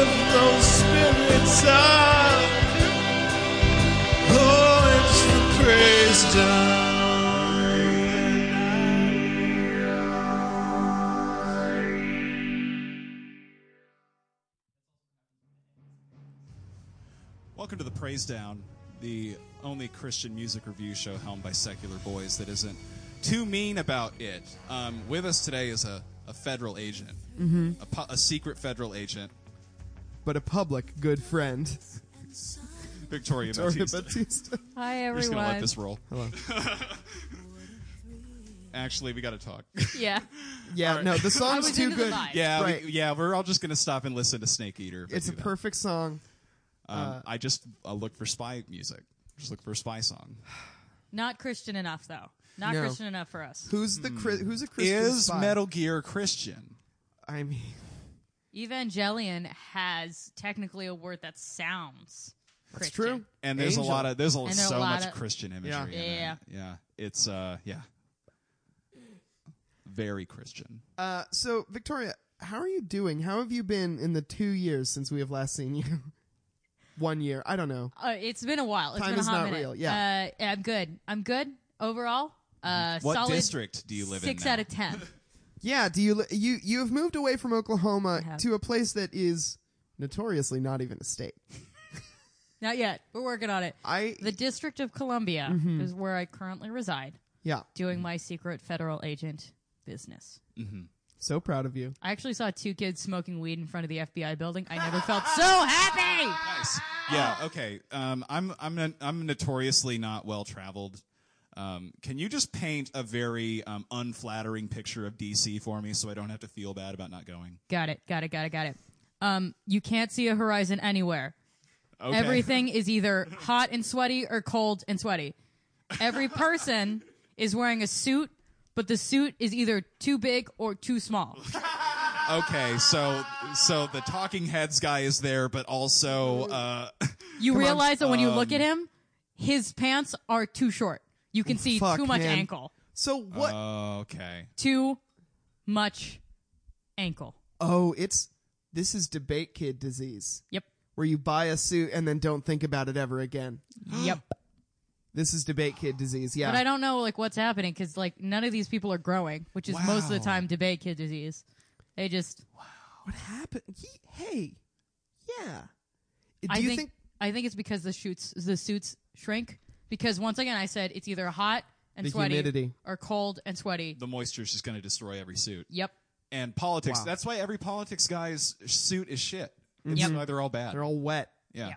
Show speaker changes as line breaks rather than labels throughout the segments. Oh,
Welcome to the Praise Down, the only Christian music review show helmed by secular boys that isn't too mean about it. Um, with us today is a, a federal agent,
Mm-hmm.
a, pu- a secret federal agent,
but a public good friend.
Victoria,
Victoria
Batista.
Batista.
Hi
We're just
everyone.
gonna let this roll.
Hello.
Actually, we got to talk.
yeah.
Yeah,
right.
no, the
I
song's
was
too
into
good.
the vibe.
Yeah,
Right.
we, yeah, we're all just gonna stop and listen to Snake Eater. if I
It's
do
a
that.
perfect song.
Um, I just uh, look for spy music. Just look for a spy song.
Not Christian enough though. Not
No.
Christian enough for us.
Who's the
Hmm.
Chri- who's a Christian?
Is
spy?
Metal Gear Christian?
I mean,
Evangelion has technically a word that sounds
it's
Christian.
true.
And there's
Angel.
a lot of there's a,
And there are a
so
lot
much
of-
Christian imagery.
Yeah.
in it.
Yeah.
yeah. It's uh, yeah, very Christian.
Uh, so Victoria, how are you doing? How have you been in the two years since we have last seen you? One year, I don't know.
Uh, it's been a while. It's
Time
been a
is
hot
not
minute.
real, yeah.
Uh, I'm good. I'm good overall. Uh,
Mm-hmm. What
solid
district do you live in?
six
now?
out of ten.
Yeah, do you li- you you have moved away from Oklahoma
I have.
to a place that is notoriously not even a state.
Not yet. We're working on it.
I
The District of Columbia is where I currently reside,
yeah,
doing my secret federal agent business.
so proud of you.
I actually saw two kids smoking weed in front of the FBI building. I never felt so happy.
Nice. Yeah. Okay. Um, I'm I'm I'm notoriously not well traveled. Um, can you just paint a very um, unflattering picture of DC for me so I don't have to feel bad about not going?
Got it. Got it. Got it. Got it. Um, you can't see a horizon anywhere. Everything is either hot and sweaty or cold and sweaty. Every person is wearing a suit, but the suit is either too big or too small.
Okay. So so the talking heads guy is there, but also uh,
You realize that when you look at him, his pants are too short. You can see
Fuck,
too much
man.
ankle.
So what?
Uh, okay.
Too much ankle.
oh, it's this is debate kid disease.
Yep.
where you buy a suit and then don't think about it ever again.
Yep.
This is debate kid disease. Yeah.
But I don't know like what's happening because like none of these people are growing, which is most of the
Wow.
time debate kid disease. They just
what happened? He, hey, yeah. Do
I
you
think,
think,
I think it's because the shoots the suits shrink because once again I said it's either hot and
The
sweaty
humidity.
or cold and sweaty.
The moisture is just going to destroy every suit.
yep.
And politics.
Wow. Mm-hmm.
That's why every politics guy's suit is shit. That's
Yep.
why they're all bad.
they're all wet?
yeah.
Yeah.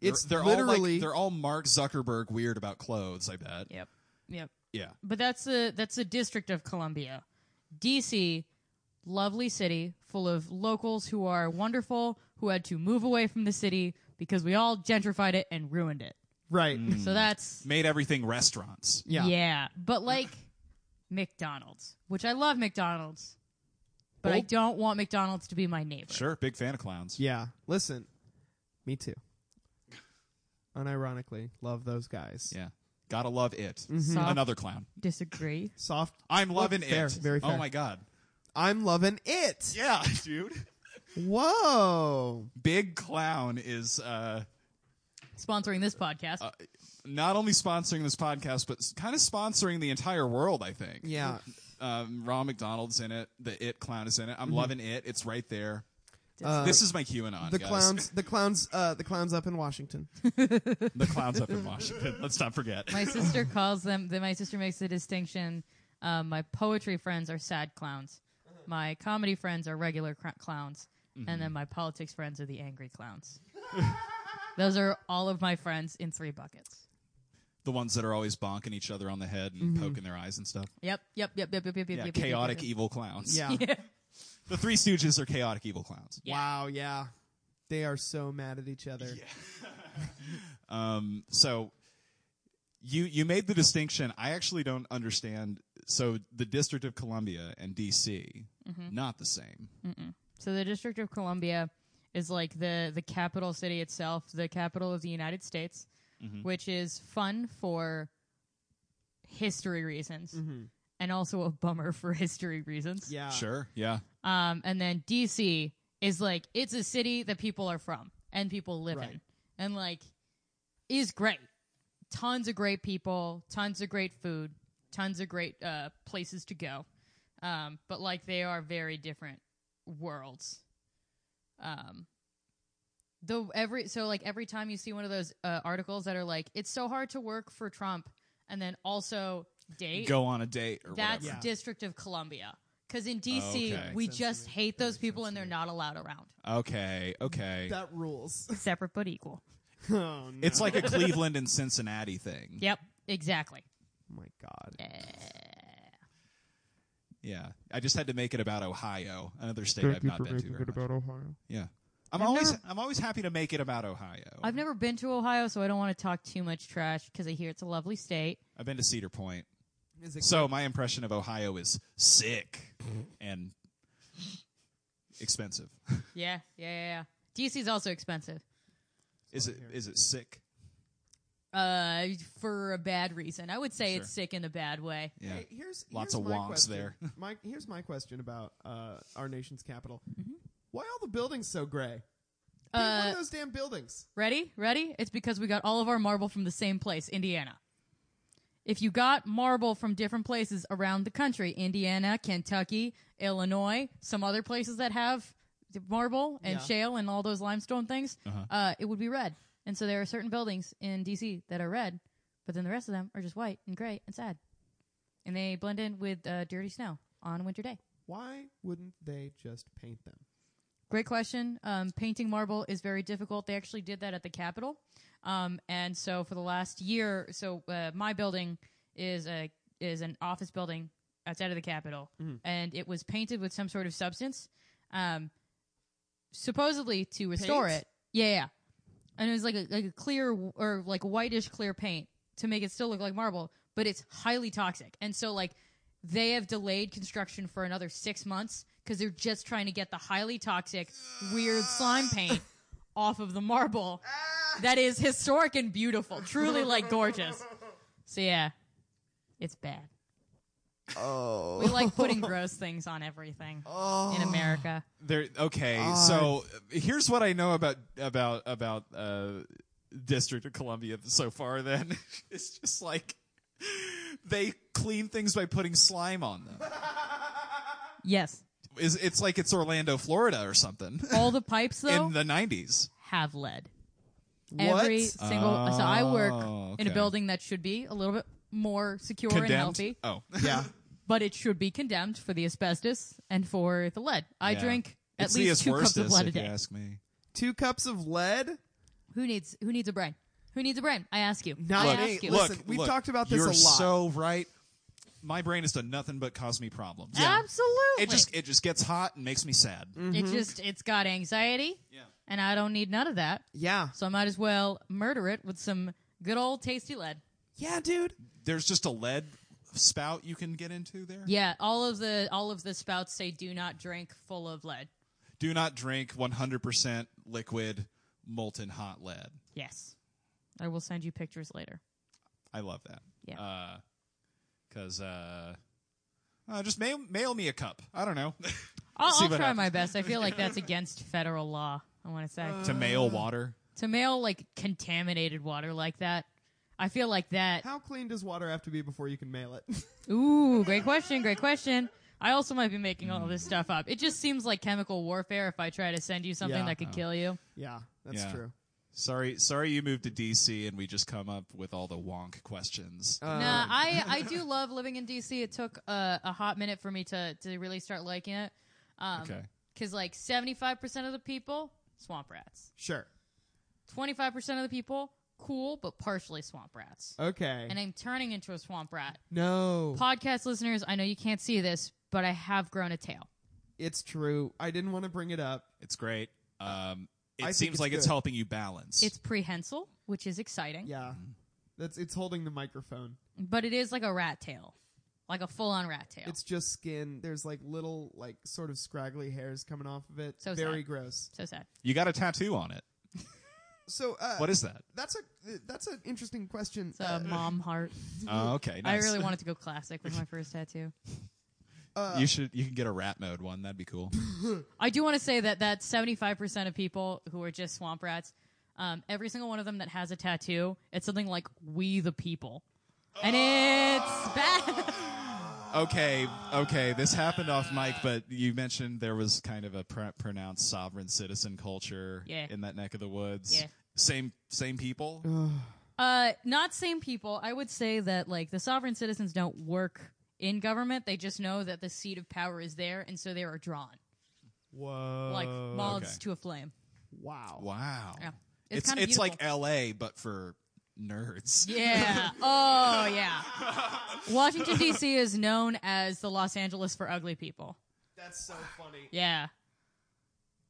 It's
they're, they're all
literally-
like, they're all Mark Zuckerberg weird about clothes. I bet.
Yep. Yep.
Yeah.
But that's the that's the District of Columbia. DC, lovely city full of locals who are wonderful, who had to move away from the city because we all gentrified it and ruined it.
Right.
Mm.
So that's
Made everything restaurants.
Yeah.
But like McDonald's, which I love McDonald's, but I
Oh.
don't want McDonald's to be my neighbor.
Sure, big fan of clowns.
Yeah. Listen, me too. Unironically, love those guys.
Yeah. Gotta love it.
Mm-hmm.
Soft.
Another clown.
Disagree.
Soft.
I'm loving
fair,
it.
very
Oh
fair.
my god.
I'm loving it.
Yeah, dude.
Whoa.
Big Clown is uh,
Sponsoring this podcast.
not only sponsoring this podcast, but kind of sponsoring the entire world, I think.
Yeah.
Um, Ron McDonald's in it. The It Clown is in it. I'm loving it. It's right there.
Mm-hmm. Uh,
this is my QAnon.
The
guys.
clowns. The clowns. Uh, the clowns up in Washington.
the clowns up in Washington. Let's not forget.
my sister calls them, then my sister makes the distinction. Um, my poetry friends are sad clowns. My comedy friends are regular cr- clowns. And
Mm-hmm.
then my politics friends are the angry clowns. Those are all of my friends in three buckets.
the ones that are always bonking each other on the head and
Mm-hmm.
poking their eyes and stuff.
Yep, yep, yep, yep, yep, yep,
Yeah,
yep, yep.
chaotic
yep, yep,
evil clowns.
Yeah.
yep.
The Three Stooges are chaotic evil clowns.
Yeah.
Wow. Yeah. They are so mad at each other.
Um, so you you made the distinction. I actually don't understand. So the District of Columbia and D.C.
Mm-hmm.
not the same.
So the District of Columbia is like the the capital city itself, the capital of the United States, which is fun for history reasons and also a bummer for history reasons.
Yeah.
Sure. Yeah.
Um and then DC is like it's a city that people are from and people live
Right.
in. And like is great. Tons of great people, tons of great food, tons of great uh places to go. Um but like they are very different worlds. Um the every so like every time you see one of those uh, articles that are like it's so hard to work for Trump and then also date
Go on a date or
that's
whatever. Oh,
Yeah.
District of Columbia because in DC
Okay.
we
Sense to
just
me.
hate those people and they're not allowed around
Okay, okay.
That rules.
separate but equal
oh, no.
it's like a Cleveland and Cincinnati thing.
yep exactly
Oh my god.
Yeah. I just had to make it about Ohio, another state I've not been to. very much.
Ohio.
Yeah. I'm
I've
always
never-
I'm always happy to make it about Ohio.
I've never been to Ohio so I don't want to talk too much trash because I hear it's a lovely state
I've been to Cedar Point.
Is it
So my impression of Ohio is sick and expensive.
yeah yeah yeah, yeah. DC's also expensive
Is it is it sick?
uh for a bad reason I would say
Sure.
it's sick in a bad way
Yeah.
Hey, here's
Lots
here's
of
my
wonks
question.
there.
my here's my question about uh, our nation's capital. Why all the buildings so gray? Paint one
Mm-hmm. uh
of those damn buildings.
Ready? Ready? It's because we got all of our marble from the same place, Indiana. If you got marble from different places around the country, Indiana, Kentucky, Illinois, some other places that have marble and
Yeah.
shale and all those limestone things, uh it would be red. And so there are certain buildings in DC that are red, but then the rest of them are just white and gray and sad. And they blend in with uh, dirty snow on a winter day.
Why wouldn't they just paint them?
Great question. Um, painting marble is very difficult. They actually did that at the Capitol, um, and so for the last year, so uh, my building is a is an office building outside of the Capitol, and it was painted with some sort of substance, um, supposedly to restore
Paint?
it. Yeah, yeah, and it was like a, like a clear or like whitish clear paint to make it still look like marble, but it's highly toxic, and so like they have delayed construction for another six months because they're just trying to get the highly toxic, weird slime paint off of the marble that is historic and beautiful, truly like gorgeous. So yeah, it's bad. Oh, we like putting gross things on everything in America.
There. Okay. so uh, here's what I know about about about uh, District of Columbia so far. Then it's just like they clean things by putting slime on them.
Yes,
Is it's like it's Orlando, Florida, or something
all the pipes though
in the '90s.
have lead.
What?
Every single. so I work
Oh,
in a
okay.
building that should be a little bit more secure and healthy.
Condemned. Oh,
Yeah.
but it should be condemned for the asbestos and for the lead. I
Yeah.
drink at
It's the
least two cups of
worstest,
lead a
if you
day.
ask me.
Two cups of lead?
Who needs who needs a brain? Who needs a brain? I ask you.
Not
I
Look,
ask you.
look, Listen, we've talked about this
you're
a lot.
So right. My brain has done nothing but cause me problems.
Absolutely.
It just it just gets hot and makes me sad.
Mm.
it just it's got anxiety.
Yeah.
And I don't need none of that.
Yeah.
So I might as well murder it with some good old tasty lead.
Yeah, dude.
There's just a lead spout you can get into there.
Yeah, all of the all of the spouts say do not drink full of lead.
Do not drink 100% liquid molten hot lead.
Yes. I will send you pictures later.
I love that.
Yeah.
Because, uh, uh, just mail, mail me a cup. I don't know.
I'll,
see
I'll
what
try
happens.
my best. I feel like that's against federal law. I want to say
to mail water.
to mail like contaminated water like that i feel like that
How clean does water have to be before you can mail it?
ooh great question great question i also might be making
Hmm.
all this stuff up it just seems like chemical warfare if i try to send you something
Yeah.
that could
Oh.
kill you
yeah, that's
Yeah.
true.
Sorry, sorry you moved to D.C. and we just come up with all the wonk questions.
Um,
nah i i do love living in dc it took a, a hot minute for me to to really start liking it um
Okay.
because like 75% of the people swamp rats
Sure.
25% of the people cool but partially swamp rats
Okay.
and i'm turning into a swamp rat
no.
podcast listeners, I know you can't see this, but I have grown a tail.
It's true. I didn't want to bring it up.
It's great. Um,
I
it
think
seems
it's
like it's
good.
helping you balance.
It's prehensile, which is exciting,
Yeah.
Mm-hmm.
That's it's holding the microphone.
but it is like a rat tail, like a full-on rat tail.
It's just skin. There's like little like sort of scraggly hairs coming off of it.
So
Very
sad.
gross.
so sad.
you got a tattoo on it.
So uh,
What is that?
that's a that's an interesting question. Uh,
It's a mom heart.
Oh, okay.
Mm-hmm. I
nice.
really wanted to go classic with my first tattoo.
you should. You can get a rat mode one. That'd be cool.
I do want to say that that seventy-five percent of people who are just swamp rats, um, every single one of them that has a
Oh.
tattoo, it's something like "We the People," and it's bad.
okay, okay, this happened off mic, but you mentioned there was kind of a pr- pronounced sovereign citizen culture
Yeah.
in that neck of the woods.
Yeah.
Same same people.
Uh, not same people. I would say that like the sovereign citizens don't work in government. They just know that the seat of power is there, and so they are drawn
Whoa.
like moths
Oh, okay.
to a flame.
wow.
Wow.
Yeah. Oh, It's
It's it's,
kinda
like
beautiful.
L.A. but for nerds.
Yeah. oh yeah. Washington D.C. is known as the Los Angeles for ugly people.
That's so funny.
Yeah.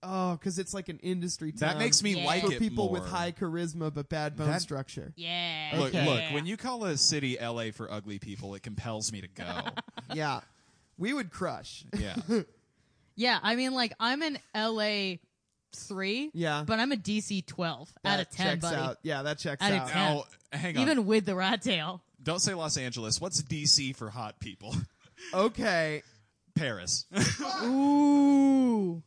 Oh, because it's like an industry town.
That makes me
Yeah.
like
for
it
people
more.
with high charisma but bad bone
That-
structure.
Yeah.
Look,
Okay.
look. When you call a city L.A. for ugly people, it compels me to go.
yeah, we would crush.
yeah.
Yeah, I mean, like I'm an LA three.
Yeah.
But I'm a DC twelve out of
That
ten,
checks
buddy.
out. Yeah, that checks
Out of
out.
ten.
Now, hang on.
Even with the rat tail.
Don't say Los Angeles. What's D.C. for hot people?
Okay.
Paris.
Ooh.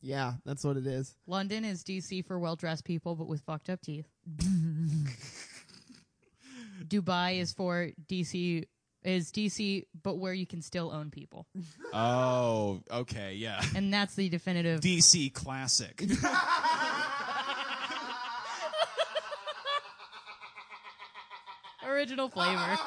Yeah, that's what it is.
London is DC for well dressed people, but with fucked up teeth. Dubai is for DC is DC, but where you can still own people,
oh, okay, yeah.
and that's the definitive.
DC classic.
original flavor.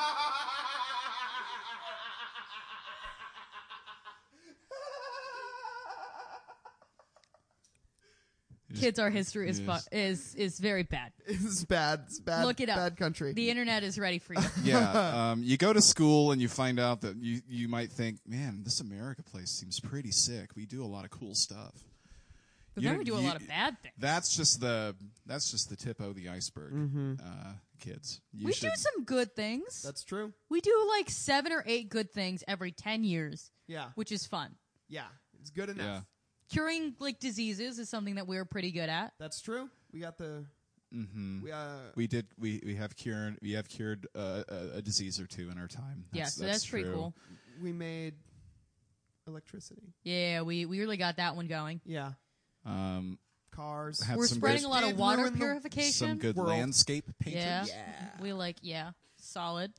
Kids, our history is fu-
Yes.
is is very bad.
It's bad. It's bad.
Look it up.
Bad country.
The internet is ready for you.
yeah, um, you go to school and you find out that you you might think, man, this America place seems pretty sick. We do a lot of cool stuff.
But
You
then
know,
we do a
you-
lot of bad things.
That's just the that's just the tip of the iceberg,
Mm-hmm.
uh, kids. You
we
should,
do some good things.
that's true.
we do like seven or eight good things every ten years,
Yeah.
which is fun.
Yeah. It's good enough.
Yeah.
Curing like diseases is something that we're pretty good at.
That's true. We got the. Mm-hmm. We, uh,
We did. We, we have cured. We have cured uh, a, a disease or two in our time.
yeah, so that's, pretty
true.
cool.
we made electricity.
Yeah, we we really got that one going.
Yeah.
Um,
Cars.
Had
We're
some
spreading
good-
a lot of
Did
water
ruin the-
purification.
some good
World.
landscape paintings.
yeah.
Yeah.
we like yeah, solid.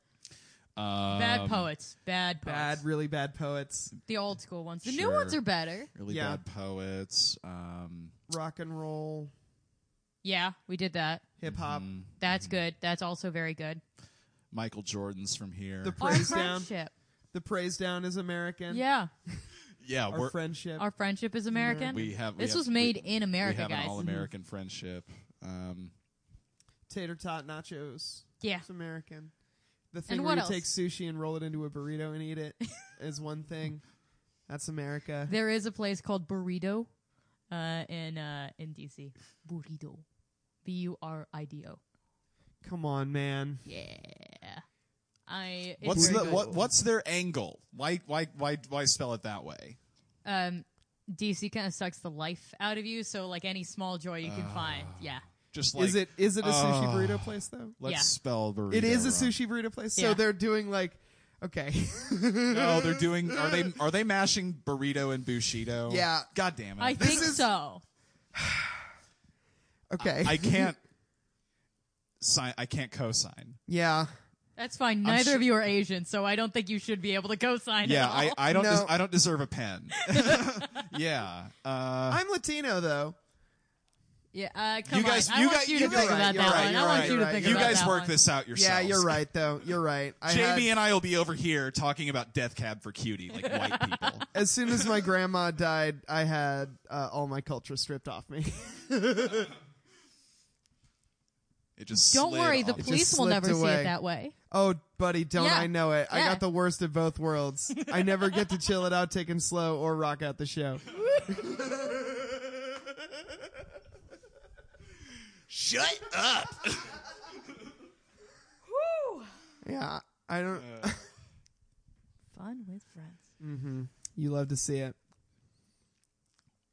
Um,
Bad poets, bad poets.
Bad, really bad poets.
The old school ones. The new
Sure.
ones are better.
Really
Yeah.
bad poets. Um,
Rock and roll.
Yeah, we did that.
Hip hop.
Mm-hmm.
That's
Mm.
good. That's also very good.
Michael Jordan's from here.
The
Our
praise down.
friendship.
The praise down is American.
Yeah,
yeah,
Our
we're,
friendship.
our friendship is American.
we have. we
this
have-
was made
we,
in
We
America,
have
guys.
an all-American friendship. Um,
tater tot nachos.
Yeah.
It's American. The thing
And
where
what
you
else?
take sushi and roll it into a burrito and eat it is one thing. That's America.
There is a place called Burrito uh, in uh, in DC. Burrito, B U R I D O.
Come on, man.
Yeah, I. It's
what's
very
the
good.
what, What's their angle? Why why why why spell it that way?
Um, DC kind of sucks the life out of you. So like any small joy you can find,
Ah.
yeah.
Just like
is it is it a sushi
Oh.
burrito place though?
Let's
Yeah.
spell burrito.
It is a
wrong.
sushi burrito place.
Yeah.
So they're doing like okay.
No, they're doing. Are they are they mashing burrito and bushido?
Yeah.
God damn it!
I think
is-
so.
okay.
I can't. Sign. I can't co-sign.
yeah.
That's fine. Neither
su-
of you are Asian, so I don't think you should be able to co-sign. at
Yeah,
all.
I, I don't
No.
des- I don't deserve a pen. yeah, uh,
I'm Latino though.
yeah. Uh, come
You guys-
on. I
you
want
guys-
you to
you
think
guys-
about
you're right,
that one. I
you're
want
right,
you to
you're
think
you
about
guys
that
work
one.
this out
Yeah,
yourselves.
you're right though. You're right. I
Jamie
had-
and I will be over here talking about Death Cab for Cutie, like white people.
as soon as my grandma died, I had uh, all my culture stripped off me.
It just
Don't
slid
worry, the
off.
just
police will never
slipped
see
away.
it that way.
Oh, buddy, don't
Yeah.
I know it? I
Yeah.
got the worst of both worlds. I never get to chill it out, take it slow, or rock out the show.
Shut up!
Yeah, I don't.
Fun with friends.
You love to see it.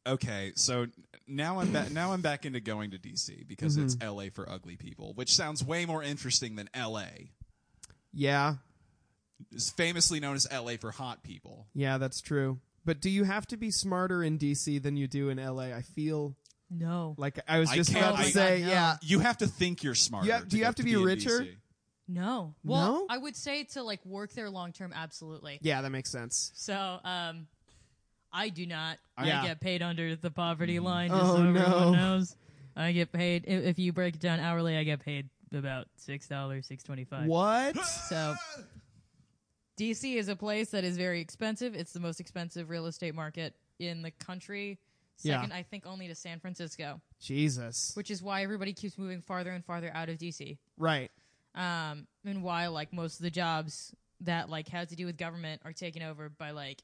Okay, so now I'm ba- now I'm back into going to DC because it's
Mm-hmm.
L.A. for ugly people, which sounds way more interesting than L.A.
Yeah,
It's famously known as L.A. for hot people.
yeah, that's true. But do you have to be smarter in DC than you do in LA? I feel
No.
like I was
I
just
can't-
about to
I-
say,
I- no.
yeah,
You have to think you're smarter.
You have- do you
go-
have to be
in
richer?
DC.
No. Well,
No?
I would say to like work there long term, absolutely.
Yeah, that makes sense.
So, um, I do not.
Yeah.
I get paid under the poverty line. Just
Oh,
so
no.
everyone knows. I get paid i- if you break it down hourly. I get paid about six dollars, six twenty five.
What?
So, DC is a place that is very expensive. It's the most expensive real estate market in the country.
Yeah.
Second, I think only to San Francisco,
Jesus.
which is why everybody keeps moving farther and farther out of DC.
right.
um, and why like most of the jobs that like has to do with government are taken over by like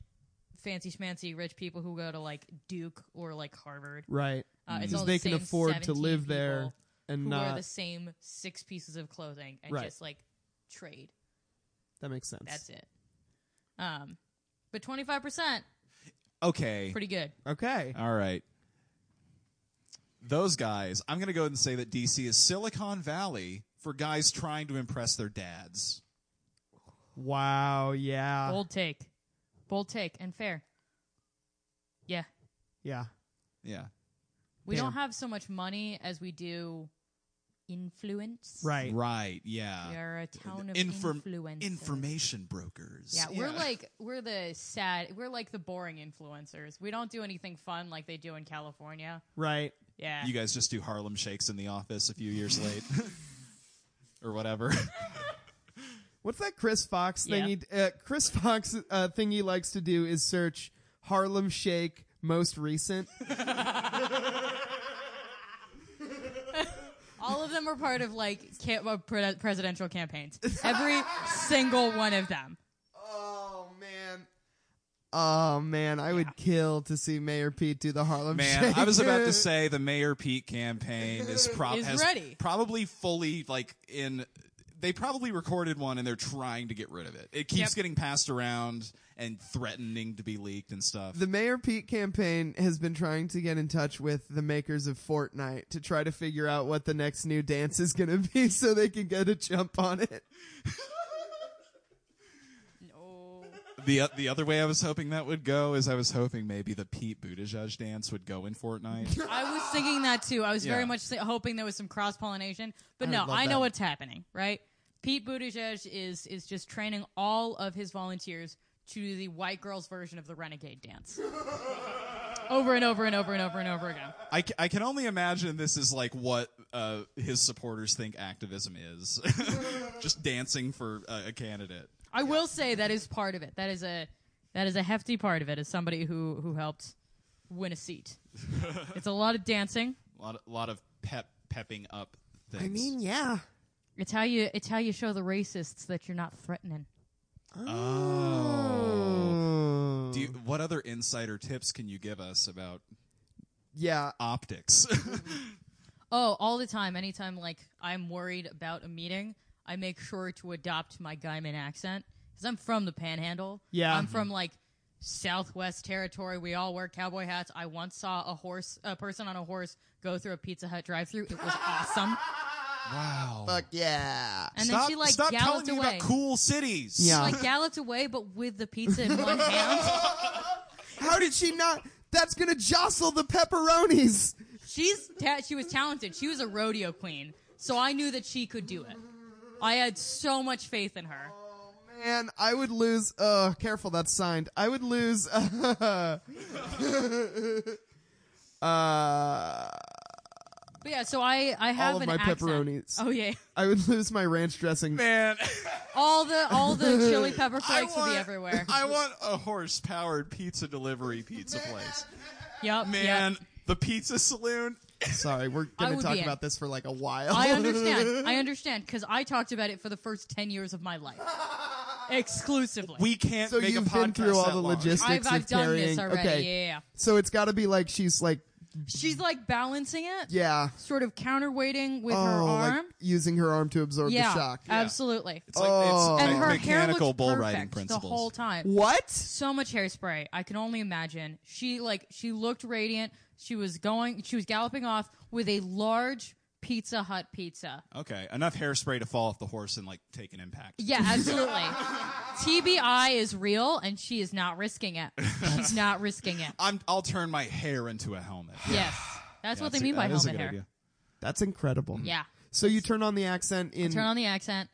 fancy schmancy rich people who go to like Duke or like Harvard.
Right.
Uh, it's
'Cause
all
they
the
can
same
afford to
17
live there
people
And
who wear
not.
the same six pieces of clothing and
Right.
just like trade.
that makes sense.
That's it. Um, but twenty five percent,
Okay.
pretty good. Oh.
Okay.
All right. Those guys, I'm going to go ahead and say that DC is Silicon Valley for guys trying to impress their dads.
Wow. Yeah.
Bold take, bold take, and fair. Yeah,
yeah.
Yeah.
we
Damn.
don't have so much money as we do influence.
Right.
Right. Yeah.
We are a town of
Inform-
influencers.
information brokers.
Yeah, we're like we're the sad, we're like the boring influencers. We don't do anything fun like they do in California.
Right.
Yeah,
You guys just do Harlem shakes in the office a few years late. or whatever.
What's that Chris Fox
Yeah.
thing? He, uh, Chris Fox uh, thing he likes to do is search Harlem Shake most recent.
all of them are part of like ca- uh, pre- presidential campaigns. Every single one of them.
oh man. Oh man, I would kill to see Mayor Pete do the Harlem
Man,
Shake.
I was about to say the Mayor Pete campaign is, prob-
Is
has
ready.
probably fully like in. They probably recorded one and they're trying to get rid of it. It keeps
Yep.
getting passed around and threatening to be leaked and stuff.
The Mayor Pete campaign has been trying to get in touch with the makers of Fortnite to try to figure out what the next new dance is going to be so they can get a jump on it.
No.
The o- the other way I was hoping that would go is I was hoping maybe the Pete Buttigieg dance would go in Fortnite.
I was thinking that too. I was very
Yeah.
much thi- hoping there was some cross pollination, but
I would
no,
love
I know
that.
what's happening. Right, Pete Buttigieg is is just training all of his volunteers to do the white girls version of the renegade dance, over and over and over and over and over again.
I, ca- I can only imagine this is like what uh, his supporters think activism is, just dancing for uh, a candidate.
I will say that is part of it. That is a that is a hefty part of it. As somebody who who helped win a seat, it's a lot of dancing.
A lot of, lot of pep pepping up things.
I mean, yeah.
It's how you it's how you show the racists that you're not threatening.
oh.
Oh.
Do you, what other insider tips can you give us about
yeah.
optics?
Oh, all the time. Anytime like I'm worried about a meeting, I make sure to adopt my Guyman accent because I'm from the Panhandle.
Yeah.
Mm-hmm.
I'm from like Southwest territory. We all wear cowboy hats. I once saw a horse, a person on a horse, go through a Pizza Hut drive-through. It was awesome.
wow.
Fuck yeah.
And
stop
then she like
stop telling
galloped
me
away.
about cool cities.
Yeah.
She like galloped away, but with the pizza in one hand.
How did she not? That's gonna jostle the pepperonis.
She's ta- she was talented. She was a rodeo queen, so I knew that she could do it. I had so much faith in her.
Man, I would lose. Uh, careful, that's signed. I would lose. Uh,
But yeah, so I I have
of
an
my
accent.
pepperonis.
Oh yeah,
I would lose my ranch dressing.
Man,
all the all the chili pepper flakes would
want-
be everywhere.
I want a horse powered pizza delivery pizza place.
Yep,
Man,
Yep.
the pizza saloon.
Sorry, we're
I
gonna
would
talk
be in.
about this for like a while.
I understand. I understand because I talked about it for the first ten years of my life, exclusively.
We can't
so
make a
you've
podcast
been through all
that
the
long.
logistics
I've, I've
of
done
carrying.
this already.
Okay,
Yeah, yeah, yeah.
so it's got to be like she's like,
She's like balancing it,
yeah,
sort of counterweighting with
oh,
her arm.
like using her arm to absorb
yeah, Uh,
the shock.
absolutely.
It's like
Oh.
it's
and
me-
her hair
mechanical
looked
bull
perfect
riding
the
principles.
whole time.
What?
so much hairspray. I can only imagine. She like she looked radiant. She was going. She was galloping off with a large Pizza Hut pizza.
Okay, enough hairspray to fall off the horse and like take an impact.
Yeah, absolutely. TBI is real, and she is not risking it. She's not risking it.
I'm, I'll turn my hair into a helmet.
Yes, that's what they mean by
That is a
helmet
good
hair.
idea.
That's incredible.
Yeah.
So you turn on the accent in
Turn on the accent.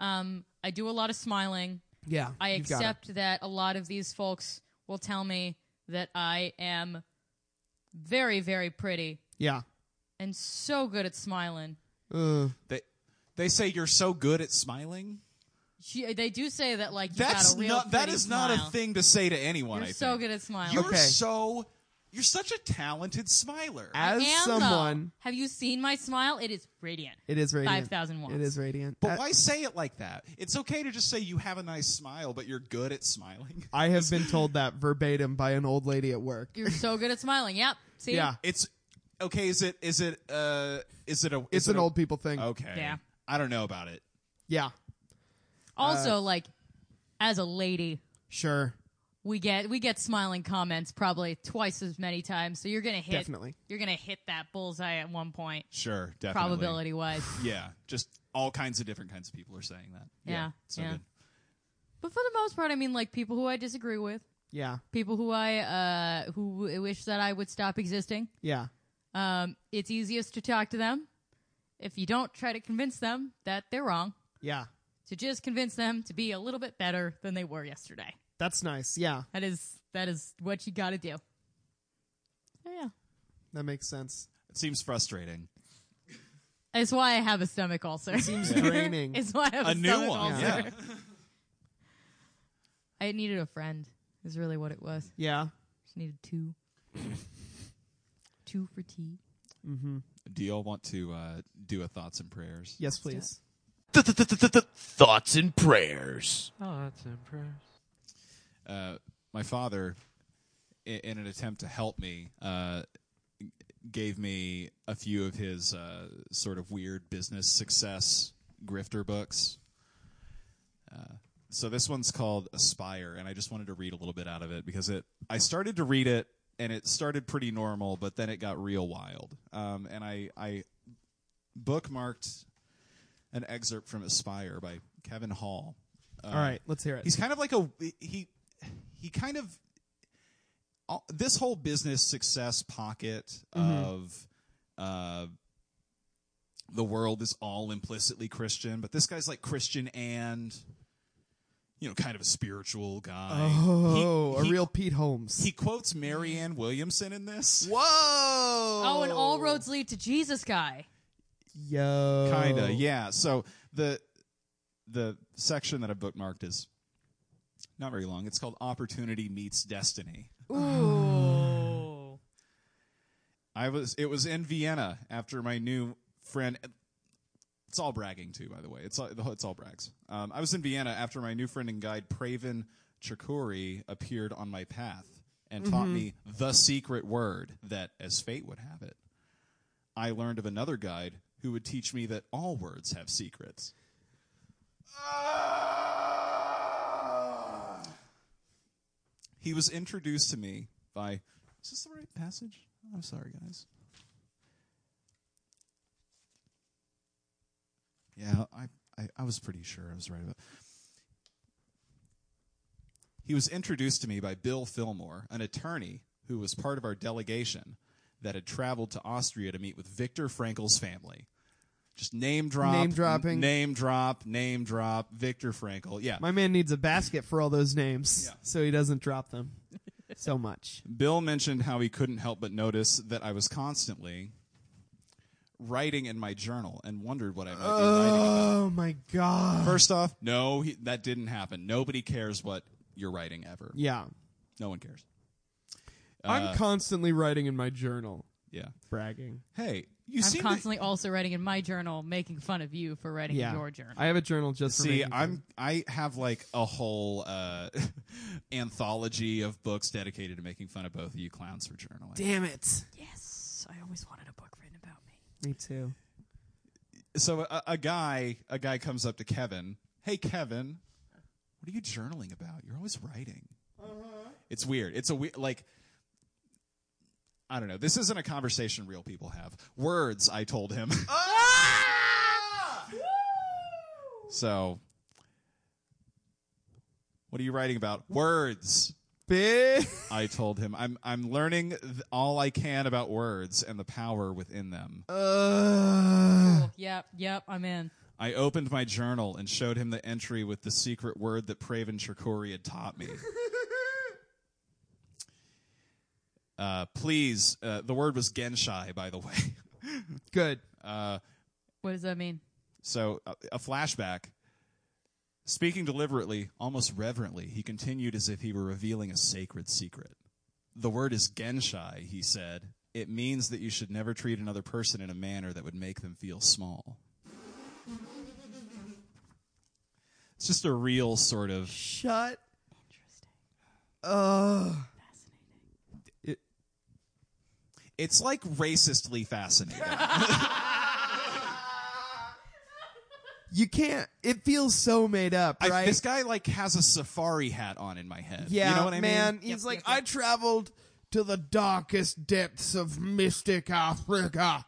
Um, I do a lot of smiling.
Yeah.
I
you've got it.
accept that a lot of these folks will tell me that I am very, very pretty
Yeah.
and so good at smiling.
Ugh.
They they say you're so good at smiling.
She, they do say that like you
That's
got a real
not that
pretty
is not a
smile.
thing to say to anyone.
You're
I
so
think.
good at smiling.
You're
Okay.
so you're such a talented smiler.
As
Am, though.
someone,
have you seen my smile? It is radiant.
it is radiant.
5,000 watts.
It is radiant.
but
Uh,
why say it like that? It's okay to just say you have a nice smile, but you're good at smiling.
I have been told that verbatim by an old lady at work.
You're so good at smiling. Yep. See.
Yeah.
It's okay. Is it? Is it? Uh, is it a?
It's
is it
an
a-
old people thing.
Okay.
Yeah.
I don't know about it.
Yeah.
Also, like, as a lady,
Sure.
we get we get smiling comments probably twice as many times. So you're gonna hit
Definitely.
you're gonna hit that bullseye at one point,
Sure. Definitely.
probability wise.
Yeah. Just all kinds of different kinds of people are saying that.
Yeah,
So
yeah.
good.
But for the most part, I mean, like people who I disagree with,
Yeah.
people who I uh who w- wish that I would stop existing.
Yeah.
Um, it's easiest to talk to them if you don't try to convince them that they're wrong.
Yeah.
To just convince them to be a little bit better than they were yesterday.
That's nice. Yeah.
That is that is what you got to do. So, yeah.
That makes sense.
It seems frustrating.
It's why I have a stomach ulcer. It seems
draining.
it's why I have a,
A new
stomach
one.
ulcer.
Yeah.
I needed a friend. Is really what it was.
Yeah.
Just needed two. two for tea.
Do you all want to uh, do a thoughts and prayers?
Yes, please.
Thoughts and prayers.
Uh, my father, in, in an attempt to help me, uh, g- gave me a few of his uh, sort of weird business success grifter books. Uh, so this one's called Aspire, and I just wanted to read a little bit out of it because it. I started to read it, and it started pretty normal, but then it got real wild. Um, and I, I bookmarked an excerpt from Aspire by Kevin Hall.
All right. Let's hear it.
He's kind of like a he. He kind of all- this whole business success pocket
Mm-hmm.
of uh, the world is all implicitly Christian, but this guy's like Christian and you know, kind of a spiritual guy.
Oh,
He-
a
he-
real Pete Holmes.
He quotes Marianne Williamson in this.
Whoa.
Oh,
Oh,
and all roads lead to Jesus guy.
Yo.
Kinda, yeah. So the the section that I've bookmarked is not very long. It's called Opportunity Meets Destiny.
Ooh.
I was it was in Vienna after my new friend. It's all bragging too, by the way. It's all, it's all brags. Um, I was in Vienna after my new friend and guide Praven Chakuri appeared on my path and taught me the secret word that, as fate would have it, I learned of another guide who would teach me that all words have secrets. He was introduced to me by. Is this the right passage? I'm sorry, guys. Yeah, I, I, I was pretty sure I was right about. He was introduced to me by Bill Fillmore, an attorney who was part of our delegation that had traveled to Austria to meet with Viktor Frankl's family. Just name drop,
Name dropping.
name drop, name drop. Viktor Frankl, yeah.
My man needs a basket for all those names
Yeah.
so he doesn't drop them so much.
Bill mentioned how he couldn't help but notice that I was constantly writing in my journal and wondered what I might be writing about.
Oh my god.
First off, no, he, that didn't happen. Nobody cares what you're writing ever.
Yeah.
No one cares.
I'm constantly writing in my journal.
Yeah.
Bragging.
Hey, you
I'm
seem
constantly also writing in my journal, making fun of you for writing
Yeah.
in your journal.
I have a journal
to
just for
see.
making
I'm
fun.
I have like a whole uh, anthology of books dedicated to making fun of both of you clowns for journaling.
Damn it.
yes, I always wanted a book written about me.
Me too.
so a, a guy a guy comes up to Kevin. Hey Kevin, what are you journaling about? You're always writing. It's weird. It's a weird like I don't know. This isn't a conversation real people have. Words, I told him. so what are you writing about? Words.
Big
I told him. I'm I'm learning th- all I can about words and the power within them.
uh,
Cool. Yep, yep, I'm in.
I opened my journal and showed him the entry with the secret word that Praven Chakuri had taught me. Uh, please, uh, the word was Genshai, by the way.
Good.
Uh,
What does that mean?
so, a, a flashback. Speaking deliberately, almost reverently, he continued as if he were revealing a sacred secret. The word is Genshai, he said. It means that you should never treat another person in a manner that would make them feel small. It's just a real sort of.
Shut. Ugh.
It's like racistly fascinating.
You can't. It feels so made up,
I-
right?
this guy like has a safari hat on in my head.
yeah,
you know what I
man.
mean?
He's like, I traveled to the darkest depths of mystic Africa.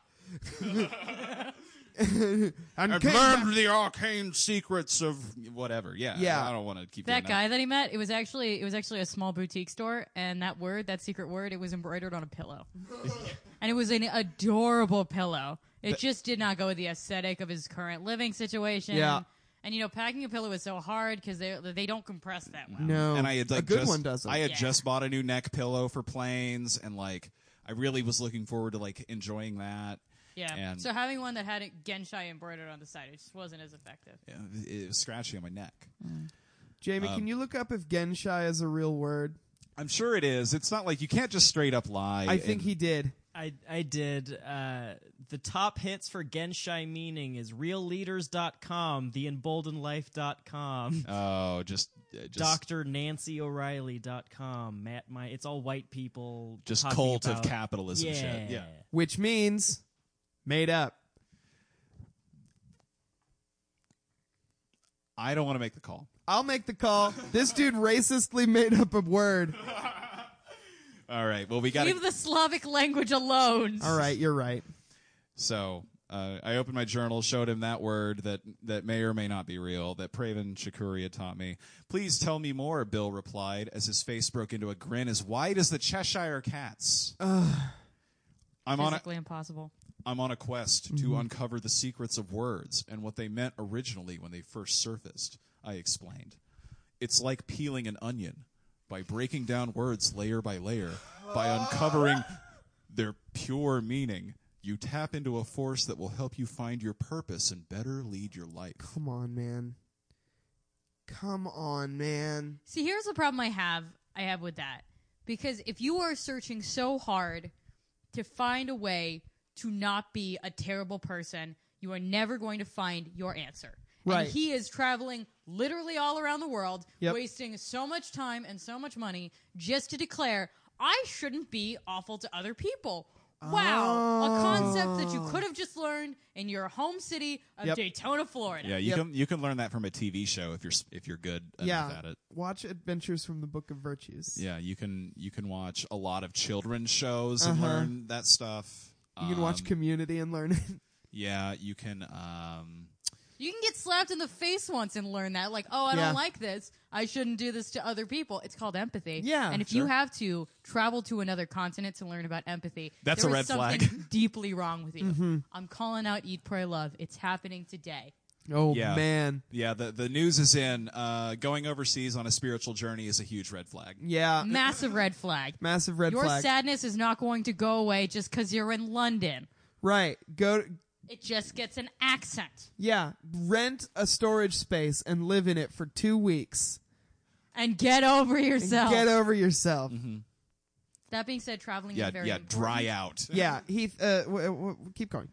and came back-
the arcane secrets of whatever. Yeah,
Yeah.
I don't want to keep
That
doing
guy that he met, it was actually it was actually a small boutique store, and that word, that secret word, it was embroidered on a pillow, and it was an adorable pillow. It just did not go with the aesthetic of his current living situation.
Yeah.
and you know, packing a pillow is so hard because they they don't compress that well.
No,
And I had like
Oh, a good
just,
one doesn't.
I had
Yeah.
just bought a new neck pillow for planes, and like I really was looking forward to like enjoying that.
Yeah,
And-
so having one that had it Genshai embroidered on the side, it just wasn't as effective.
Yeah, It was scratchy on my neck.
Jamie,
uh,
can you look up if Genshai is a real word?
I'm sure it is. It's not like you can't just straight up lie.
I think
and-
he did.
I, I did. Uh, the top hits for Genshai meaning is realleaders.com, theemboldenlife.com,
Oh, just uh, just
Dr. Nancy O'Reilly.com, Matt My. It's all white people.
just
talking
cult
about-
of capitalism
yeah.
shit. Yeah.
which means made up.
I don't want to make the call.
I'll make the call. This dude racistly made up a word.
All right. Well, we got
Leave the Slavic language alone.
All right, you're right.
So uh, I opened my journal, showed him that word that that may or may not be real that Praven Chakuri had taught me. Please tell me more, Bill replied as his face broke into a grin as wide as the Cheshire Cat's. I'm on a,
Physically impossible.
I'm on a quest
Mm-hmm.
to uncover the secrets of words and what they meant originally when they first surfaced. I explained. It's like peeling an onion by breaking down words layer by layer, by uncovering their pure meaning. You tap into a force that will help you find your purpose and better lead your life.
Come on, man. Come on, man.
See, here's the problem I have I have with that. Because if you are searching so hard to find a way to not be a terrible person, you are never going to find your answer.
Right.
And he is traveling literally all around the world,
Yep.
wasting so much time and so much money just to declare, I shouldn't be awful to other people. Wow. A concept that you could have just learned in your home city of
Oh. Yep.
Daytona, Florida.
Yeah, you
Yep.
can you can learn that from a TV show if you're s- if you're good enough
yeah.
at it.
Watch Adventures from the Book of Virtues.
Yeah, you can you can watch a lot of children's shows and
Uh-huh.
learn that stuff.
You can watch
Um,
Community and learn it.
Yeah, you can. Um,
You can get slapped in the face once and learn that, like, oh, I
Yeah.
don't like this. I shouldn't do this to other people. It's called empathy.
Yeah,
And if you have to travel to another continent to learn about empathy,
That's
there
a
is
red flag.
something deeply wrong with you.
Mm-hmm.
I'm calling out Eat, Pray, Love. It's happening today.
Oh,
Yeah.
man.
yeah, the the news is in. Uh, going overseas on a spiritual journey is a huge red flag.
Mm-hmm.
Yeah.
Massive red flag.
Massive red
Your
flag.
sadness is not going to go away just because you're in London.
right. Go.
It just gets an accent.
Yeah. Rent a storage space and live in it for two weeks.
And get over
And
yourself.
get over yourself.
Mm-hmm.
that being said, traveling
Yeah,
is very
yeah,
important.
dry out.
Yeah. Heath, uh, w- w- w- keep going.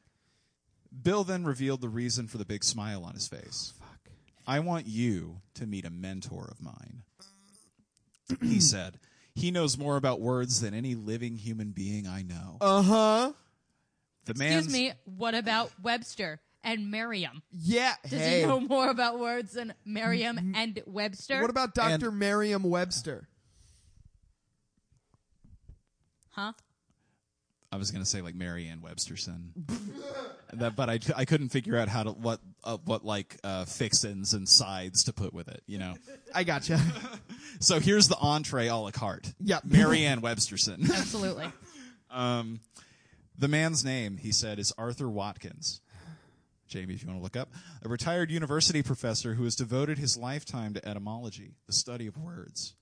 Bill then revealed the reason for the big smile on his face.
Fuck.
I want you to meet a mentor of mine. he said, "He knows more about words than any living human being I know."
Uh huh.
the
Oh, Excuse
man's
me, what about Webster and Merriam?
Yeah.
Does
hey. Mm-hmm.
he know more about words than Merriam and Webster?
What about Dr. Merriam Webster?
Huh?
I was going to say like Mary Ann Websterson, that, but I, I couldn't figure out how to what uh, what like uh, fixins and sides to put with it, you know.
I gotcha.
So here's the entree a la carte.
Yep.
Mary Ann Websterson.
Absolutely.
The man's name, he said, is Arthur Watkins. Jamie, if you want to look up, a retired university professor who has devoted his lifetime to etymology, the study of words.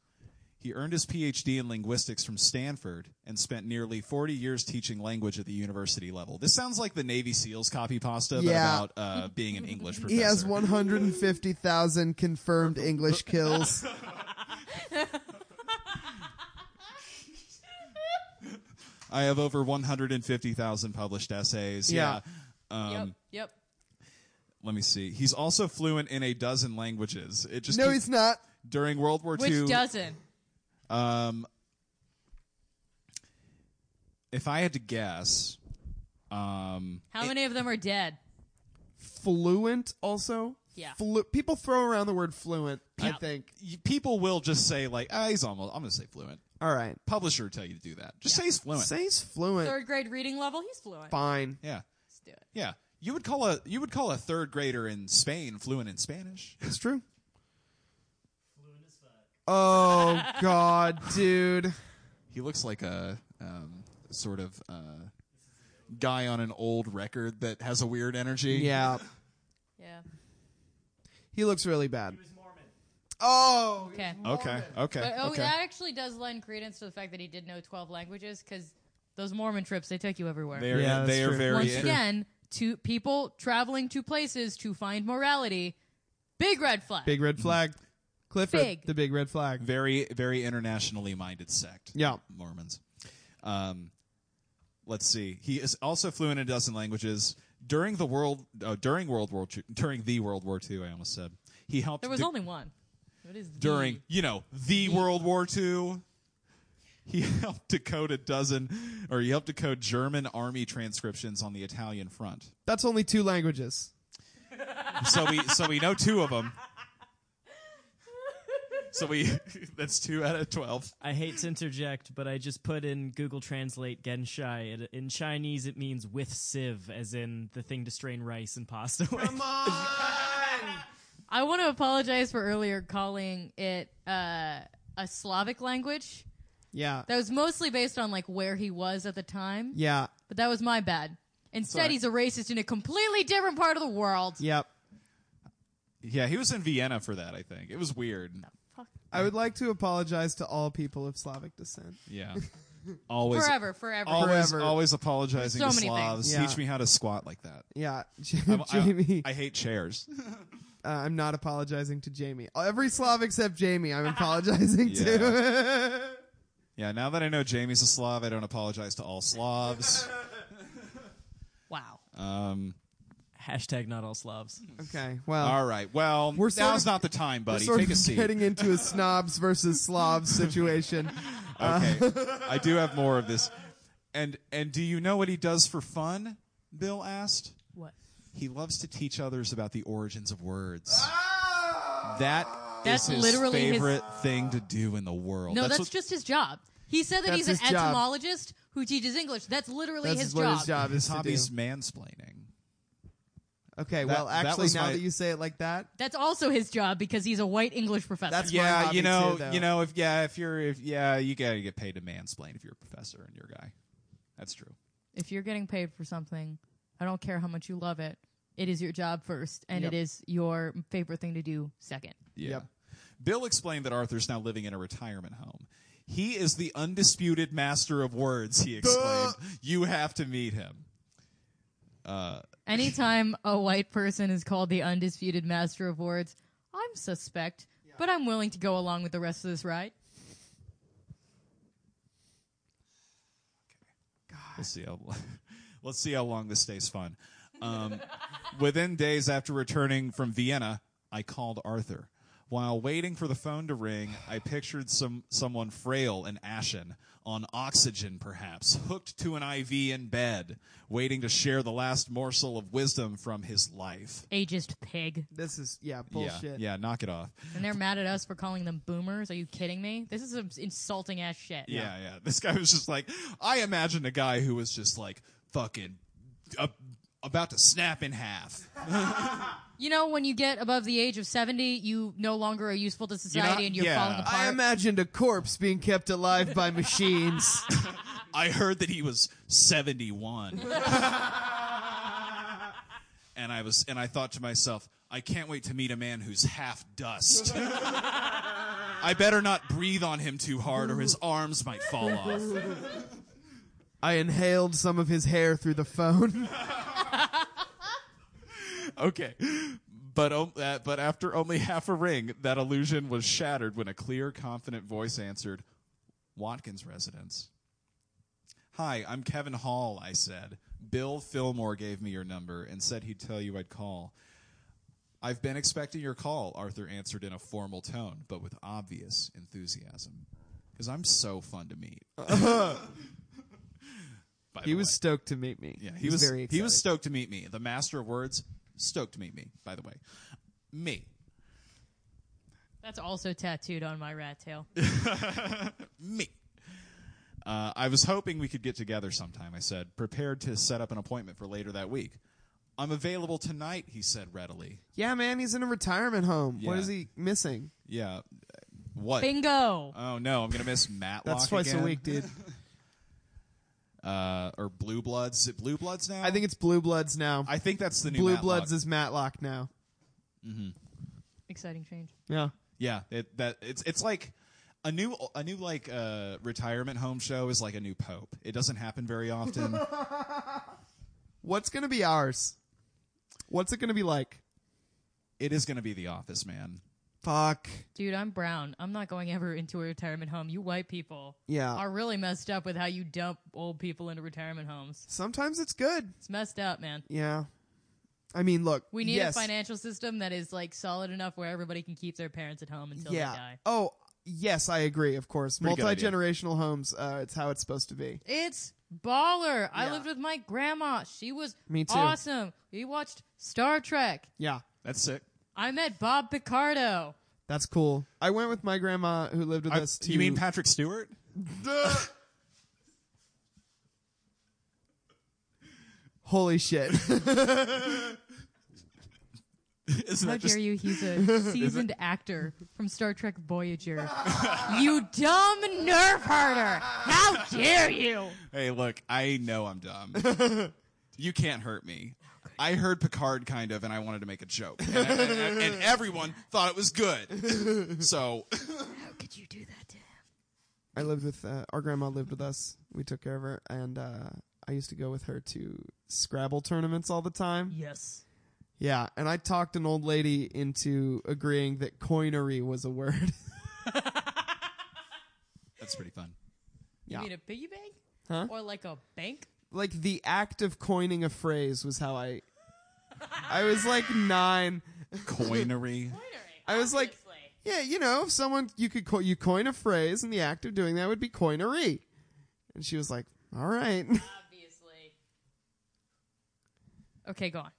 He earned his PhD in linguistics from Stanford and spent nearly 40 years teaching language at the university level. This sounds like the Navy SEALs copy pasta, but
Yeah.
about uh, being an English professor.
He has 150,000 confirmed English kills.
I have over 150,000 published essays.
Yeah.
Um,
yep. Yep.
Let me see. He's also fluent in a dozen languages. It just
No,
keep-
he's not.
during World War
Which
II.
doesn't?
Um, if I had to guess, um,
How many of them are dead?
Fluent also?
Yeah.
Flu- people throw around the word fluent, I
Yeah.
think.
y- people will just say like, ah, he's almost. I'm going to say fluent.
All right.
Publisher would tell you to do that. Just say he's fluent.
Say he's fluent.
Third grade reading level, he's fluent.
Fine.
yeah,
Let's do it.
yeah. You would call a you would call a third grader in Spain fluent in Spanish.
It's true. Oh God, dude!
He looks like a um, sort of uh, guy on an old record that has a weird energy.
Yeah,
Yeah.
he looks really bad. Oh,
Okay.
Okay. Okay.
But, oh,
okay.
that actually does lend credence to the fact that he did know 12 languages because those Mormon trips, they take you everywhere.
They are,
Yeah, that's
they are
true.
very
Once
in-
again, to people traveling to places to find morality, big red flag.
big red flag, Clifford.
Big.
The big red flag.
very very internationally minded sect.
Yeah.
Mormons. Um, let's see. He is also fluent in a dozen languages. During the world uh, during World War II, during the World War II, I almost said he helped
there was
de-
only one. What is the- E.
during you know the World War II. He helped to code a dozen, or he helped to code German army transcriptions on the Italian front.
That's only two languages.
So we so we know two of them. So we that's two out of twelve.
I hate to interject, but I just put in Google Translate Genshai. It, in Chinese, it means with sieve, as in the thing to strain rice and pasta with.
I want to apologize for earlier calling it uh, a Slavic language.
Yeah,
That was mostly based on like where he was at the time,
yeah,
but that was my bad. Instead,
Sorry.
he's a racist in a completely different part of the world.
yep.
Yeah, he was in Vienna for that. I think it was weird.
Fuck.
I would like to apologize to all people of Slavic descent.
Yeah, always,
Forever, forever.
always,
Forever.
always apologizing
There's so
to
many
Slavs.
things. Yeah.
Teach me how to squat like that.
Yeah,
I'm- I-
Jamie.
I, hate chairs.
uh, I'm not apologizing to Jamie. Every Slav except Jamie, I'm apologizing to.
Yeah, now that I know Jamie's a Slav, I don't apologize to all Slavs.
Wow.
Um,
Hashtag not all Slavs.
okay, well,
all right, well,
We're sort
now's
of-
not the time, buddy.
sort
Take
of
a seat.
getting into a snobs versus Slavs situation. uh,
Okay, I do have more of this. And and do you know what he does for fun? Bill asked.
What?
He loves to teach others about the origins of words.
Ah!
That
That's
is his
literally his-
favorite thing to do in the world.
No, that's,
what-
just his job. He said that
That's
he's an
his job.
etymologist who teaches English. That's literally
That's
his,
what
job.
his job is
his
to
hobby's
do.
mansplaining.
Okay,
That-
well,
that
actually,
was
now
my-
that you say it like that,
That's also his job because he's a white English professor.
That's- my
Yeah,
hobby
you know,
too, though.
you know, if yeah, if you're if yeah, you gotta get paid to mansplain if you're a professor and you're a guy. That's true.
if you're getting paid for something, I don't care how much you love it. It is your job first, and
Yep.
it is your favorite thing to do second.
Yeah.
Yep.
Bill explained that Arthur's now living in a retirement home. He is the undisputed master of words, he explained. You have to meet him.
Anytime a white person is called the undisputed master of words, I'm suspect, but I'm willing to go along with the rest of this ride.
We'll see how let's see how long this stays fun. Um, within days after returning from Vienna, I called Arthur. While waiting for the phone to ring, I pictured some someone frail and ashen, on oxygen perhaps, hooked to an IV in bed, waiting to share the last morsel of wisdom from his life.
Ageist pig.
this is yeah bullshit.
Yeah, yeah, knock it off.
And they're mad at us for calling them boomers. Are you kidding me? This is some insulting ass shit.
Yeah, yeah. This guy was just like, I imagine a guy who was just like fucking uh, about to snap in half.
You know, when you get above the age of 70, you no longer are useful to society
not-
and you're
yeah.
falling
I
apart.
imagined a corpse being kept alive by machines.
I heard that he was 71. and and I was and I thought to myself, I can't wait to meet a man who's half dust. I better not breathe on him too hard, or his arms might fall off.
I inhaled some of his hair through the phone.
Okay. But o- uh, but after only half a ring, that illusion was shattered when a clear, confident voice answered, "Watkins residence." Hi, I'm Kevin Hall. I said. Bill Fillmore gave me your number and said he'd tell you I'd call. I've been expecting your call, Arthur answered in a formal tone, but with obvious enthusiasm. Because I'm so fun to meet. By
he
the
was
way.
stoked to meet me.
Yeah,
He's
he was
very excited.
he was stoked to meet me. The master of words, stoked to meet me. By the way, me,
That's also tattooed on my rat tail.
me. Uh, I was hoping we could get together sometime. I said, prepared to set up an appointment for later that week. I'm available tonight, he said readily.
yeah, man, he's in a retirement home. What
Yeah.
is he missing?
Yeah, what?
Bingo.
Oh no, I'm gonna miss Matlock.
That's twice
again.
a week, dude.
Uh, or Blue Bloods? Is it Blue Bloods now?
I think it's Blue Bloods now.
I think that's the new
Blue
Matlock.
Bloods is Matlock now.
Exciting change.
Yeah.
Yeah, it, that it's it's like a new a new like uh, retirement home show is like a new pope. It doesn't happen very often.
What's gonna be ours? What's it gonna be like?
it is going to be The Office, man.
Fuck.
Dude, I'm brown. I'm not going ever into a retirement home. You white people
Yeah.
are really messed up with how you dump old people into retirement homes.
Sometimes it's good.
It's messed up, man.
Yeah. I mean, look.
We need
yes,
a financial system that is like solid enough where everybody can keep their parents at home until
Yeah.
they die.
Oh, yes, I agree. Of course,
good idea.
multi-generational homes. Uh, it's how it's supposed to be.
It's baller. I
Yeah.
lived with my grandma. She was
Me too.
awesome. We watched Star Trek.
Yeah.
That's sick.
I met Bob Picardo.
That's cool. I went with my grandma who lived with
I-
us. To
you mean Patrick Stewart?
Holy shit!
Isn't
How
that just
dare you? He's a seasoned actor from Star Trek Voyager. you dumb nerve herder! How dare you?
hey? Look, I know I'm dumb. you can't hurt me. I heard Picard kind of, and I wanted to make a joke, and, and- and- and everyone thought it was good. So
How could you do that to him?
I lived with uh, our grandma lived with us. We took care of her, and uh, I used to go with her to Scrabble tournaments all the time.
Yes.
Yeah, and I talked an old lady into agreeing that coinery was a word.
that's pretty fun.
You
Yeah.
mean a piggy bank?
Huh?
Or like a bank?
like the act of coining a phrase was how I. I was like nine.
Coinery.
I was like, yeah, you know, if someone you could co- you coin a phrase, and the act of doing that would be coinery. And she was like, "All right."
obviously. Okay, go on.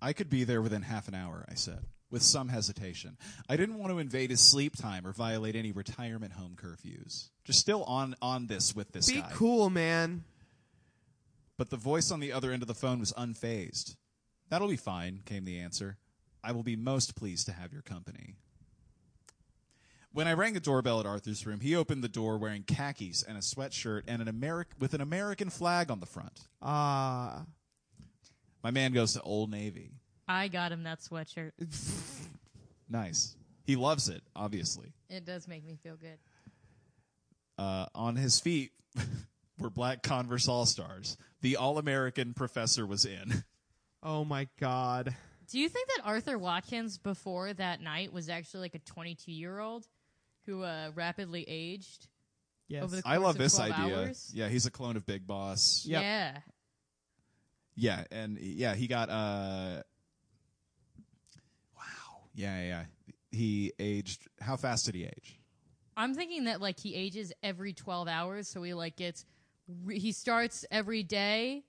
I could be there within half an hour. I said with some hesitation. I didn't want to invade his sleep time or violate any retirement home curfews. Just still on on this with this
be
guy.
cool, man.
But the voice on the other end of the phone was unfazed. That'll be fine, came the answer. I will be most pleased to have your company. When I rang the doorbell at Arthur's room, he opened the door wearing khakis and a sweatshirt and an Ameri- with an American flag on the front.
Ah,
My man goes to Old Navy.
I got him that sweatshirt.
Nice. He loves it, obviously.
It does make me feel good.
Uh, on his feet were black Converse All Stars. The All American professor was in.
oh my god.
Do you think that Arthur Watkins before that night was actually like a 22 year old who uh, rapidly aged?
Yes.
Over the-
I love
Course
this
of 12
idea.
hours?
Yeah, he's a clone of Big Boss.
Yep.
Yeah.
Yeah, and yeah, he got uh Wow. Yeah, yeah. He aged how fast did he age?
I'm thinking that like he ages every 12 hours, so he like gets re- he starts every day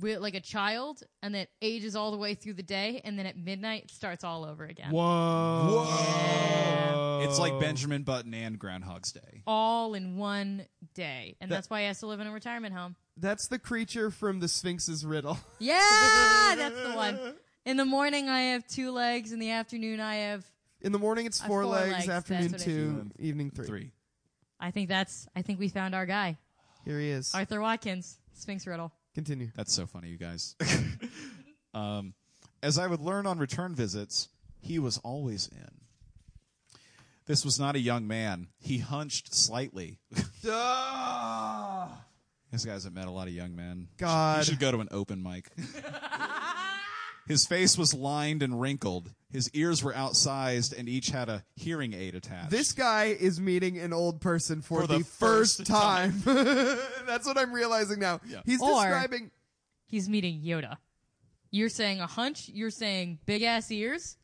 with like a child, and then ages all the way through the day, and then at midnight it starts all over again.
Whoa.
It's like Benjamin Button and Groundhog's Day.
All in one day, and that's why he has to live in a retirement home.
That's the creature from the Sphinx's riddle.
Yeah, that's the one. In the morning, I have two legs. In the afternoon, I have.
In the morning, it's
Uh,
four,
four
legs.
legs,
Afternoon
that's what it
two, evening three.
Three.
I think that's. I think we found our guy,
Here he is.
Arthur Watkins, Sphinx Riddle.
Continue.
That's so funny, you guys. um As I would learn on return visits, he was always in. This was not a young man. He hunched slightly. This guy hasn't met a lot of young men. You
God.
should go to an open mic. His face was lined and wrinkled. His ears were outsized, and each had a hearing aid attached.
This guy is meeting an old person for,
For
the,
the
first,
first
time. That's what I'm realizing now. He's
Or-
describing.
He's meeting Yoda. You're saying a hunch. You're saying big ass ears.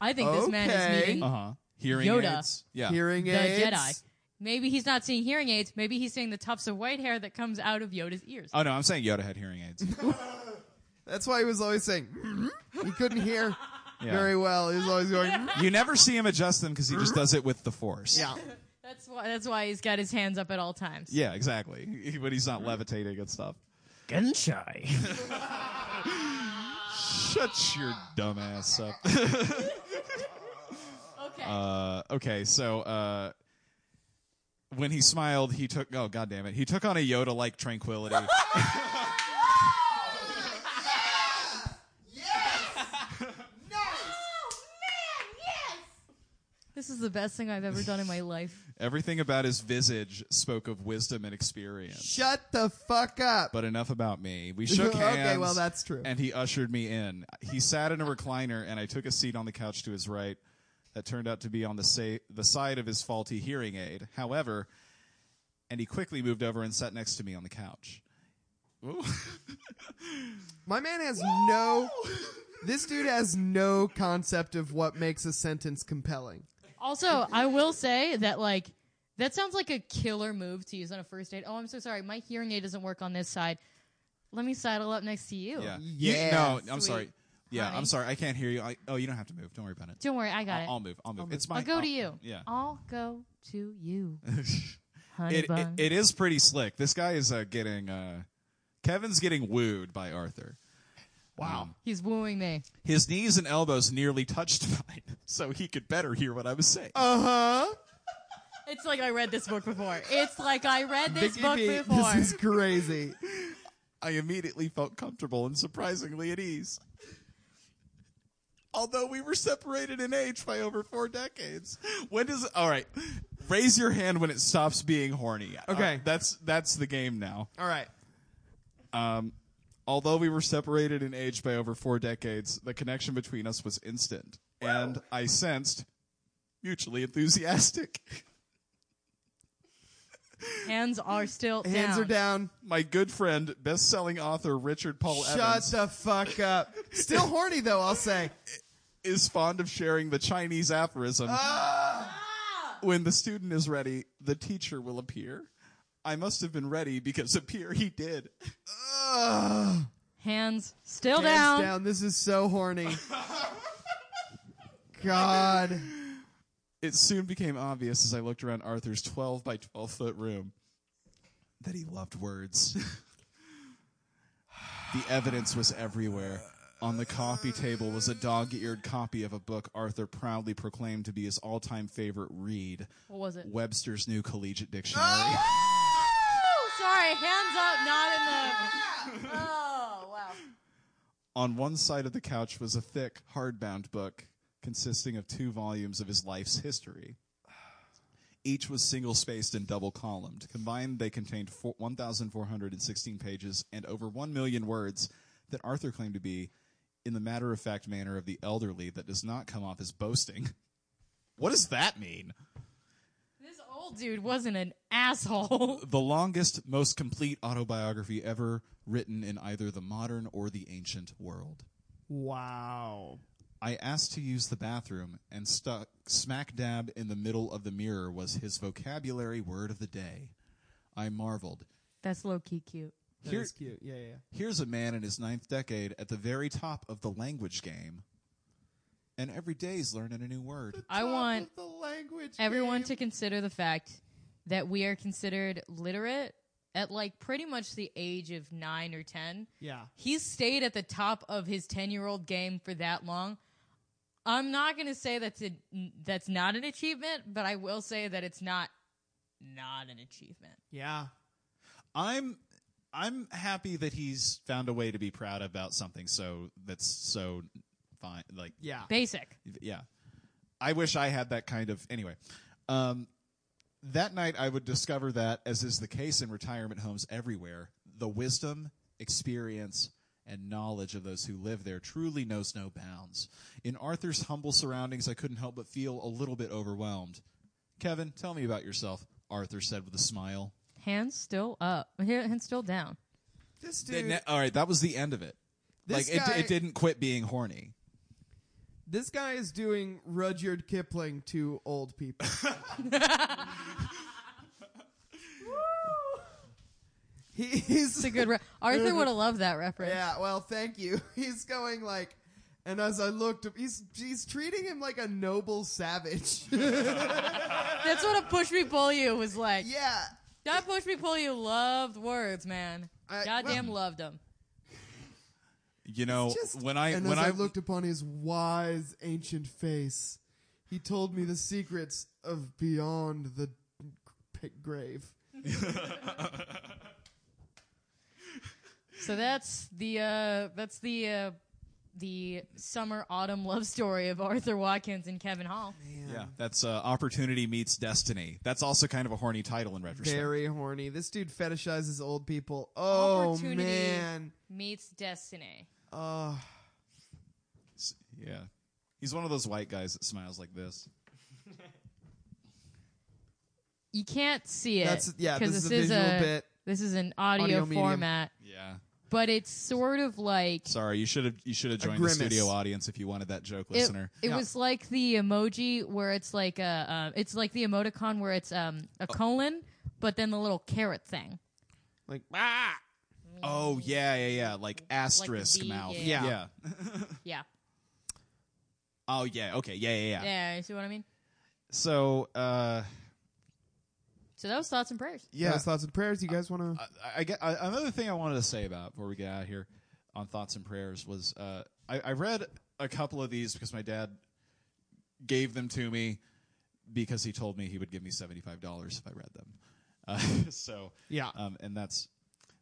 I think this man
Okay.
is meeting
uh huh hearing
Yoda.
aids. Yeah,
Hearing
the
aids.
Jedi. Maybe he's not seeing hearing aids. Maybe he's seeing the tufts of white hair that comes out of Yoda's ears.
Oh no, I'm saying Yoda had hearing aids.
That's why he was always saying, "Mhm." he couldn't hear
Yeah.
very well. He was always going, "Mhm."
You never see him adjust them because he just does it with the force.
yeah.
That's why. That's why he's got his hands up at all times.
Yeah, exactly. He- But he's not levitating and stuff.
Genshai.
Shut your dumb ass up.
Okay.
uh, okay, so uh, when he smiled, he took oh god damn it, he took on a Yoda like tranquility.
this is the best thing I've ever done in my life.
Everything about his visage spoke of wisdom and experience.
Shut the fuck up.
But enough about me. We shook
Okay,
hands.
well, that's true.
And he ushered me in. He sat in a recliner, and I took a seat on the couch to his right. That turned out to be on the sa- the side of his faulty hearing aid. However, and he quickly moved over and sat next to me on the couch.
My man has no. This dude has no concept of what makes a sentence compelling.
Also, I will say that like that sounds like a killer move to use on a first date. Oh, I'm so sorry. My hearing aid doesn't work on this side. Let me saddle up next to you.
Yeah.
Oh, Yeah,
You- no, I'm
sweet
sorry. Yeah,
honey.
I'm sorry. I can't hear you. I, oh, you don't have to move. Don't worry about it.
Don't worry, I got
I'll,
it.
I'll move. I'll move. It's my.
I'll go
I'll-
to you.
Yeah.
I'll go to you. Honey
It, it
bun.
it is pretty slick. This guy is uh, getting. Uh, Kevin's getting wooed by Arthur. Wow.
He's wooing me.
His knees and elbows nearly touched mine, so he could better hear what I was saying.
Uh huh.
It's like I read this book before. It's like I read this book before.
this is crazy.
I immediately felt comfortable and surprisingly at ease. Although we were separated in age by over four decades. When does all right? Raise your hand when it stops being horny.
Okay.
Uh, that's that's the game now.
All right.
Although we were separated in age by over four decades, the connection between us was instant, and I sensed mutually enthusiastic.
Hands are still
Hands
down.
are down.
My good friend, best-selling author Richard Paul
Shut
Evans,
the fuck up. Still horny though, I'll say.
is fond of sharing the Chinese aphorism. When the student is ready, the teacher will appear. I must have been ready because appear he did.
Hands still
Hands
down.
down. This is so horny. God.
It soon became obvious as I looked around Arthur's 12 by 12 foot room that he loved words. the evidence was everywhere. On the coffee table was a dog eared copy of a book Arthur proudly proclaimed to be his all time favorite read
What was it?
Webster's New Collegiate Dictionary.
Oh, sorry. Hands up, not in the. Oh, wow.
On one side of the couch was a thick, hardbound book consisting of two volumes of his life's history. Each was single spaced and double columned. Combined, they contained four- 1,416 pages and over 1 million words that Arthur claimed to be in the matter of fact manner of the elderly that does not come off as boasting. What does that mean?
This old dude wasn't an asshole.
The longest, most complete autobiography ever written in either the modern or the ancient world.
Wow.
I asked to use the bathroom, and stuck smack dab in the middle of the mirror was his vocabulary word of the day. I marveled.
That's low key cute.
Here-
cute. Yeah, yeah.
Here's a man in his ninth decade at the very top of the language game, and every day's learning a new word.
I want
the language.
everyone
game.
to consider the fact that we are considered literate at like pretty much the age of nine or ten.
Yeah.
He's stayed at the top of his ten year old game for that long. I'm not gonna say that's a that's not an achievement, but I will say that it's not not an achievement.
Yeah.
I'm I'm happy that he's found a way to be proud about something so that's so fine. Like,
Yeah.
Basic.
yeah. I wish I had that kind of. Anyway, um, that night I would discover that, as is the case in retirement homes everywhere, the wisdom, experience, and knowledge of those who live there truly knows no bounds. In Arthur's humble surroundings, I couldn't help but feel a little bit overwhelmed. Kevin, tell me about yourself, Arthur said with a smile.
Hands still up. Hands still down.
This
They
dude.
ne- e-, all right, that was the end of it.
This
like
guy-
it, it didn't quit being horny.
This guy is doing Rudyard Kipling to old people. He- he's
It's a good. Re- Arthur would have loved that reference.
yeah. Well, thank you. He's going like, and as I looked, he's he's treating him like a noble savage.
That's what a push me pull you was like.
yeah.
That push me pull you loved words, man.
I-
Goddamn loved them.
You know,
Just-
when I
and
when
as I,
I
looked upon his wise ancient face, he told me the secrets of beyond the p- grave.
So that's the uh, that's the uh, the summer autumn love story of Arthur Watkins and Kevin Hall.
Yeah, that's uh, opportunity meets destiny. That's also kind of a horny title in retrospect.
Very horny. This dude fetishizes old people. Oh
Opportunity
man.
meets destiny.
Oh,
S- Yeah, he's one of those white guys that smiles like this.
You can't see it.
that's yeah.
'cause
This, is a visual bit.
This is an audio,
Audio medium.
format,
Yeah,
but it's sort of like
sorry, you should have you should have joined the
grimace.
studio audience if you wanted that joke,
it,
listener.
it
Yeah.
was like the emoji where it's like a uh, it's like the emoticon where it's um a
Oh.
colon, but then the little carrot thing.
Like
Oh yeah, yeah, yeah, like asterisk
V,
mouth.
yeah.
yeah.
Yeah,
Oh yeah. Okay. Yeah, yeah, yeah.
yeah. You see what I mean?
So, uh,
So that was thoughts and prayers.
yeah.
yeah, uh,
thoughts and prayers. You guys want to?
I, I, get- I, another thing I wanted to say about before we get out of here on thoughts and prayers was uh, I, I read a couple of these because my dad gave them to me because he told me he would give me seventy five dollars if I read them. Uh, so
Yeah.
um, and that's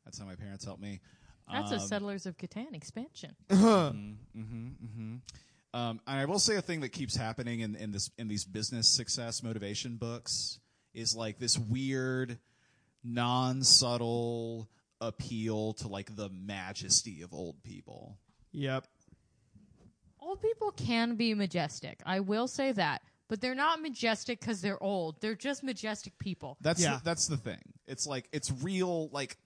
that's how my parents helped me.
That's
um,
a Settlers of Catan expansion.
Um, and I will say a thing that keeps happening in, in this in these business success motivation books is like this weird, non subtle appeal to like the majesty of old people.
Yep.
Old people can be majestic. I will say that. But they're not majestic because they're old. They're just majestic people.
That's
Yeah.
the, that's the thing. It's like it's real like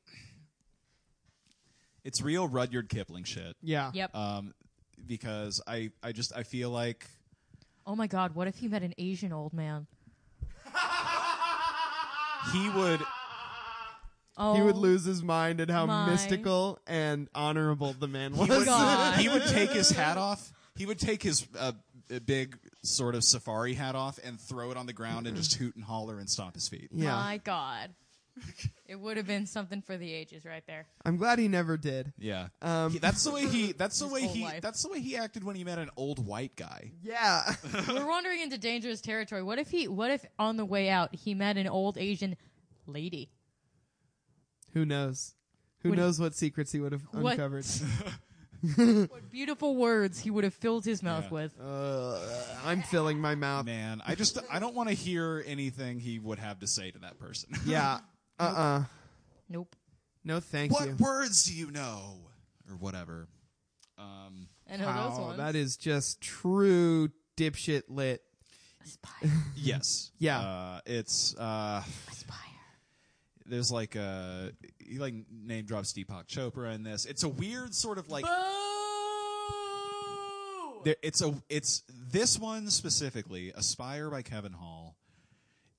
it's real Rudyard Kipling shit.
Yeah.
Yep.
Um, because I I just I feel like
oh my God, what if you met an Asian old man?
he would
Oh,
He would lose his mind at how
My.
mystical and honorable the man was.
he would,
Oh, God.
he would take his hat off. He would take his uh, b- big sort of safari hat off and throw it on the ground and just hoot and holler and stomp his feet.
yeah.
My God. it would have been something for the ages right there.
I'm glad he never did.
Yeah,
Um,
He- that's the way he. That's the
His
way
whole
he.
life.
That's the way he acted when he met an old white guy.
Yeah.
We're wandering into dangerous territory. What if he, what if on the way out he met an old Asian lady?
Who knows? Who
Would-
knows what secrets he would have
What-
uncovered?
What beautiful words he would have filled his mouth
Yeah.
with.
Uh, I'm filling my mouth.
Man, I just I don't want to hear anything he would have to say to that person.
Yeah. Uh. uh
Nope.
No, thank
what
you.
words do you know, or whatever? Um,
I know those
Wow,
ones.
that is just true dipshit lit.
Aspire.
yes.
Yeah.
Uh, it's uh,
Aspire.
there's like a he like name drops Deepak Chopra in this. It's a weird sort of like there, it's a it's this one specifically aspire by kevin hall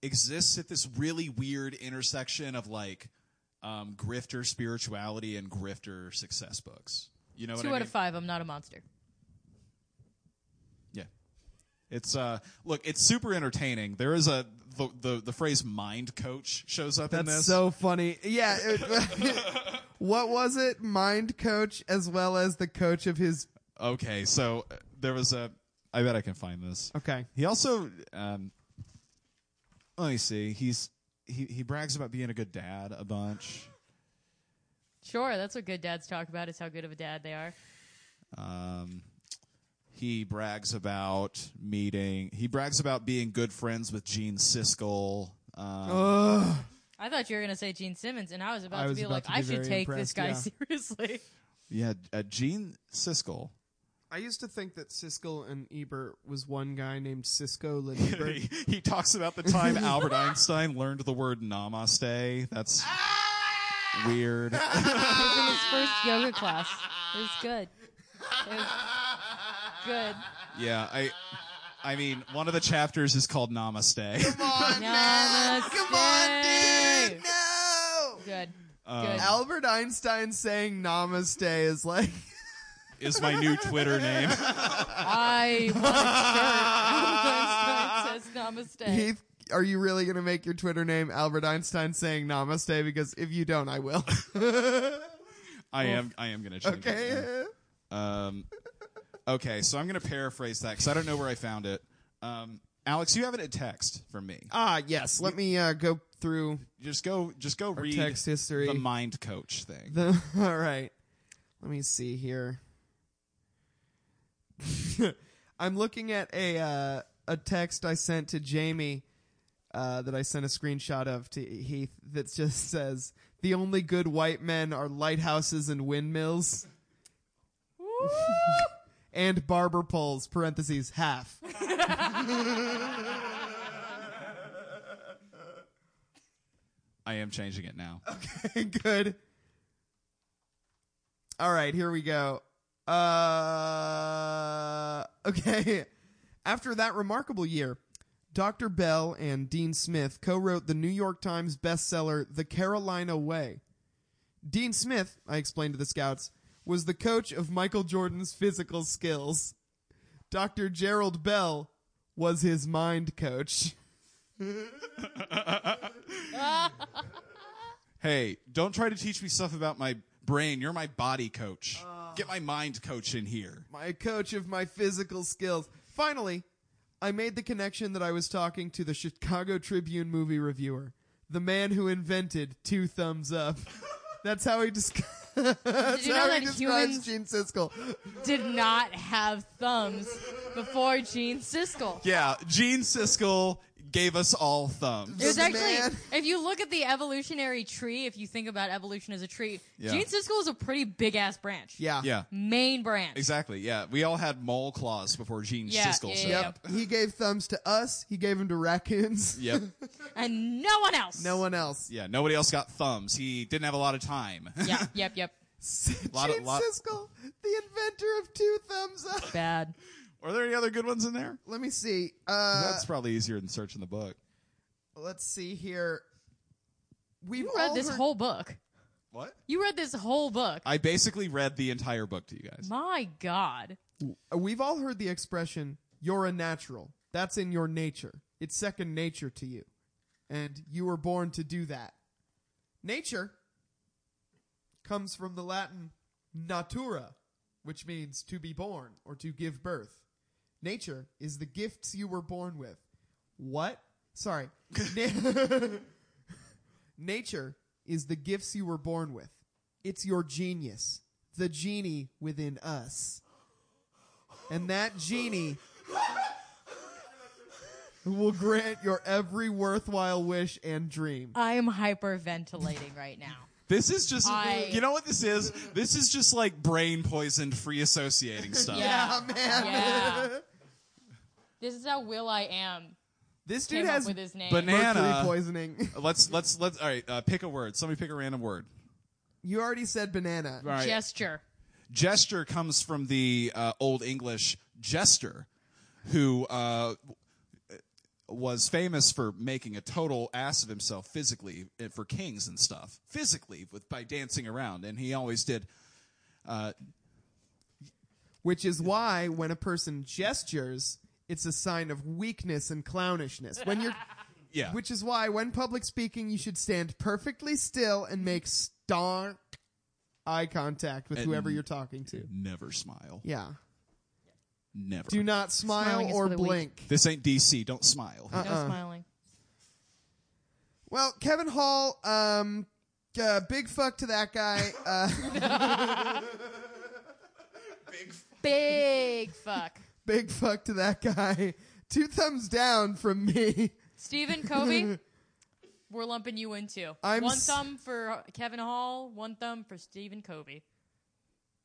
exists at this really weird intersection of like um, grifter spirituality and grifter success books you know
Two
what
out
i mean
of five. I'm not a monster.
yeah it's uh look it's super entertaining there is a the the, the phrase mind coach shows up in
That's
this
so funny. Yeah. it- what was it? Mind coach as well as the coach of his.
okay so uh, there was a i bet i can find this
Okay.
He also, um, let me see. He's he he brags about being a good dad a bunch.
Sure, that's what good dads talk about is how good of a dad they are.
Um, he brags about meeting. He brags about being good friends with Gene Siskel. Um,
Oh. Ugh.
I thought you were going to say Gene Simmons, and I was about
I
to
was
be
about
like,
to be
I should
very
take this
impressed,
guy
yeah.
seriously.
Yeah, uh, Gene Siskel.
I used to think that Siskel and Ebert was one guy named Cisco Ebert.
he, he talks about the time Albert Einstein learned the word namaste. That's weird.
It was in his first yoga class. It was good. It was good.
yeah, I I mean, one of the chapters is called Namaste.
Namaste.
Come on, dude! No!
Good.
Um,
Albert Einstein saying namaste is like,
is my new Twitter name.
I want a shirt. Albert Einstein says namaste.
Heath, are you really going to make your Twitter name Albert Einstein saying namaste? Because if you don't, I will.
I am I am going to change it.
okay?
Um, okay, so I'm going to paraphrase that because I don't know where I found it. Um, Alex, you have it in text from me.
Ah, yes. Let me uh, go through
Just go, just go read
text history.
the mind coach thing.
The all right. Let me see here. I'm looking at a uh, a text I sent to Jamie uh, that I sent a screenshot of to Heath that just says the only good white men are lighthouses and windmills. and barber poles parentheses half
I am changing it now.
good all right here we go uh okay after that remarkable year dr bell and dean smith co-wrote the new york times bestseller the carolina way dean smith i explained to the scouts was the coach of michael jordan's physical skills dr gerald bell was his mind coach
Hey, don't try to teach me stuff about my brain. You're my body coach.
Oh.
Get my mind coach in here.
my coach of my physical skills. Finally, I made the connection that I was talking to the Chicago Tribune movie reviewer, the man who invented two thumbs up. That's how he, desc-
Did you
how
know
he
that
describes
humans
Gene Siskel.
did not have thumbs before Gene Siskel?
Yeah, Gene Siskel gave us all thumbs.
There's
the
actually,
man.
if you look at the evolutionary tree, if you think about evolution as a tree,
Yeah.
Gene Siskel is a pretty big ass branch.
Yeah.
Yeah,
Main branch.
exactly. Yeah, we all had mole claws before Gene
Yeah,
Siskel
yeah,
showed
yeah.
up.
He gave thumbs to us. He gave them to raccoons.
Yep.
And no one else.
No one else.
Yeah, nobody else got thumbs. He didn't have a lot of time.
Yeah, yep, yep.
Lot of-
Gene
lot-
Siskel, the inventor of two thumbs up.
Bad.
Are there any other good ones in there?
Let me see. Uh,
That's probably easier than searching the book.
let's see here. We've
You read
all
this
heard-
whole book.
What?
You read this whole book.
I basically read the entire book to you guys.
My God.
Uh, We've all heard the expression, you're a natural. That's in your nature. It's second nature to you. And you were born to do that. Nature comes from the Latin natura, which means to be born or to give birth. Nature is the gifts you were born with. What? Sorry. Na- Nature is the gifts you were born with. It's your genius, the genie within us. And that genie will grant your every worthwhile wish and dream.
I'm hyperventilating right now.
This is just,
I-
you know what this is? This is just like brain poisoned free associating stuff.
Yeah,
Oh, man.
Yeah. This is how Will I Am
This
came
dude
up
has
with his name.
banana-
mercury
Nana.
poisoning.
Let's, let's, let's, all right, uh, pick a word. Somebody pick a random word.
you already said banana.
All right.
Gesture.
gesture comes from the uh, Old English jester, who uh, was famous for making a total ass of himself physically and for kings and stuff, physically with by dancing around, and he always did. Uh,
Which is why when a person gestures, it's a sign of weakness and clownishness. When you're
yeah,
which is why when public speaking you should stand perfectly still and make stark eye contact with whoever you're talking to.
never smile,
Yeah.
never.
Do not smile
Smiling is for
or
the weak.
blink.
this ain't DC. Don't
Uh-uh.
smile.
No smiling.
Well, Kevin Hall um, Uh, big fuck to that guy. Uh,
Big fuck.
big fuck to that guy. Two thumbs down from me.
Stephen Kobe, we're lumping you in too.
I'm
one
s-
thumb for Kevin Hall, one thumb for Stephen Kobe.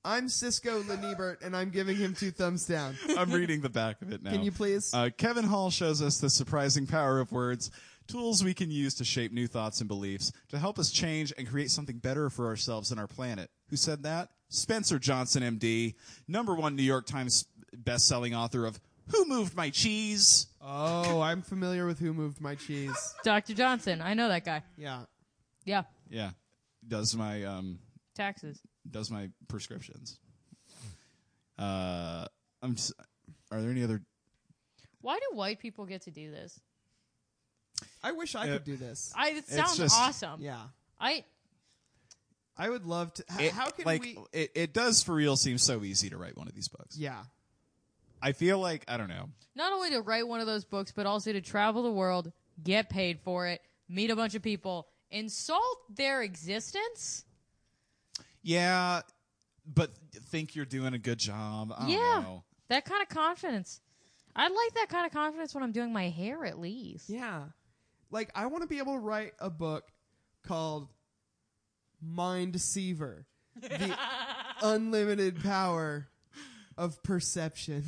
I'm Cisco Lenebert, and I'm giving him two thumbs down.
I'm reading the back of it now.
Can you please?
Uh, Kevin Hall shows us the surprising power of words, tools we can use to shape new thoughts and beliefs, to help us change and create something better for ourselves and our planet. Who said that? Spencer Johnson, MD, number one New York Times best-selling author of Who Moved My Cheese?
Oh, I'm familiar with who moved my cheese.
Dr. Johnson, I know that guy.
Yeah.
Yeah,
Yeah, does my um,
taxes.
does my prescriptions. Uh, I'm. s are there any other?
Why do white people get to do this?
I wish I
Uh,
could do this.
I it sounds
just-
awesome.
Yeah.
I
I would love to. H-
It-
how can
like
we?
it? It does for real seem so easy to write one of these books.
Yeah.
I feel like I don't know.
not only to write one of those books, but also to travel the world, get paid for it, meet a bunch of people, insult their existence.
Yeah, but think you're doing a good job. I don't
yeah,
know.
that kind of confidence. I like that kind of confidence when I'm doing my hair, at least.
Yeah. Like I want to be able to write a book called Mind Seaver. The unlimited power of perception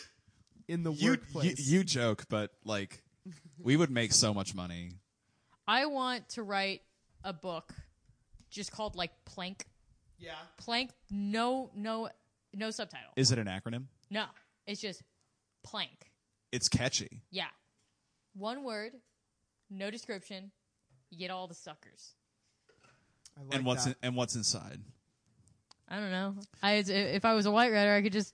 in the
You, you
workplace.
you joke, but like we would make so much money.
I want to write a book just called like plank.
yeah.
Plank no no no subtitle.
Is it an acronym?
no. It's just plank.
It's catchy.
Yeah. One word, no description, you get all the suckers.
I like
and what's
that.
in, and what's inside?
I don't know. I if I was a white writer, I could just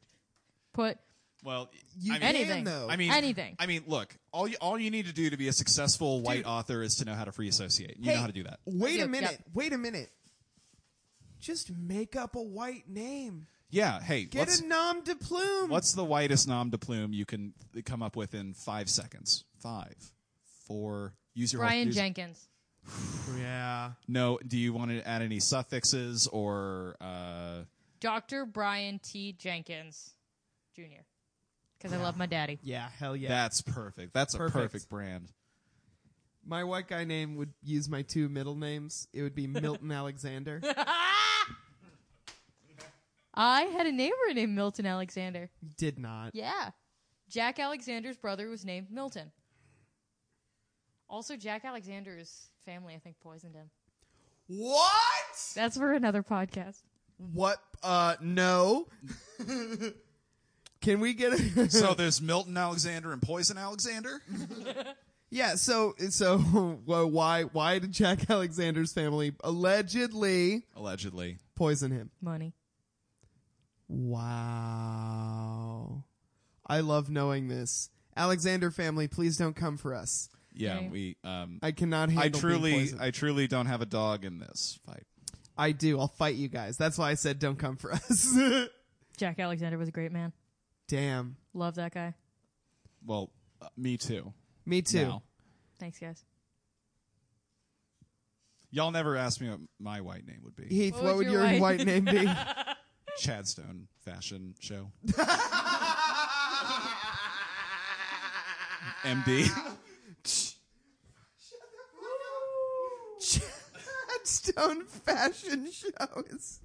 put
Well,
You
I mean,
can,
anything.
though.
I mean
anything.
I mean, look, all you, all you need to do to be a successful white author is to know how to free associate. You
Hey,
know how to do that.
Wait
I
a
do,
minute.
yeah.
Wait a minute. Just make up a white name.
Yeah. Hey,
Get
what's
a nom de plume.
what's the whitest nom de plume you can th- come up with in five seconds? Five, four. Use your whole-
Brian
use-
Jenkins.
Yeah.
No. Do you want to add any suffixes or? Uh,
Dr. Brian T. Jenkins Jr. Because I love my daddy.
Yeah. Hell yeah.
That's perfect. That's
Perfect.
a perfect brand.
My white guy name would use my two middle names. It would be Milton Alexander.
I had a neighbor named Milton Alexander.
Did not.
Yeah. Jack Alexander's brother was named Milton. Also, Jack Alexander's family, I think, poisoned him.
What?
That's for another podcast.
What? Uh, no. Can we get a
So there's Milton Alexander and Poison Alexander.
yeah? So so well, why why did Jack Alexander's family allegedly
Allegedly.
poison him?
Money.
Wow, I love knowing this. Alexander family, please don't come for us.
Yeah,
Okay.
we um
I cannot handle.
I
being
truly
poisoned.
I truly don't have a dog in this fight.
I do. I'll fight you guys. That's why I said don't come for us.
Jack Alexander was a great man.
Damn.
Love that guy.
Well, uh, me too.
Me too.
Now.
Thanks, guys.
Y'all never asked me what my white name would be.
Heath, what, would your,
white-
white name be?
Chadstone fashion show. MD.
Chadstone fashion show is.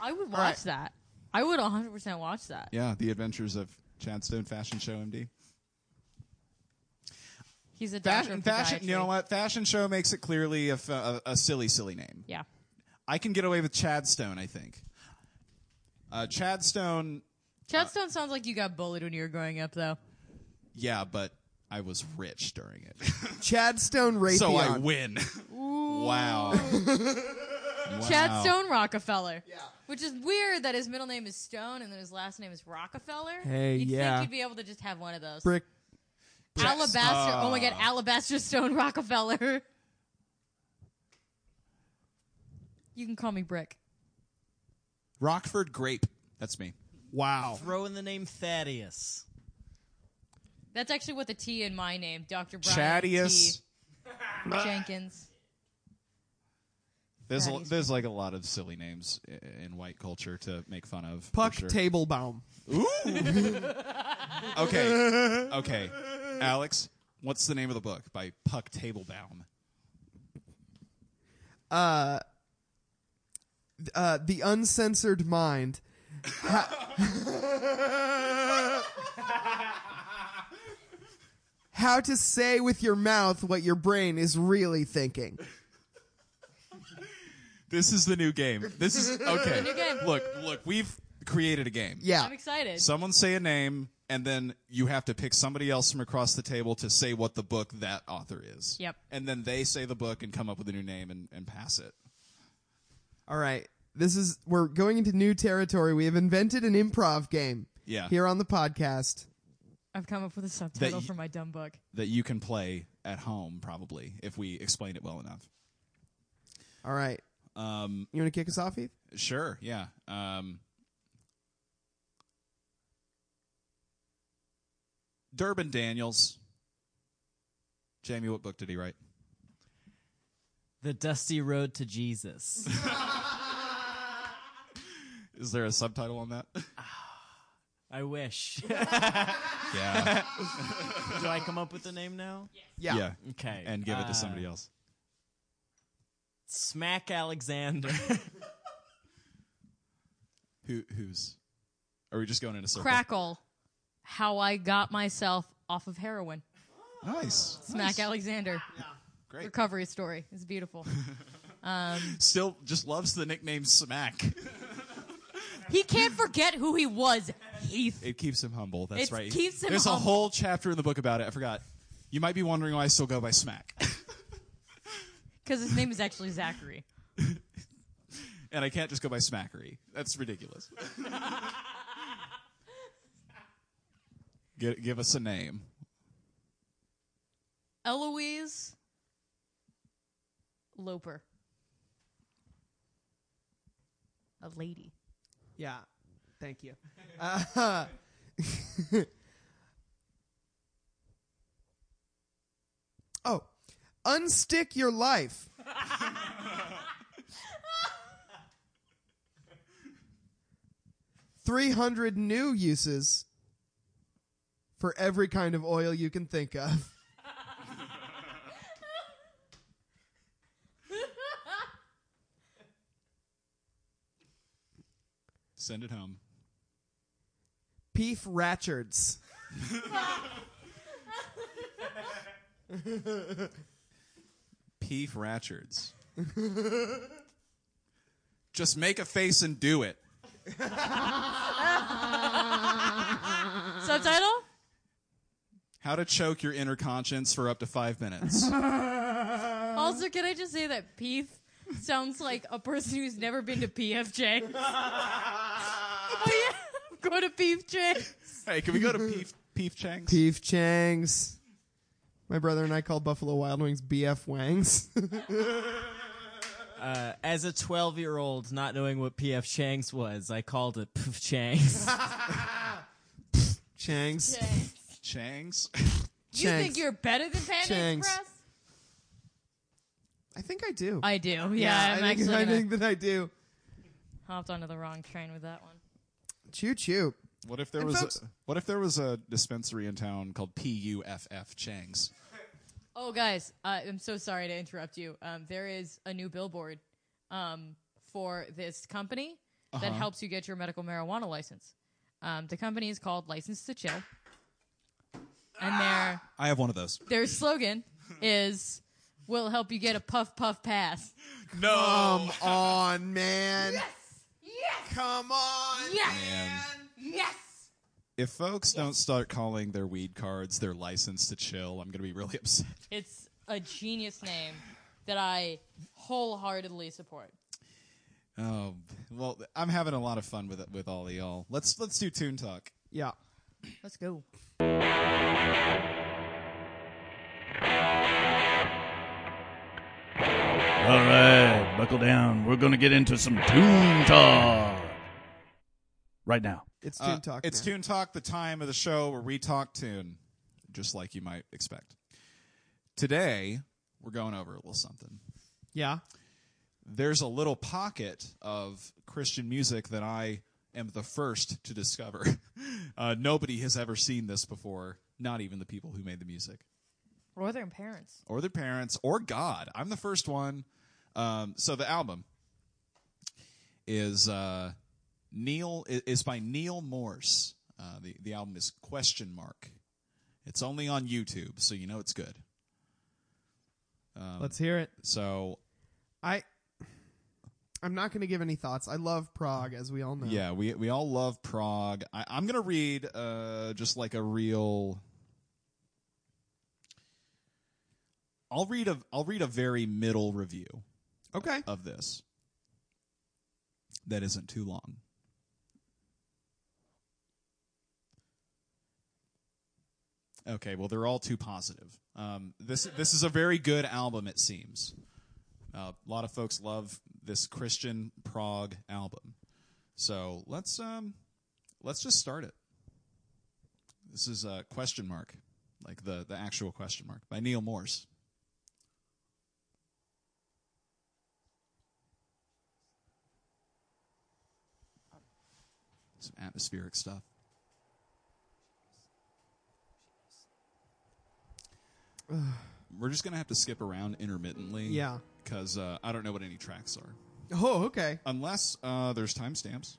I would watch
right.
that. I would 100% watch that.
Yeah, the adventures of Chadstone fashion show MD.
He's a doctor
Fashion,
of
fashion. You know
podiatry.
what? Fashion show makes it clearly a, f- a, a silly, silly name.
Yeah.
I can get away with Chadstone, I think. Uh, Chadstone,
Chadstone sounds like you got bullied when you were growing up, though.
yeah, but I was rich during it.
Chadstone Raytheon.
so I win. wow.
Chadstone Rockefeller. Yeah. Which is weird that his middle name is Stone and then his last name is Rockefeller.
Hey,
You'd
yeah.
think you'd be able to just have one of those.
Brick.
Alabaster. oh my god, Alabaster Stone Rockefeller. You can call me Brick.
Rockford Grape. That's me.
Wow.
Throw in the name Thaddeus.
That's actually what the T in my name, Dr. Brian
Chadius.
T. Jenkins.
There's
That
a,
is-
there's like a lot of silly names i- in white culture to make fun of. for
Puck
sure.
Tablebaum.
Okay, okay, Alex, what's the name of the book by Puck Tablebaum?
Uh, the Uncensored Mind. How to say with your mouth what your brain is really thinking.
This is the new game. This is okay.
new game.
Look, look, we've created a game.
Yeah.
I'm excited.
Someone say a name, and then you have to pick somebody else from across the table to say what the book that author is.
Yep.
And then they say the book and come up with a new name and, and pass it.
All right. This is we're going into new territory. We have invented an improv game.
Yeah.
Here on the podcast.
I've come up with a subtitle
y-
for my dumb book.
That you can play at home, probably, if we explain it well enough.
All right.
Um,
You want to kick us off, Heath?
sure, yeah. Um, Durbin Daniels. Jamie, what book did he write?
The Dusty Road to Jesus.
Is there a subtitle on that?
I wish.
yeah.
Do I come up with the name now?
yeah.
Okay.
And give it
uh,
to somebody else.
Smack Alexander.
Who who's? Are we just going in a circle?
Crackle, how I got myself off of heroin.
Nice.
Smack Alexander.
Great.
Recovery story. It's beautiful.
Still just loves the nickname Smack.
he can't forget who he was, Heath.
It keeps him humble. That's
It
right.
keeps him
There's a
humble.
whole chapter in the book about it. I forgot. You might be wondering why I still go by Smack,
Because his name is actually Zachary.
and I can't just go by Smackery. That's ridiculous. Get, give us a name.
Eloise Loper. A lady.
Yeah. Thank you. oh, unstick your life. Three hundred new uses for every kind of oil you can think of.
Send it home.
Peef Ratchards.
P. Ratchards. just make a face and do it.
Uh-huh.
Subtitle?
How to choke your inner conscience for up to five minutes.
Uh-huh.
Also, can I just say that Peef sounds like a person who's never been to PFJ? oh, yeah. Go to PFJ.
hey, can we go to Peef, Peef Chang's?
Beef Changs. My brother and I call Buffalo Wild Wings BF Wangs.
Uh, as a 12 year old, not knowing what PF Chang's was, I called it Pf Chang's.
Changs.
Chang's?
You think
Shanks.
you're better than Panda
Shanks.
Express?
I think I do.
I do. Yeah, I'm
I,
actually
think, I
gonna
think that I do.
hopped onto the wrong train with that one.
Choo choo.
What if there
And
was
folks-
a, what if there was a dispensary in town called P U F F Chang's?
Oh, guys, uh, I'm so sorry to interrupt you. Um, there is a new billboard um, for this company that helps you get your medical marijuana license. Um, the company is called License to Chill, and their
I have one of those.
their slogan is "We'll help you get a puff puff pass."
No.
Come on, man.
Yes,
Come on.
yes, yes.
If folks don't start calling their weed cards their license to chill, I'm going to be really upset.
It's a genius name that I wholeheartedly support.
Oh, well, I'm having a lot of fun with it, with all of y'all. Let's let's do tune talk.
Yeah.
Let's go.
All right, buckle down. We're going to get into some tune talk. Right now.
It's
Uh,
Toon Talk.
It's
now.
Tune Talk, the time of the show where we talk tune, just like you might expect. Today, we're going over a little something.
Yeah.
there's a little pocket of Christian music that I am the first to discover. Uh, nobody has ever seen this before, not even the people who made the music
Or their parents.
or their parents or God. I'm the first one. Um, so the album is uh, Neil i- is by Neil Morse. Uh, the the album is question mark. It's only on YouTube, so you know it's good. Um,
Let's hear it.
So
I I'm not going to give any thoughts. I love Prague, as we all know.
yeah, we we all love Prague. I, I'm gonna read uh, just like a real. I'll read a I'll read a very middle review.
Okay.
of this that isn't too long. Okay, well, they're all too positive. Um, this this is a very good album, it seems. Uh, a lot of folks love this Christian prog album, so let's um, let's just start it. This is a question mark, like the the actual question mark by Neil Morse. some atmospheric stuff. We're just gonna have to skip around intermittently,
Yeah.
because uh, I don't know what any tracks are,
Oh, okay.
unless uh, there's timestamps.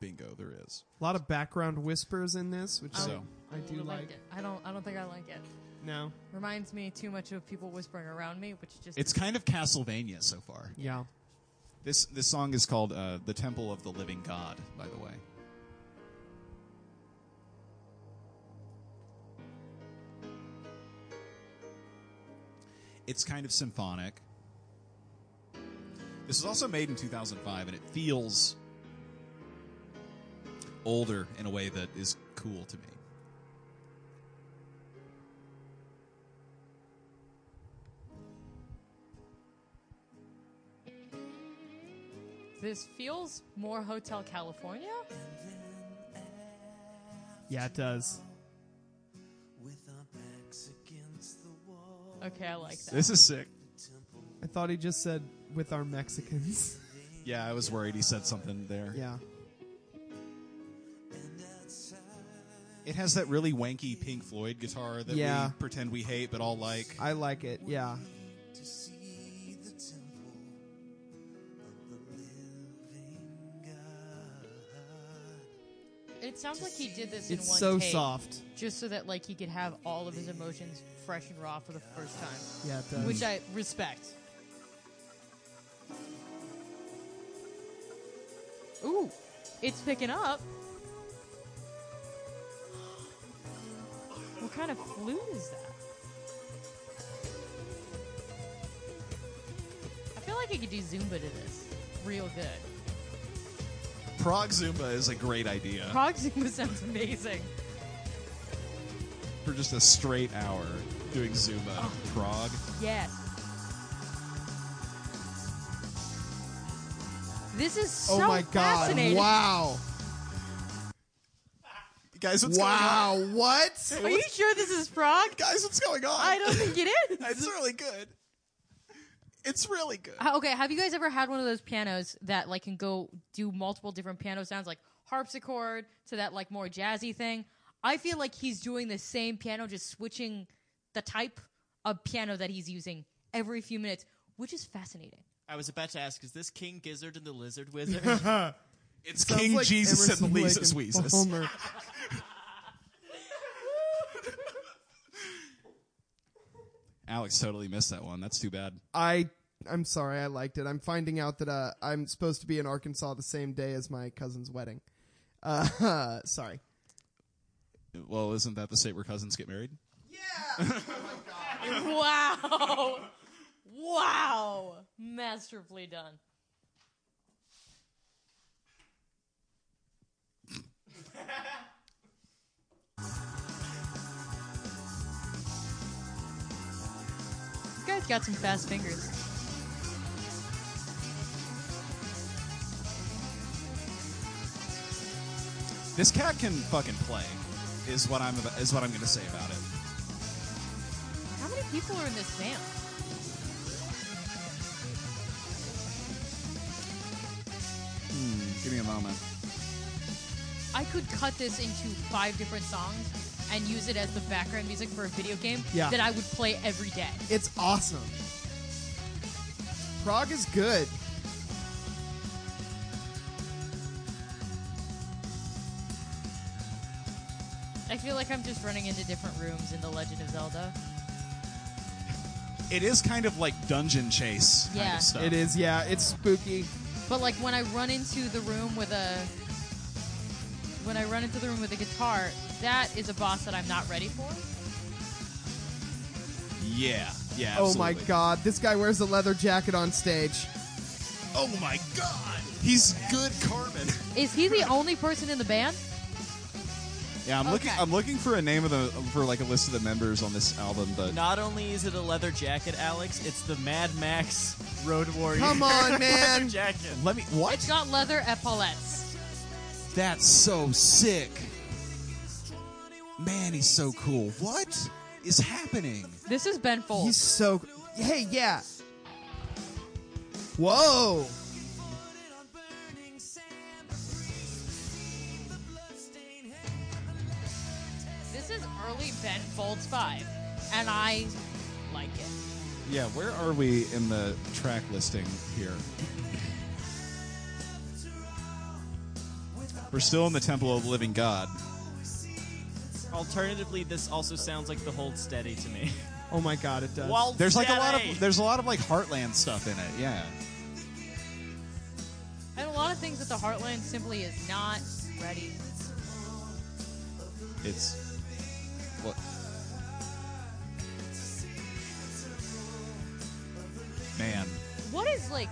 Bingo, there is.
A lot of background whispers in this, which
So-
I, I do
would've
like.
liked it. I don't. I don't think I like it.
No.
Reminds me too much of people whispering around me, which just
It's kind of Castlevania so far.
Yeah.
This this song is called uh, "The Temple of the Living God." By the way, it's kind of symphonic. This was also made in 2005, and it feels older in a way that is cool to me.
this feels more Hotel California.
Yeah, it does.
Okay, I like that.
This is sick.
I thought he just said with our Mexicans.
Yeah, I was worried he said something there.
yeah.
It has that really wanky Pink Floyd guitar that
Yeah.
we pretend we hate but all like.
I like it. Yeah.
It sounds like he did this in
It's
one
so
take,
soft.
just so that like he could have all of his emotions fresh and raw for the first time,
Yeah, it does.
which I respect. Ooh, it's picking up. What kind of flute is that? I feel like I could do Zumba to this, real good.
Prague Zumba is a great idea
Uh.
Prog Zumba sounds amazing.
for just a straight hour doing Zumba. Prague.
Yes. This is
oh
so
my god.
fascinating.
Wow.
Guys, what's
Wow.
going on?
What?
Are you sure this is Prague?
Guys, what's going on?
I don't think it is.
It's really good. It's really good.
Uh, Okay, have you guys ever had one of those pianos that like can go do multiple different piano sounds, like harpsichord to that like more jazzy thing? I feel like he's doing the same piano, just switching the type of piano that he's using every few minutes, which is fascinating.
I was about to ask, is this King Gizzard and the Lizard Wizard?
It's
Sounds
King
like
Jesus and
Emerson, Lake,
Lisa's
and
Weezus.
Palmer.
Alex totally missed that one. That's too bad.
I I'm sorry, I liked it. I'm finding out that uh, I'm supposed to be in Arkansas the same day as my cousin's wedding. Uh, sorry.
Well, isn't that the state where cousins get married?
wow. Wow. Masterfully done. this guy's got some fast fingers.
This cat can fucking play. Is what I'm about, is what I'm going to say about it.
people are in this band?
Give me a moment.
I could cut this into five different songs and use it as the background music for a video game
Yeah.
that I would play every day.
It's awesome. Prague is good.
I feel like I'm just running into different rooms in The Legend of Zelda.
It is kind of like dungeon chase kind
Yeah.
of stuff.
It is, yeah. It's spooky.
But like when I run into the room with a when I run into the room with a guitar, that is a boss that I'm not ready for.
Yeah. Yeah.
Oh my
absolutely.
god, this guy wears a leather jacket on stage.
Oh my god. He's good, Carmen.
Is he the only person in the band?
Yeah, I'm looking.
Okay.
I'm looking for a name of the for like a list of the members on this album, but
Not only is it a leather jacket, Alex, it's the Mad Max Road Warrior.
Come on,
leather
man.
jacket.
let me. What?
It's got leather epaulettes.
That's so sick. Man, he's so cool. What is happening?
This is Ben Folds.
He's so. Hey, yeah. Whoa.
this is early Ben Folds five, and I like it.
Yeah, where are we in the track listing here? We're still in the Temple of the Living God.
Alternatively, this also sounds like the Hold Steady to me.
Oh my god, it does.
Hold
There's like a lot
Steady!
of there's a lot of like Heartland stuff in it. Yeah.
And a lot of things that the Heartland simply is not ready.
It's what Man.
What is like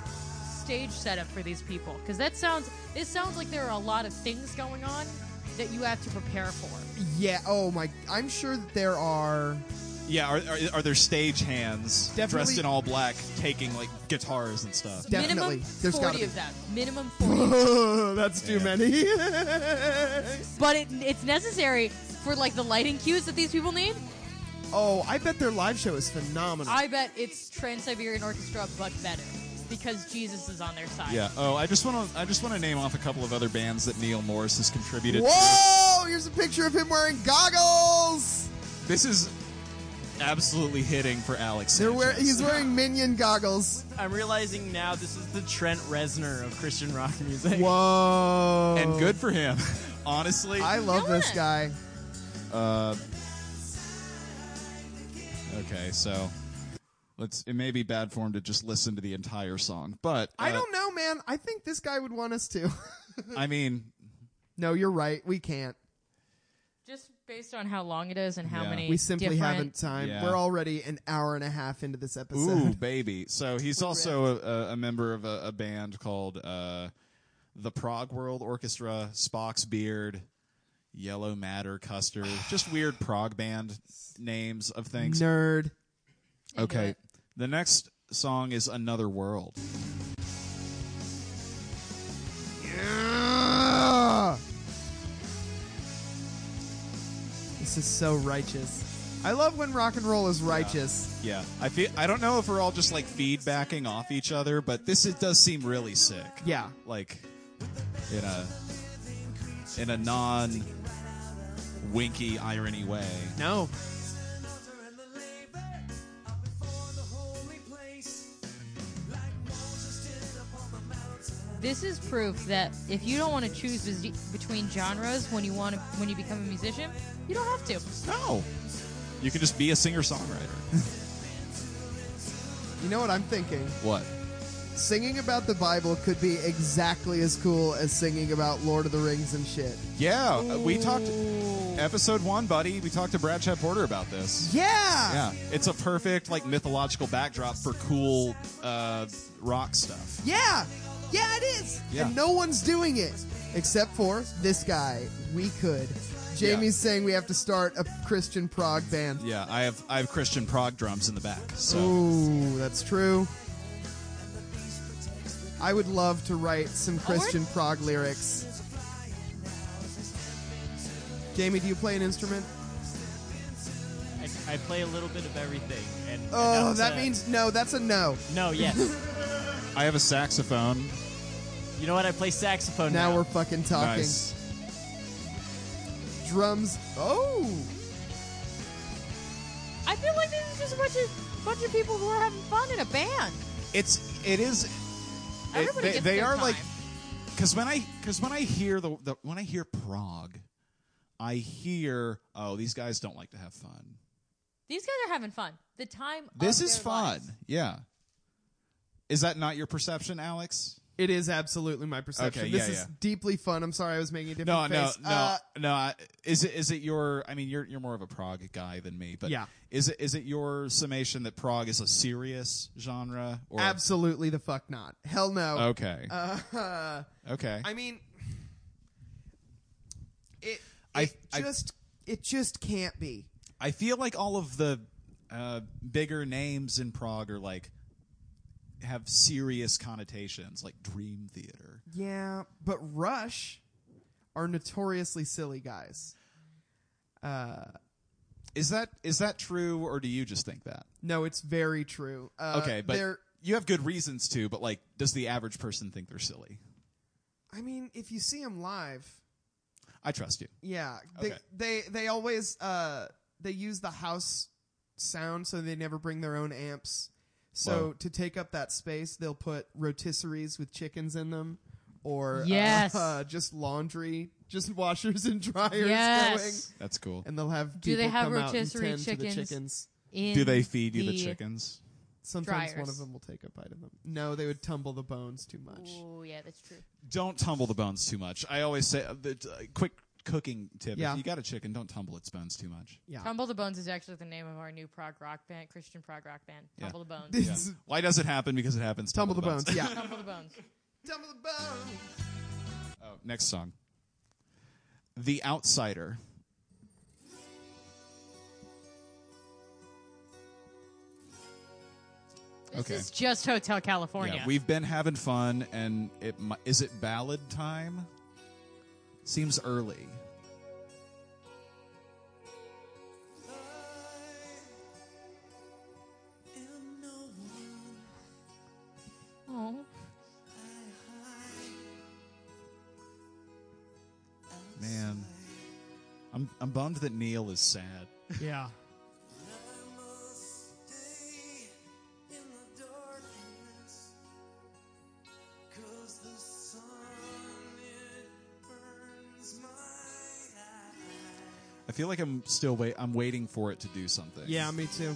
stage setup for these people? Because that sounds it sounds like there are a lot of things going on that you have to prepare for.
Yeah. Oh my. I'm sure that there are.
Yeah, are, are, are there stage hands dressed
Definitely-
in all black taking like guitars and stuff?
Definitely.
Minimum
There's
40
gotta be.
of them. Minimum 40.
Oh, that's too
Yeah.
many.
but it, it's necessary for like the lighting cues that these people need.
oh, I bet their live show is phenomenal.
I bet it's Trans-Siberian Orchestra but better because Jesus is on their side.
Yeah. Oh, I just want to I just want to name off a couple of other bands that Neil Morris has contributed to.
Whoa! Here's a picture of him wearing goggles.
This is absolutely hitting for Alex.
They're wear-
Sanchez.
he's wearing minion goggles.
I'm realizing now this is the Trent Reznor of Christian rock music.
Whoa!
and good for him. Honestly.
I love
doing?
this guy.
okay, so let's. It may be bad form to just listen to the entire song, but
I
uh,
don't know, man. I think this guy would want us to.
I mean,
no, you're right. We can't.
Just based on how long it is and how
Yeah.
many
We simply
different,
haven't time.
Yeah.
We're already an hour and a half into this
ooh,
episode.
baby. So he's also a, a member of a, a band called uh, the Prague World Orchestra, Spock's Beard. Yellow Matter Custard, just weird prog band names of things.
Nerd.
Into
Okay.
it.
The next song is Another World.
Ugh. This is so righteous. I love when rock and roll is righteous.
Yeah. I feel I don't know if we're all just like feedbacking off each other, but this it does seem really sick.
Yeah.
Like in a in a non winky irony way.
No.
This is proof that if you don't want to choose bes- between genres when you want to, when you become a musician, you don't have to.
No. You can just be a singer songwriter.
You know what I'm thinking?
what?
Singing about the Bible could be exactly as cool as singing about Lord of the Rings and shit.
Yeah, uh, we talked episode one, buddy. We talked to Brad Chad Porter about this.
Yeah.
Yeah, it's a perfect like mythological backdrop for cool uh, rock stuff.
Yeah. Yeah, it is.
Yeah.
And no one's doing it except for this guy. We could. Jamie's saying we have to start a Christian prog band.
Yeah, I have I have Christian prog drums in the back. So
Ooh, that's true. I would love to write some Christian prog lyrics. Jamie, do you play an instrument?
I I play a little bit of everything. And, and
Oh,
that's
that
a-
means no. That's a no.
no. Yes.
I have a saxophone.
you know what? I play saxophone now.
Now we're fucking talking.
Nice.
Drums. Oh,
I feel like this is just a bunch of bunch of people who are having fun in a band.
It's it is
Everybody
they-
gets
they
their
are
time.
like- because when I because when I hear the, the when I hear Prague, I hear oh these guys don't like to have fun.
these guys are having fun. The time. of
This is
their
fun.
lives.
Yeah. Is that not your perception, Alex?
it is absolutely my perception.
Okay,
this
yeah,
is
yeah.
deeply fun. I'm sorry, I was making a
No,
different
no,
face.
no,
Uh,
no. I- Is it is it your? I mean, you're you're more of a Prague guy than me, but
Yeah.
Is it is it your summation that Prague is a serious genre? Or
absolutely the fuck not. Hell no.
Okay.
Uh,
okay.
I mean, it,
I-
it
I-
just it just can't be.
I feel like all of the uh, bigger names in Prague are like have serious connotations, like Dream Theater.
Yeah, but Rush are notoriously silly guys.
Is that is that true, or do you just think that?
No, it's very true. Uh,
Okay, but
they're.
you have good reasons to. But like, does the average person think they're silly?
I mean, if you see them live,
I trust you.
yeah, they
Okay.
they they always uh they use the house sound, so they never bring their own amps. So
Whoa.
to take up that space, they'll put rotisseries with chickens in them, or
Yes.
uh, just laundry, just washers and dryers going.
Yes.
That's cool.
and they'll have
Do they
people
have
come out and
rotisserie
tend to the
chickens?
chickens.
In
Do they feed you the,
the-
chickens?
Sometimes one
Dryers.
of them will take a bite of them. No, they would tumble the bones too much.
Oh yeah, that's true.
Don't tumble the bones too much. I always say uh, the uh, quick cooking tip:
Yeah.
if you got a chicken, don't tumble its bones too much.
Yeah.
Tumble the Bones is actually the name of our new prog rock band, Christian prog rock band. Tumble the Bones.
Yeah. Why does it happen? Because it happens.
Tumble the bones. Yeah.
Tumble the Bones.
tumble the bones.
oh, next song. The Outsider.
This
Okay.
is just Hotel
Oh,
California.
Yeah, we've been having fun, and it mi- is it ballad time. Seems early.
oh.
Man, I'm I'm bummed that Neil is sad.
Yeah.
I feel like I'm still wait. I'm waiting for it to do something.
Yeah, me too.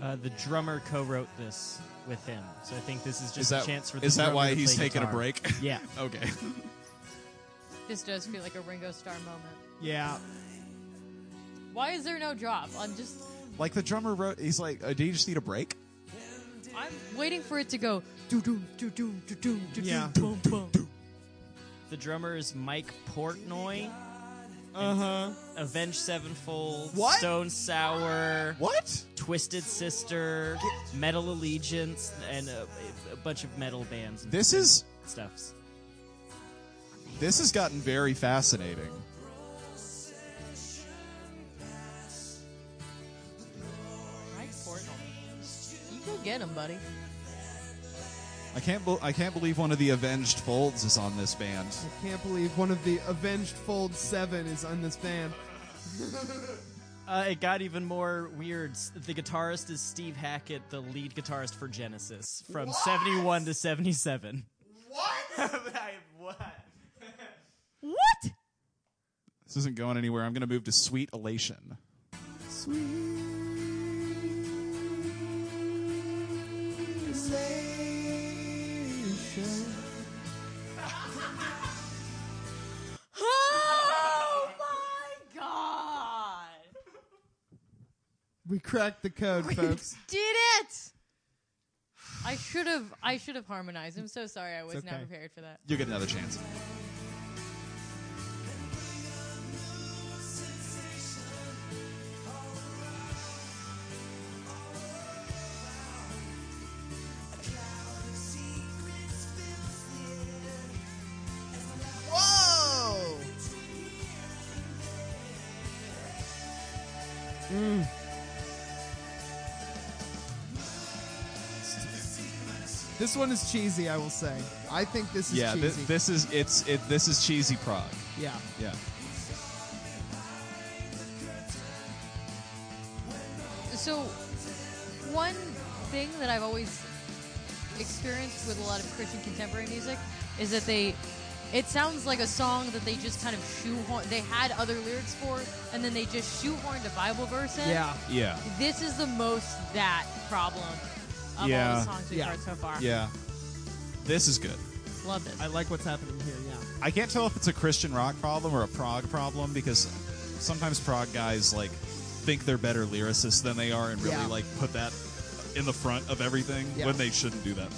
Uh, the drummer co-wrote this with him, so I think this is just
is that
a chance for. The
is that
drummer
why
to
he's
play
taking
guitar.
a break?
Yeah.
okay.
This does feel like a Ringo Starr moment.
Yeah.
Why is there no drop? I'm just
Like the drummer wrote, he's like, uh, "Do you just need a break?"
I'm waiting for it to go do do do do do do do
Yeah.
boom boom.
The drummer is Mike Portnoy,
Uh
Uh-huh.
huh.
Avenged Sevenfold,
What?
Stone Sour,
What?
Twisted Sister, Metal Allegiance, and a, a bunch of metal bands. And
This is
stuffs.
this has gotten very fascinating.
Mike Portnoy. You go get him, buddy.
I can't bel I can't believe one of the Avenged Folds is on this band.
I can't believe one of the Avenged Fold Seven is on this band.
Uh, it got even more weird. S- The guitarist is Steve Hackett, the lead guitarist for Genesis, from '71 to '77. What? what?
What?
This isn't going anywhere. I'm going to move to Sweet Elation.
Oh my god!
We cracked the code, folks.
Did it! I should have I should have harmonized. I'm so sorry I was not
okay.
prepared for that.
You get another chance.
This one is cheesy, I will say. I think this is
yeah,
cheesy.
thi- this is it's it. This is cheesy prog.
yeah.
Yeah.
So, one thing that I've always experienced with a lot of Christian contemporary music is that they, it sounds like a song that they just kind of shoehorn. They had other lyrics for, and then they just shoehorned a Bible verse in.
Yeah.
Yeah.
This is the most that problem of all
Yeah.
the songs we've
Yeah.
heard so far.
Yeah. This is good.
Love this.
I like what's happening here, yeah.
I can't tell if it's a Christian rock problem or a prog problem because sometimes prog guys like think they're better lyricists than they are and really
Yeah.
like put that in the front of everything
Yeah.
when they shouldn't do that.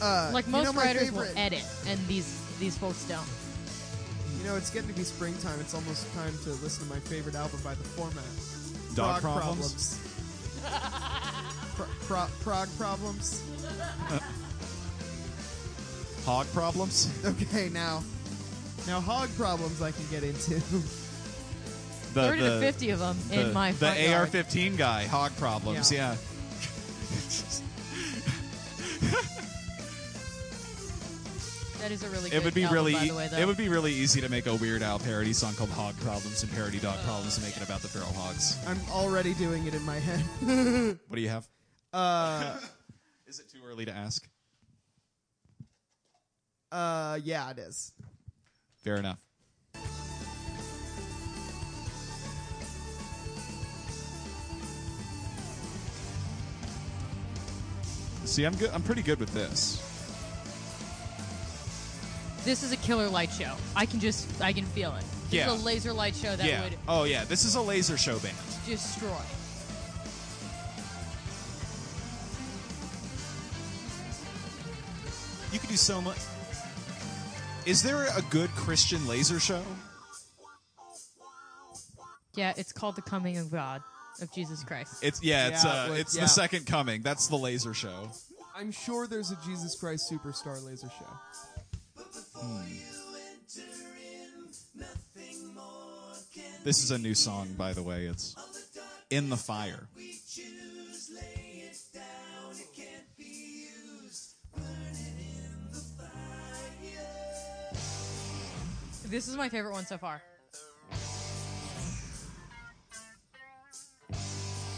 Uh,
like
you know
most
my
writers
favorite-
will edit, and these these folks don't.
You know, it's getting to be springtime. It's almost time to listen to my favorite album by the format.
Dog
Prog
problems.
Pro- pro- prog problems.
Hog problems.
Okay, now, now hog problems I can get into.
The,
30 to 50 of them
the,
in my
the
front yard.
AR-15 guy. Hog problems. Yeah.
Yeah.
That is a really
It
good
would be
album,
really.
by
e-
the way, though.
it would be really easy to make a Weird Al parody song called Hog Problems and parody Dog Problems and make it about the feral hogs.
I'm already doing it in my head.
What do you have? Uh, is it too early to ask?
Uh, yeah, it is.
Fair enough. See, I'm good. I'm pretty good with this.
this is a killer light show. I can just, I can feel it. This
Yeah.
is a laser light show that
yeah.
would
Oh yeah. This is a laser show band.
destroy.
You could do so much. Is there a good Christian laser show?
Yeah, it's called the coming of God of Jesus Christ.
It's yeah. It's
Yeah,
uh.
like-
it's
yeah.
the second coming. That's the laser show.
I'm sure there's a Jesus Christ Superstar laser show.
This is a new song, by the way. It's in the fire.
This is my favorite one so far.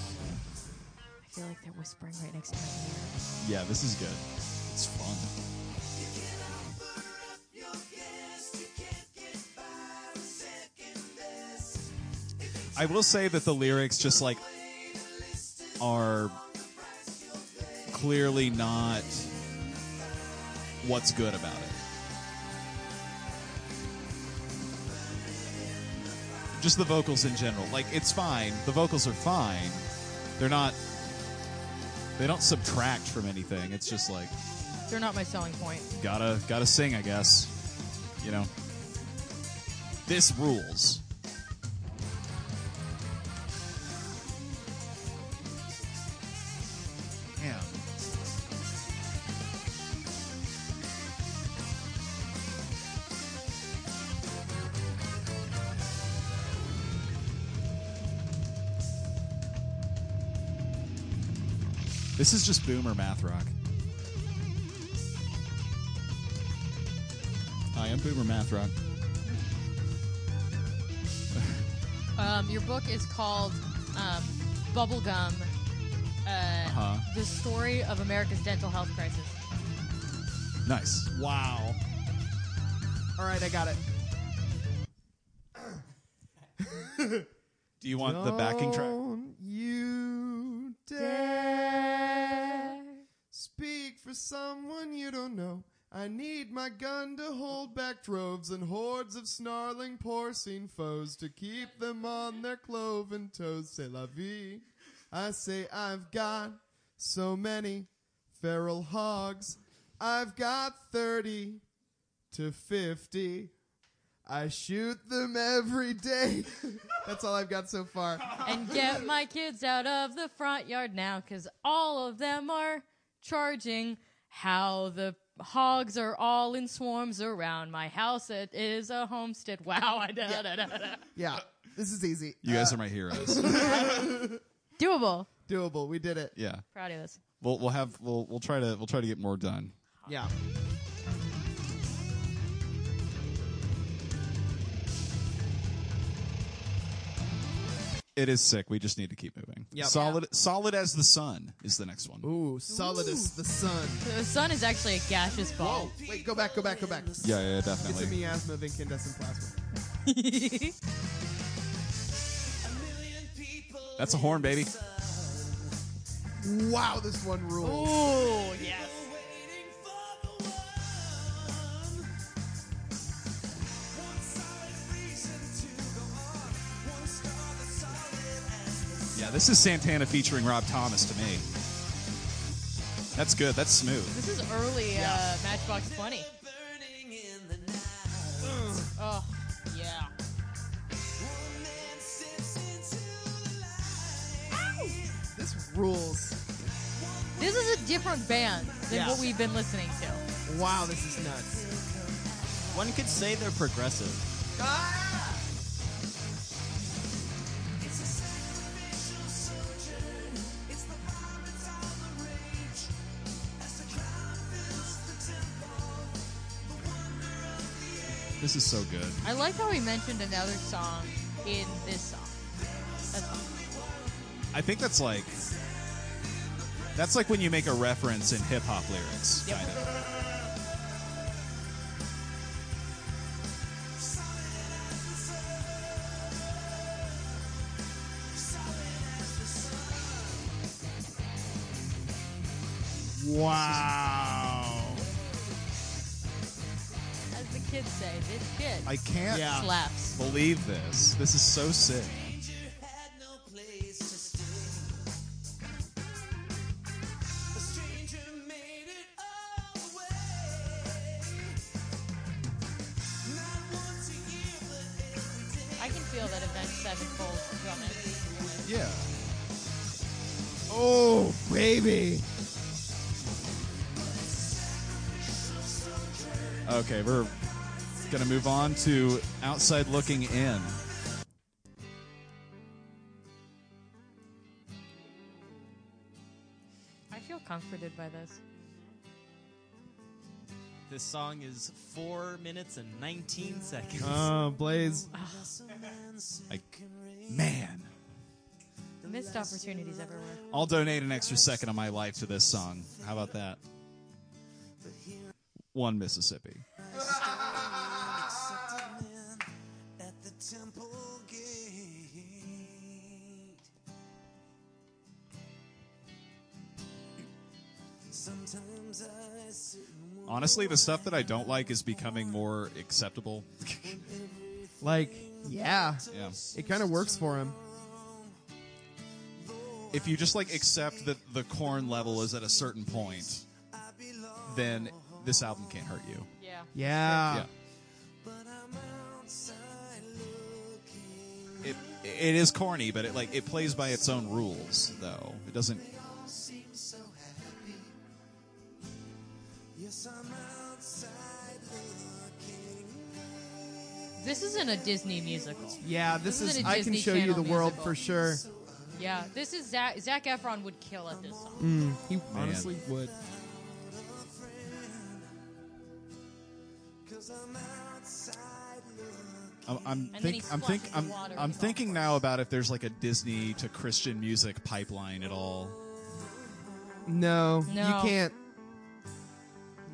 I feel like they're whispering right next to my ear.
Yeah, this is good. It's fun. I will say that the lyrics just like are clearly not what's good about it. Just the vocals in general. Like it's fine. The vocals are fine. They're not they don't subtract from anything. It's just like
They're not my selling point.
gotta gotta sing, I guess. You know. This rules. Damn. This is just boomer math rock. Hi, I'm Boomer Math Rock.
Um, your book is called um, Bubblegum uh,
Uh-huh.
The Story of America's Dental Health Crisis.
Nice.
Wow. All right, I got it.
Do you want the backing track?
Don't you dare speak for someone you don't know. I need my gun to hold back droves and hordes of snarling porcine foes to keep them on their cloven toes. C'est la vie. I say I've got so many feral hogs. I've got 30 to 50. I shoot them every day. That's all I've got so far.
and get my kids out of the front yard now because all of them are charging how the hogs are all in swarms around my house it is a homestead wow I da, da, da, da, da.
Yeah. This is easy.
You guys are my heroes.
Doable.
Doable. We did it.
yeah.
Proud of us.
We'll we'll have we'll we'll try to we'll try to get more done.
Yeah.
It is sick. We just need to keep moving.
Yep.
Solid solid as the sun is the next one.
Ooh, Solidus, the sun.
The sun is actually a gaseous
Whoa.
ball.
Oh, Wait, go back, go back, go back.
Yeah, yeah,
It's a
definitely.
miasma of incandescent plasma.
That's a horn, baby.
Wow, this one rules.
Oh yes.
Yeah, this is Santana featuring Rob Thomas to me. That's good. That's smooth.
This is early uh, Matchbox Twenty. Oh yeah.
This rules.
This is a different band than
Yeah.
what we've been listening to.
Wow, this is nuts.
One could say they're progressive.
This is so good.
I like how we mentioned another song in this song. That's fun.
I think that's like that's like when you make a reference in hip hop lyrics.
Yep.
Kind of. Wow.
As the kids say, this kid
I can't
slaps.
believe this. This is so sick.
I can feel that Event Sevenfold coming.
Yeah.
Oh, baby.
Okay, we're gonna move on to outside looking in.
I feel comforted by this.
This song is four minutes and 19 seconds.
Oh, Blaze.
Like, man,
Missed opportunities everywhere.
I'll donate an extra second of my life to this song. How about that? One Mississippi.
at the temple gate. Sometimes I sit and wonder
Honestly, the stuff that I don't like is becoming more acceptable.
Like, yeah.
Yeah.
It kind of works for him.
If you just like accept that the corn level is at a certain point, then this album can't hurt you.
Yeah.
Yeah.
Yeah. It, it is corny, but it like it plays by its own rules, though. It doesn't.
This isn't a Disney musical.
Yeah, this,
This
is,
isn't a
I can
Disney
show you the
Channel
world
musical.
for sure.
Yeah, this is Zach. Zach Efron would kill at this song.
He honestly would.
I'm, I'm
then
think
he
I'm think
splashes
I'm,
water
I'm
in the
thinking now about if there's like a Disney to Christian music pipeline at all.
No,
No.
you can't.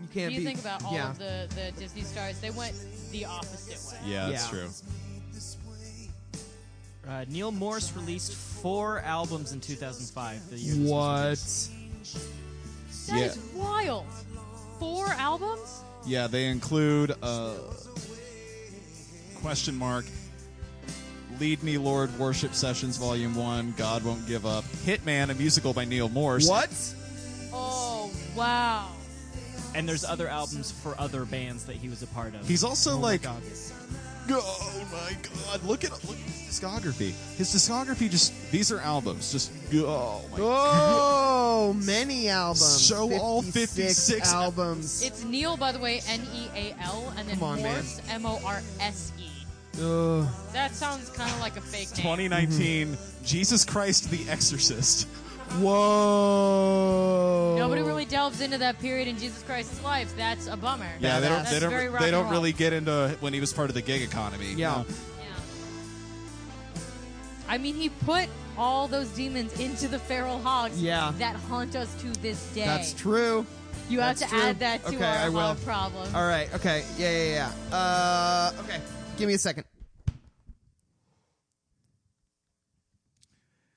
You can't
If you
be.
think about all
yeah.
of the, the Disney stars, they went the opposite way.
Yeah, that's
Yeah.
true.
Uh, Neil Morse released four albums in 2005. The year this was
what?
released.
That is
Yeah.
wild. Four albums?
Yeah, they include uh, question mark. Lead Me, Lord, Worship Sessions, Volume One. God won't give up. Hitman, a musical by Neil Morse.
What?
Oh, wow.
And there's other albums for other bands that he was a part of.
He's also
my
like,
God.
oh my god! Look at look at his discography. His discography just these are albums. Just oh my
Oh, many albums.
So all 56
albums.
It's Neil, by the way, N E A L, and then
Come on, man.
Morse, M O R S E.
Ugh.
That sounds kind of like a fake name.
2019, Jesus Christ the Exorcist.
Whoa.
Nobody really delves into that period in Jesus Christ's life. That's a bummer.
Yeah, they don't.
That's
They
very
don't.
rock
They
and
don't
roll.
really get into when he was part of the gig economy.
Yeah.
Yeah. I mean, he put all those demons into the feral hogs.
Yeah.
That haunt us to this day.
That's true.
You have to
That's true.
add that to
Okay,
our,
I will.
our problem.
All right. Okay. Yeah. Yeah. Yeah. Uh, okay. Give me a second.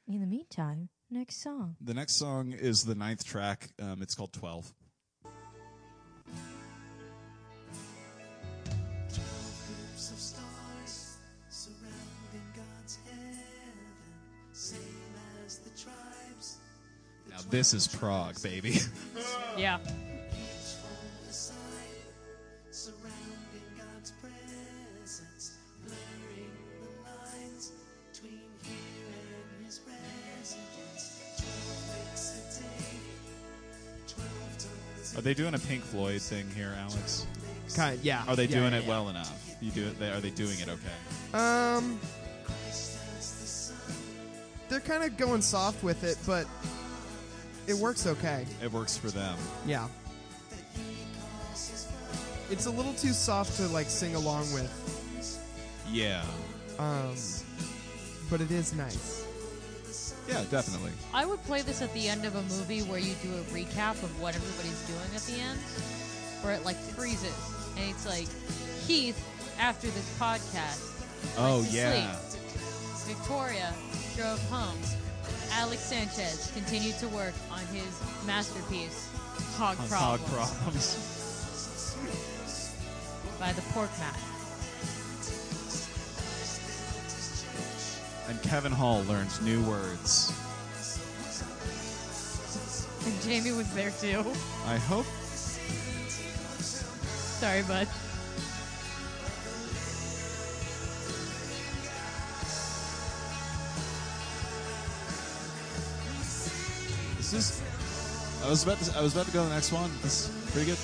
In the meantime, next song.
The next song is the ninth track. Um, it's called 12.
Groups of stars surrounding God's heaven, same as the tribes.
Now, this is Prague, baby.
Yeah.
Each hold a sign, surrounding God's presence, blurring the lines between here and His residence. Twelve makes a day, twelve turns
Are they doing a Pink Floyd thing here, Alex?
Kind. yeah.
Are they
Yeah,
doing
yeah,
it well enough? You do it. They, are they doing it okay?
yeah. Um. They're kind of going soft with it, but it works okay.
It works for them.
Yeah. It's a little too soft to like sing along with,
Yeah.
um, but it is nice.
Yeah, definitely.
I would play this at the end of a movie where you do a recap of what everybody's doing at the end, where it like freezes and it's like Heath after this podcast.
Oh
went to
yeah.
sleep. Victoria drove home. Alex Sanchez continued to work on his masterpiece, Hog
On
Problems,
Hog problems.
by the Pork Mat.
And Kevin Hall learned new words.
And Jamie was there too.
I hope.
Sorry, bud.
This is. I was about to. I was about to go to the next one. This is pretty good.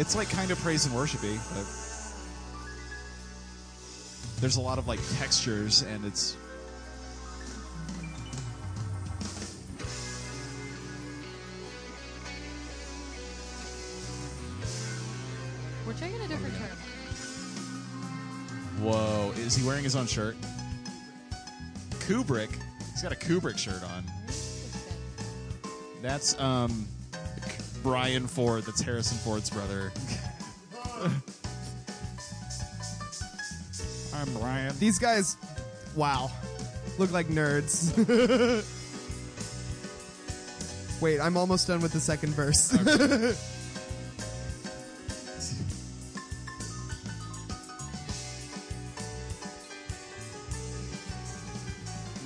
It's like kind of praise and worshipy. But there's a lot of like textures, and it's.
We're taking a different turn.
Whoa! Is he wearing his own shirt? Kubrick. He's got a Kubrick shirt on. That's um, Brian Ford. That's Harrison Ford's brother. I'm Brian.
These guys, wow, look like nerds. Wait, I'm almost done with the second verse.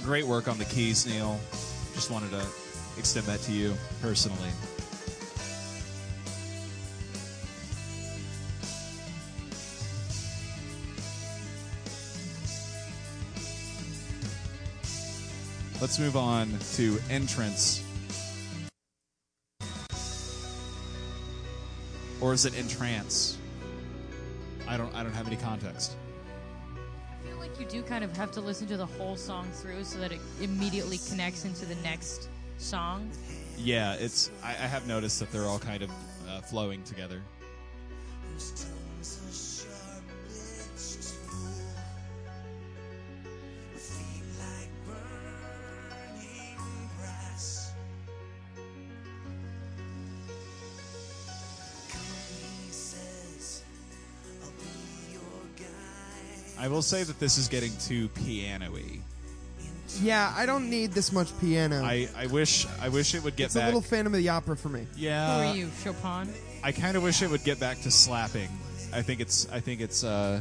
Great work on the keys, Neil. Just wanted to extend that to you personally. Let's move on to entrance. Or is it entrance? I don't I don't have any context.
I feel like you do kind of have to listen to the whole song through so that it immediately connects into the next song.
Yeah, it's. I, I have noticed that they're all kind of uh, flowing together. I will say that this is getting too piano-y.
yeah, I don't need this much piano.
I, I wish I wish it would get
it's
back.
a little Phantom of the Opera for me.
yeah,
Who are you, Chopin?
I kind of wish it would get back to slapping. I think it's I think it's uh,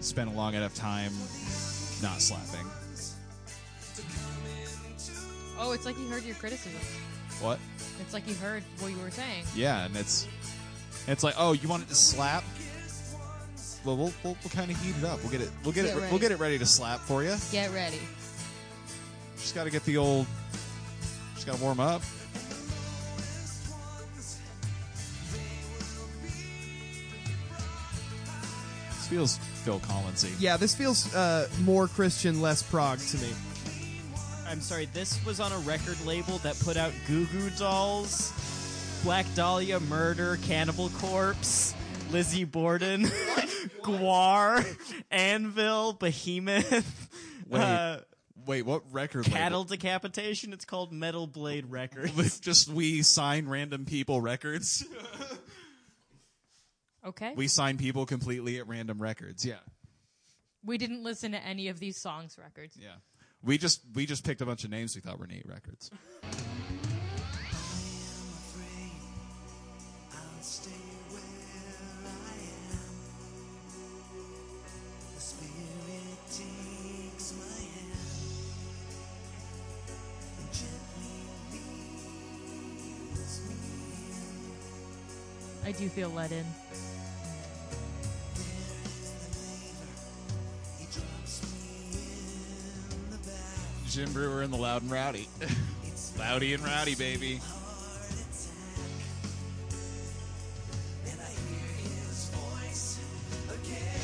spent a long enough time not slapping.
Oh, it's like he heard your criticism.
What?
It's like he heard what you were saying.
Yeah, and it's it's like oh, you want it to slap? Well, we'll, we'll, we'll kind of heat it up. We'll get it. We'll get,
Get
it.
ready.
We'll get it ready to slap for you.
Get ready.
Just got to get the old. Just got to warm up. This feels Phil Collinsy.
Yeah, this feels uh, more Christian, less prog to me.
I'm sorry, this was on a record label that put out Goo Goo Dolls, Black Dahlia Murder, Cannibal Corpse, Lizzie Borden, Guar, Anvil, Behemoth,
Wait.
uh,
Wait, what record?
Cattle Decapitation. It's called Metal Blade
label?
Records.
Just we sign random people records.
Okay. We,
we sign people completely at random records. Yeah,
didn't listen to any of these songs records.
yeah. We just we just picked a bunch of names we thought were neat records.
I'll stay where I am. The spirit takes my hand and gently leads me.
I do feel let in.
There is the believer. He drops me in the bath.
Jim Brewer and the Loud and Rowdy. Loudy and Rowdy, baby.
heart attack. And I hear his voice again.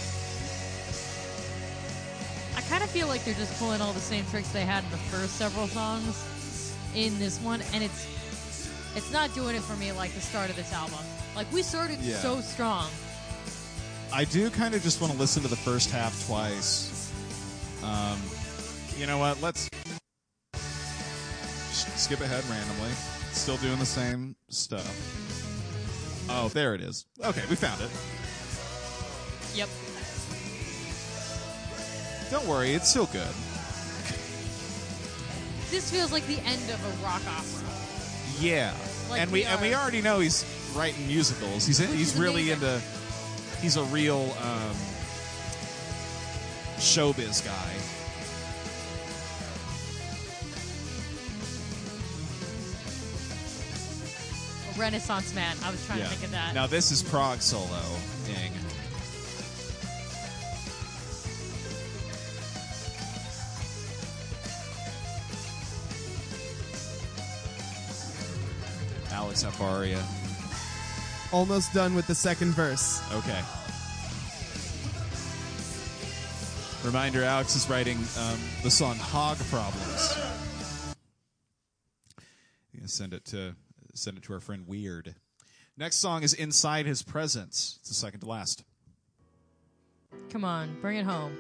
I kind of feel like they're just pulling all the same tricks they had in the first several songs in this one, and it's it's not doing it for me like the start of this album. Like we started
Yeah.
so strong.
I do kind of just want to listen to the first half twice. Um, you know what? Let's sh- skip ahead randomly. Still doing the same stuff. Oh, there it is. Okay, we found it.
Yep.
Don't worry, it's still good.
This feels like the end of a rock opera.
Yeah,
Like
and we,
we
and we
are-
already know he's writing musicals. He's he's
is
really
amazing.
into. He's a real um, showbiz guy.
A Renaissance man. I was trying to think of that.
Now this is prog solo ing. Alex Afaria.
Almost done with the second verse.
Okay. Reminder: Alex is writing um, the song "Hog Problems." You can send it to send it to our friend Weird. Next song is "Inside His Presence." It's the second to last.
Come on, bring it home.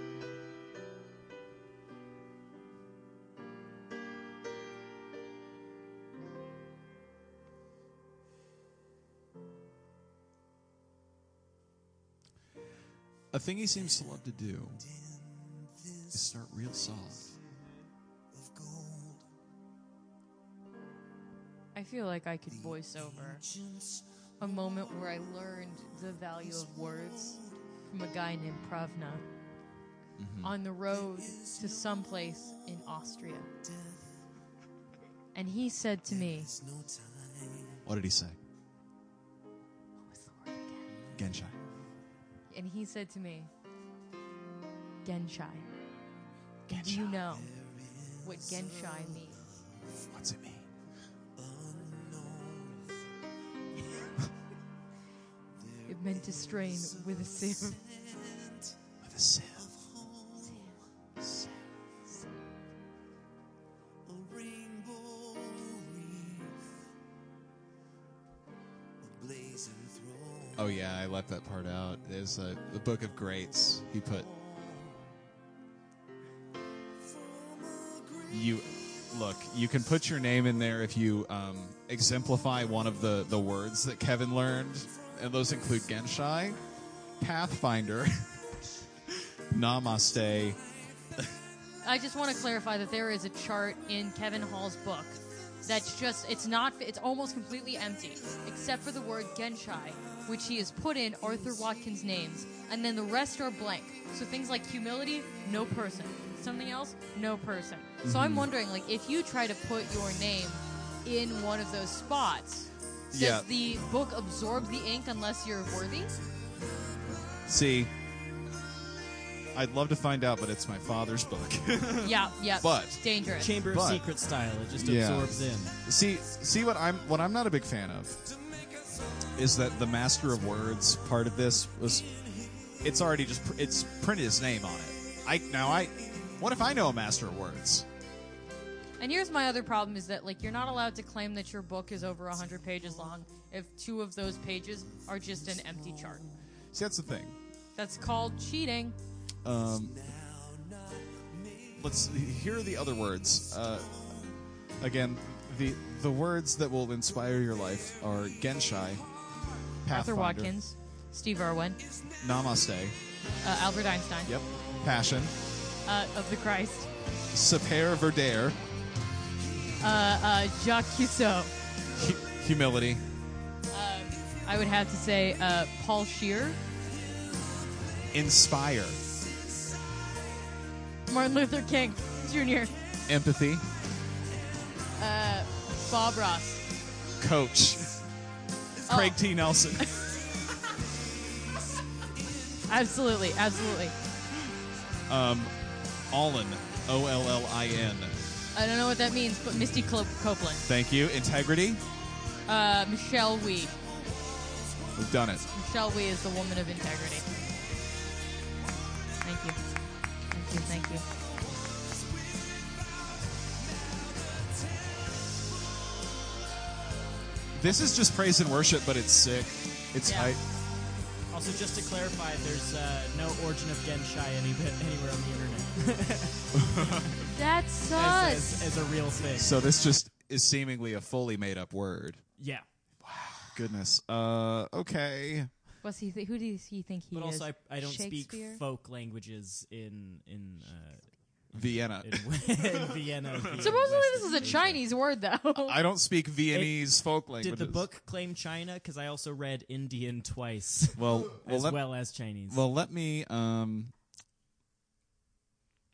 A thing he seems to love to do is start real soft.
I feel like I could voice over a moment where I learned the value of words from a guy named Pravna on the road to someplace in Austria. And he said to me,
What did he say?
What was Oh, the word again?
Genshai.
And he said to me, Genshai. Do you know what Genshai means?
What's it mean?
It meant to strain with a sieve.
With a sieve.
A rainbow reef. A blazing throne.
Oh yeah, I left that part out. There's uh, the Book of Greats. He put you. Look, you can put your name in there if you um, exemplify one of the the words that Kevin learned, and those include Genshai, Pathfinder, Namaste.
I just want to clarify that there is a chart in Kevin Hall's book that's just it's not it's almost completely empty except for the word Genshai, which he has put in Arthur Watkins' names, and then the rest are blank. So things like humility, no person. Something else, no person. So
Mm-hmm.
I'm wondering, like, if you try to put your name in one of those spots, does
Yeah.
the book absorb the ink unless you're worthy?
See, I'd love to find out, but it's my father's book.
yeah, yeah.
But-
dangerous.
Chamber of
But-
Secrets style. It just
Yeah.
absorbs in.
See, see what I'm what I'm not a big fan of is that the master of words part of this was it's already just pr- it's printed his name on it. I now I what if I know a master of words?
And here's my other problem is that like you're not allowed to claim that your book is over 100 pages long if two of those pages are just an empty chart.
See, that's the thing.
That's called cheating.
Um, let's here are the other words. Uh, again, the the words that will inspire your life are Genshai,
Arthur
Pathfinder,
Watkins, Steve Irwin,
Namaste,
uh, Albert Einstein,
yep, Passion,
uh, of the Christ,
Sapere Verdere,
uh, uh, Jacques Cousteau.
hu- Humility,
Um, I would have to say uh, Paul Shear,
Inspire,
Martin Luther King Jr.,
Empathy,
uh, Bob Ross,
Coach,
Oh.
Craig T. Nelson.
absolutely, absolutely.
Um, Olin, O L L I N.
I don't know what that means, but Misty Clo- Copeland,
Thank you. Integrity.
uh, Michelle Wee.
We've done it.
Michelle Wee is the woman of integrity. Thank you. Thank you, thank you.
This is just praise and worship, but it's sick. It's
Yeah.
I,
Also, just to clarify, there's uh, no origin of Genshai any, anywhere on the internet
That's
as,
sus.
as, as a real thing.
so. This just is seemingly a fully made up word.
Yeah.
Goodness. Uh, okay.
What's he thi- who does he think he
But
is?
also, I, I don't speak
Shakespeare?
folk languages in in uh,
Vienna.
in, in Vienna. Vienna,
Supposedly
West
this is a
Asia.
Chinese word though.
I don't speak Viennese folk languages.
Did the book claim China? Because I also read Indian twice,
Well, well,
as
let,
well as Chinese.
well, let me. Um,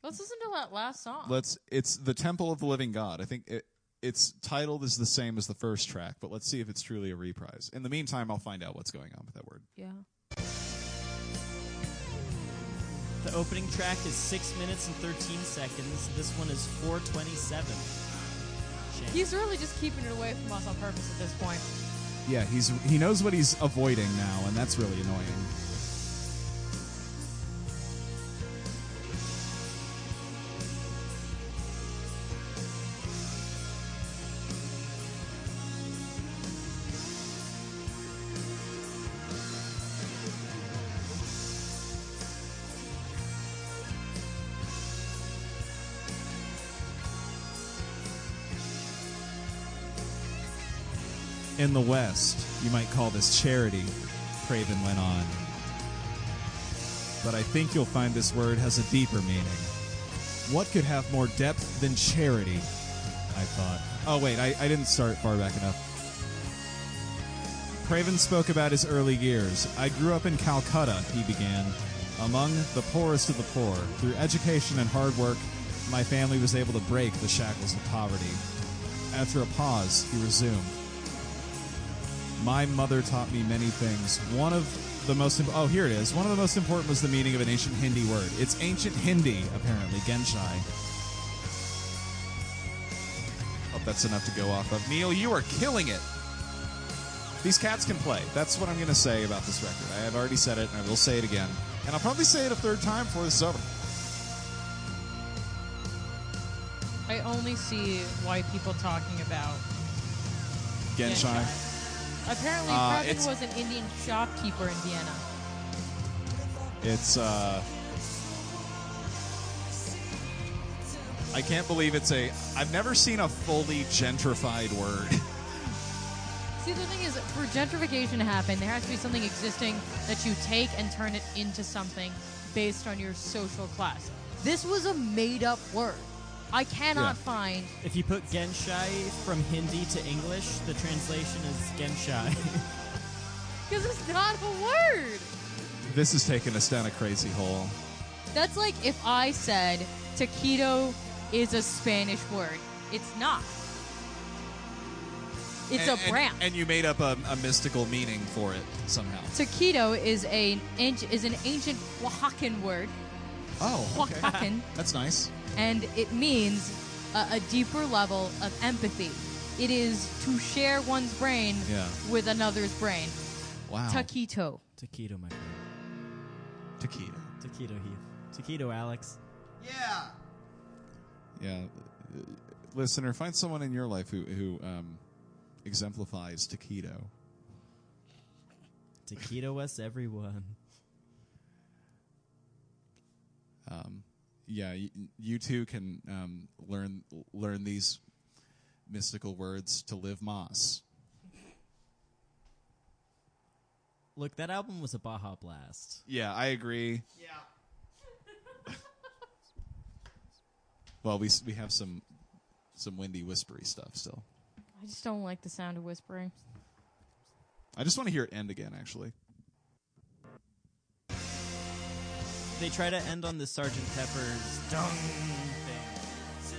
Let's listen to that last song.
let's. It's the Temple of the Living God. I think it, its titled is the same as the first track, but let's see if it's truly a reprise. In the meantime, I'll find out what's going on with that word.
yeah.
the opening track is six minutes and thirteen seconds. This one is four twenty-seven.
He's really just keeping it away from us on purpose at this point.
Yeah, he's he knows what he's avoiding now, and that's really annoying. In the West, you might call this charity, Craven went on. But I think you'll find this word has a deeper meaning. What could have more depth than charity? I thought. Oh, wait, I, I didn't start far back enough. Craven spoke about his early years. I grew up in Calcutta, he began, among the poorest of the poor. Through education and hard work, my family was able to break the shackles of poverty. After a pause, he resumed. My mother taught me many things. One of the most imp- oh here it is. One of the most important was the meaning of an ancient Hindi word. It's ancient Hindi, apparently Genshai. Hope that's enough to go off of. Neil, you are killing it. These cats can play. That's what I'm going to say about this record. I have already said it, and I will say it again, and I'll probably say it a third time before this is over.
I only see white people talking about
Genshai.
Apparently,
Uh,
Craven
it's-
was an Indian shopkeeper in Vienna.
It's uh I can't believe it's a I've never seen a fully gentrified word.
See, the thing is, for gentrification to happen, there has to be something existing that you take and turn it into something based on your social class. This was a made up word. I cannot
Yeah.
find.
If you put Genshai from Hindi to English, the translation is Genshai.
Because it's not a word!
This has taken us down a crazy hole.
That's like if I said taquito is a Spanish word. It's not. It's
And-
a
and-
brand.
And, you made up a, a mystical meaning for it somehow.
taquito is, a, is an ancient Oaxacan word.
Oh, okay.
Oaxacan.
That's nice.
and it means a, a deeper level of empathy. It is to share one's brain
Yeah.
with another's brain.
Wow.
Taquito.
Taquito, my friend.
Taquito.
Taquito Heath. Taquito Alex.
Yeah.
Yeah. Uh, Listener, find someone in your life who, who um, exemplifies taquito.
Taquito us everyone.
Yeah, you, you too can um, learn learn these mystical words to live Moss.
Look, that album was a Baja Blast.
Yeah, I agree. Yeah. well, we s- we have some some windy whispery stuff still.
I just don't like the sound of whispering.
I just want to hear it end again. Actually,
They try to end on the Sergeant Pepper's dung thing.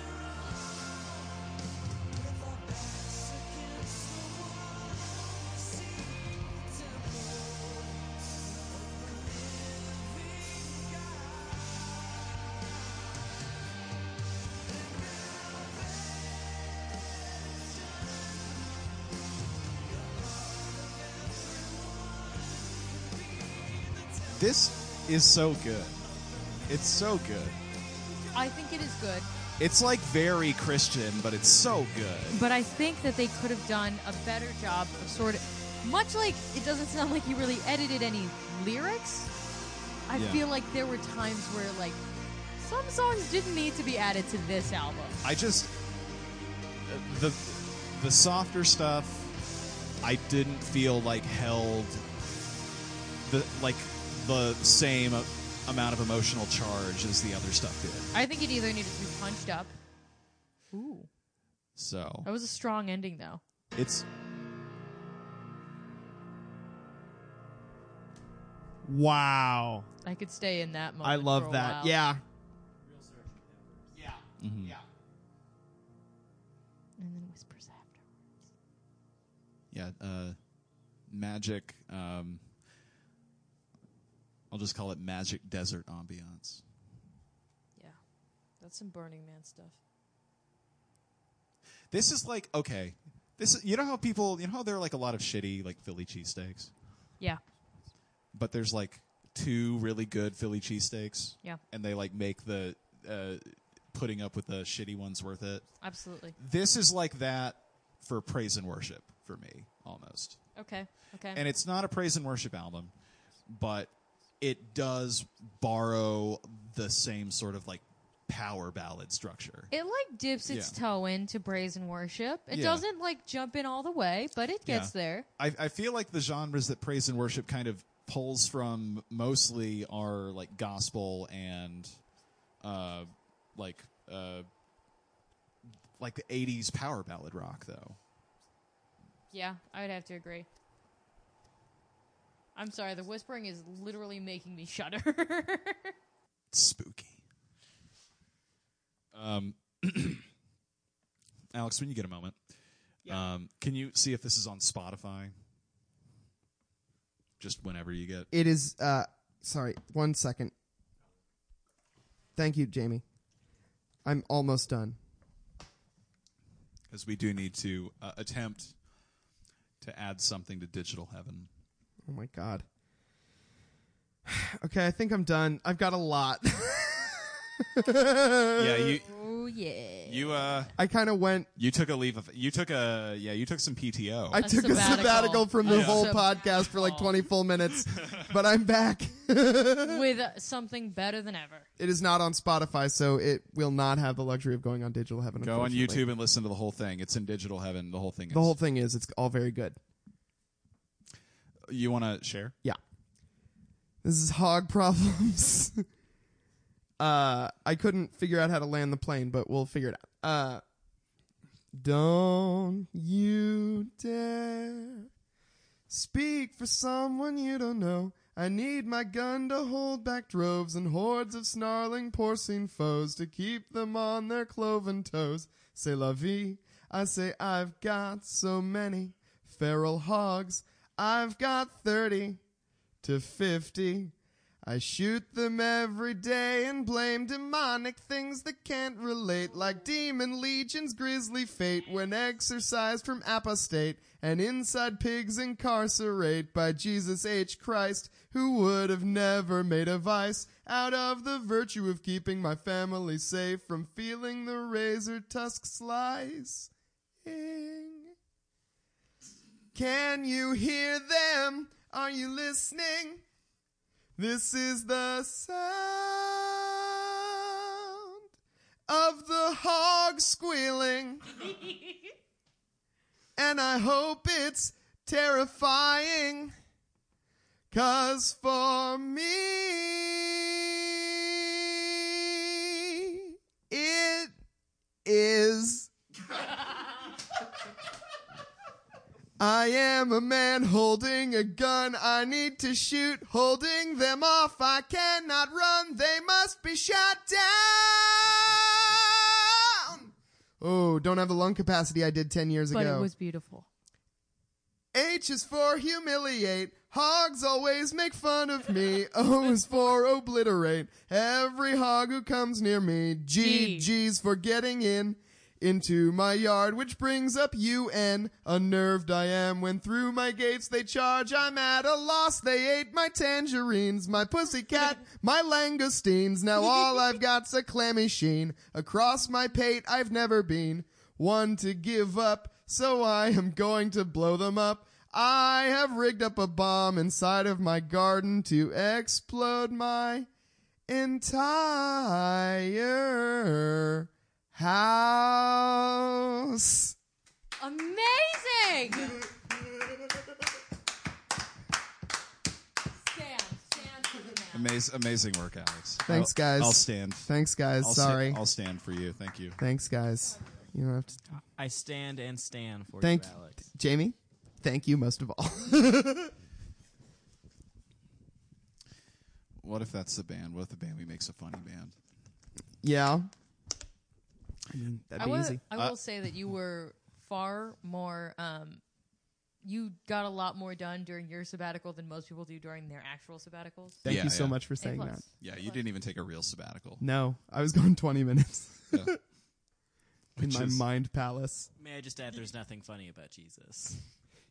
this is so good. It's so good.
I think it is good,
It's like very Christian, but it's so good.
but I think that they could have done a better job of sort of. Much like it doesn't sound like he really edited any lyrics, I
Yeah.
feel like there were times where like some songs didn't need to be added to this album.
I just the the softer stuff I didn't feel like held the like the same amount of emotional charge as the other stuff did.
I think it either needed to be punched up. Ooh,
So
that was a strong ending though.
it's
Wow.
I could stay in that moment.
I
for
love
a
that.
while.
Yeah.
and then whispers after.
yeah, uh magic um I'll just call it magic desert ambiance.
Yeah, that's some Burning Man stuff.
This is like okay. This is, you know how people you know how there are like a lot of shitty like Philly cheesesteaks?
Yeah,
but there's like two really good Philly cheesesteaks.
Yeah.
And they like make the uh, putting up with the shitty ones worth it.
absolutely.
This is like that for praise and worship for me almost.
Okay, okay.
And it's not a praise and worship album, but it does borrow the same sort of like power ballad structure.
it like dips its
Yeah.
toe into praise and worship. It
Yeah.
doesn't like jump in all the way, but it gets
Yeah.
there.
I, I feel like the genres that praise and worship kind of pulls from mostly are like gospel and uh like uh like the 80s power ballad rock though
Yeah, I would have to agree. I'm sorry, the whispering is literally making me shudder.
it's spooky um alex when you get a moment um can you see if this is on spotify just whenever you get
It is. Uh, sorry, one second. Thank you, Jamie. I'm almost done.
because we do need to uh, attempt to add something to digital heaven
Oh my god. Okay, I think I'm done. I've got a lot.
yeah you
oh yeah.
You uh,
I kind of went.
you took a leave of you took a yeah you took some PTO.
I
A
took a
sabbatical.
sabbatical from the
Yeah.
whole podcast for like
Sabbatical.
20 full minutes, but I'm back.
With uh, something better than ever.
It is not on Spotify, so it will not have the luxury of going on Digital Heaven.
Go on
unfortunately.
YouTube and listen to the whole thing. It's in digital heaven. The whole thing. Is.
The whole thing is it's all very good.
You want to share?
Yeah. This is hog problems. uh I couldn't figure out how to land the plane, but we'll figure it out. Uh Don't you dare speak for someone you don't know. I need my gun to hold back droves and hordes of snarling porcine foes to keep them on their cloven toes. C'est la vie. I say I've got so many feral hogs. I've got 30 to 50. I shoot them every day and blame demonic things that can't relate, like demon legions, grisly fate, when exorcised from apostate and inside pigs incarcerate by Jesus H. Christ, who would have never made a vice out of the virtue of keeping my family safe from feeling the razor tusk slice. Can you hear them? Are you listening? This is the sound of the hog squealing. and I hope it's terrifying. Cause for me, it is. I am a man holding a gun. I need to shoot, holding them off. I cannot run. They must be shot down. Oh, don't have the lung capacity I did 10 years
But
ago.
it was beautiful.
H is for humiliate. Hogs always make fun of me. O is for obliterate. Every hog who comes near me. G,
G.
G's for getting in. Into my yard, which brings up UN. Unnerved I am when through my gates they charge. I'm at a loss. They ate my tangerines, my pussycat, my langoustines. Now all I've got's a clammy sheen. Across my pate I've never been one to give up, so I am going to blow them up. I have rigged up a bomb inside of my garden to explode my entire house.
Amazing! Sam, Sam to the man.
Amaz- amazing work, Alex.
Thanks,
I'll-
guys.
I'll stand.
Thanks, guys.
I'll sta-
Sorry.
I'll stand for you. Thank you.
Thanks, guys. You don't have to.
I stand and stand for
Thank
you, Alex.
Jamie. Thank you most of all.
What if that's the band? What if the band we make's a funny band?
yeah. I mean,
I
that'd be
will,
easy.
I will say that you were far more. Um, you got a lot more done during your sabbatical than most people do during their actual sabbaticals.
Thank
Yeah,
you so
yeah.
much for
A
saying
plus.
that.
Yeah, you didn't even take a real sabbatical.
No, I was gone 20 minutes
Yeah.
in
Which
my
is-
mind palace.
May I just add, there's nothing funny about Jesus.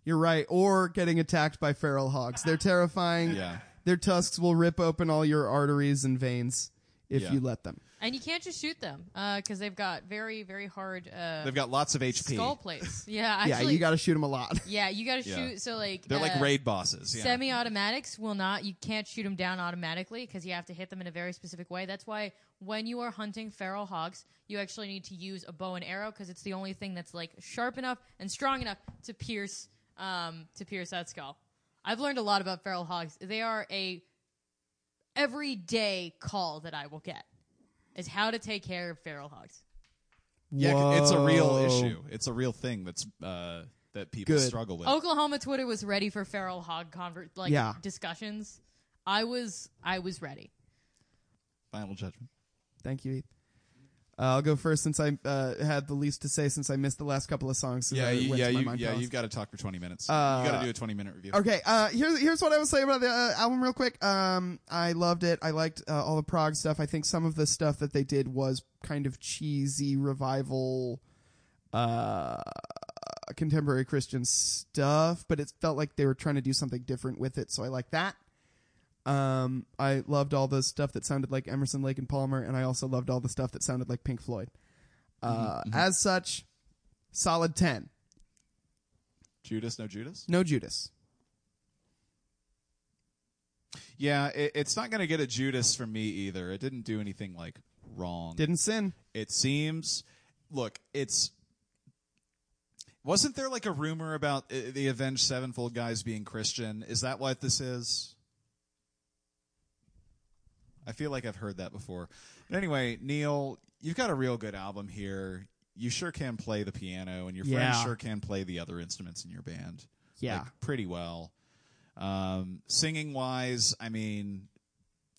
You're right. Or getting attacked by feral hogs. They're terrifying.
Yeah.
Their tusks will rip open all your arteries and veins if
Yeah.
you let them.
And you can't just shoot them because they've got very, very hard uh,
They've got lots of HP.
skull plates. Yeah,
yeah,
actually,
you got to shoot them a lot.
Yeah, you got to
Yeah.
shoot. So like
They're like
uh,
raid bosses. Yeah.
Semi-automatics will not. You can't shoot them down automatically because you have to hit them in a very specific way. That's why when you are hunting feral hogs, you actually need to use a bow and arrow because it's the only thing that's like sharp enough and strong enough to pierce um, to pierce that skull. I've learned a lot about feral hogs. They are a everyday call that I will get is how to take care of feral hogs.
yeah, c- it's a real
Whoa.
issue. It's a real thing that's uh, that people
Good.
struggle with.
Oklahoma Twitter was ready for feral hog convert like
Yeah.
discussions. I was I was ready.
Final judgment.
Thank you, Heath. Uh, I'll go first since I uh, had the least to say since I missed the last couple of songs. 'cause
Yeah,
I
you,
went
yeah,
to my
you,
mind
yeah.
palace.
You've got to talk for twenty minutes.
Uh,
you got to do a twenty-minute review.
Okay, uh, here's here's what I will say about the uh, album real quick. Um, I loved it. I liked uh, all the prog stuff. I think some of the stuff that they did was kind of cheesy revival, uh, contemporary Christian stuff, but it felt like they were trying to do something different with it. So I like that. Um, I loved all the stuff that sounded like Emerson, Lake, and Palmer, and I also loved all the stuff that sounded like Pink Floyd. Uh, As such, solid ten.
Judas, no Judas.
No Judas.
Yeah, it, it's not going to get a Judas from me either. It didn't do anything like wrong.
Didn't sin.
it seems look it's wasn't there like a rumor about uh, the avenged sevenfold guys being christian is that what this is i feel like i've heard that before but anyway neil you've got a real good album here you sure can play the piano and your friends
Yeah.
sure can play the other instruments in your band
Yeah.
like, pretty well um, singing wise i mean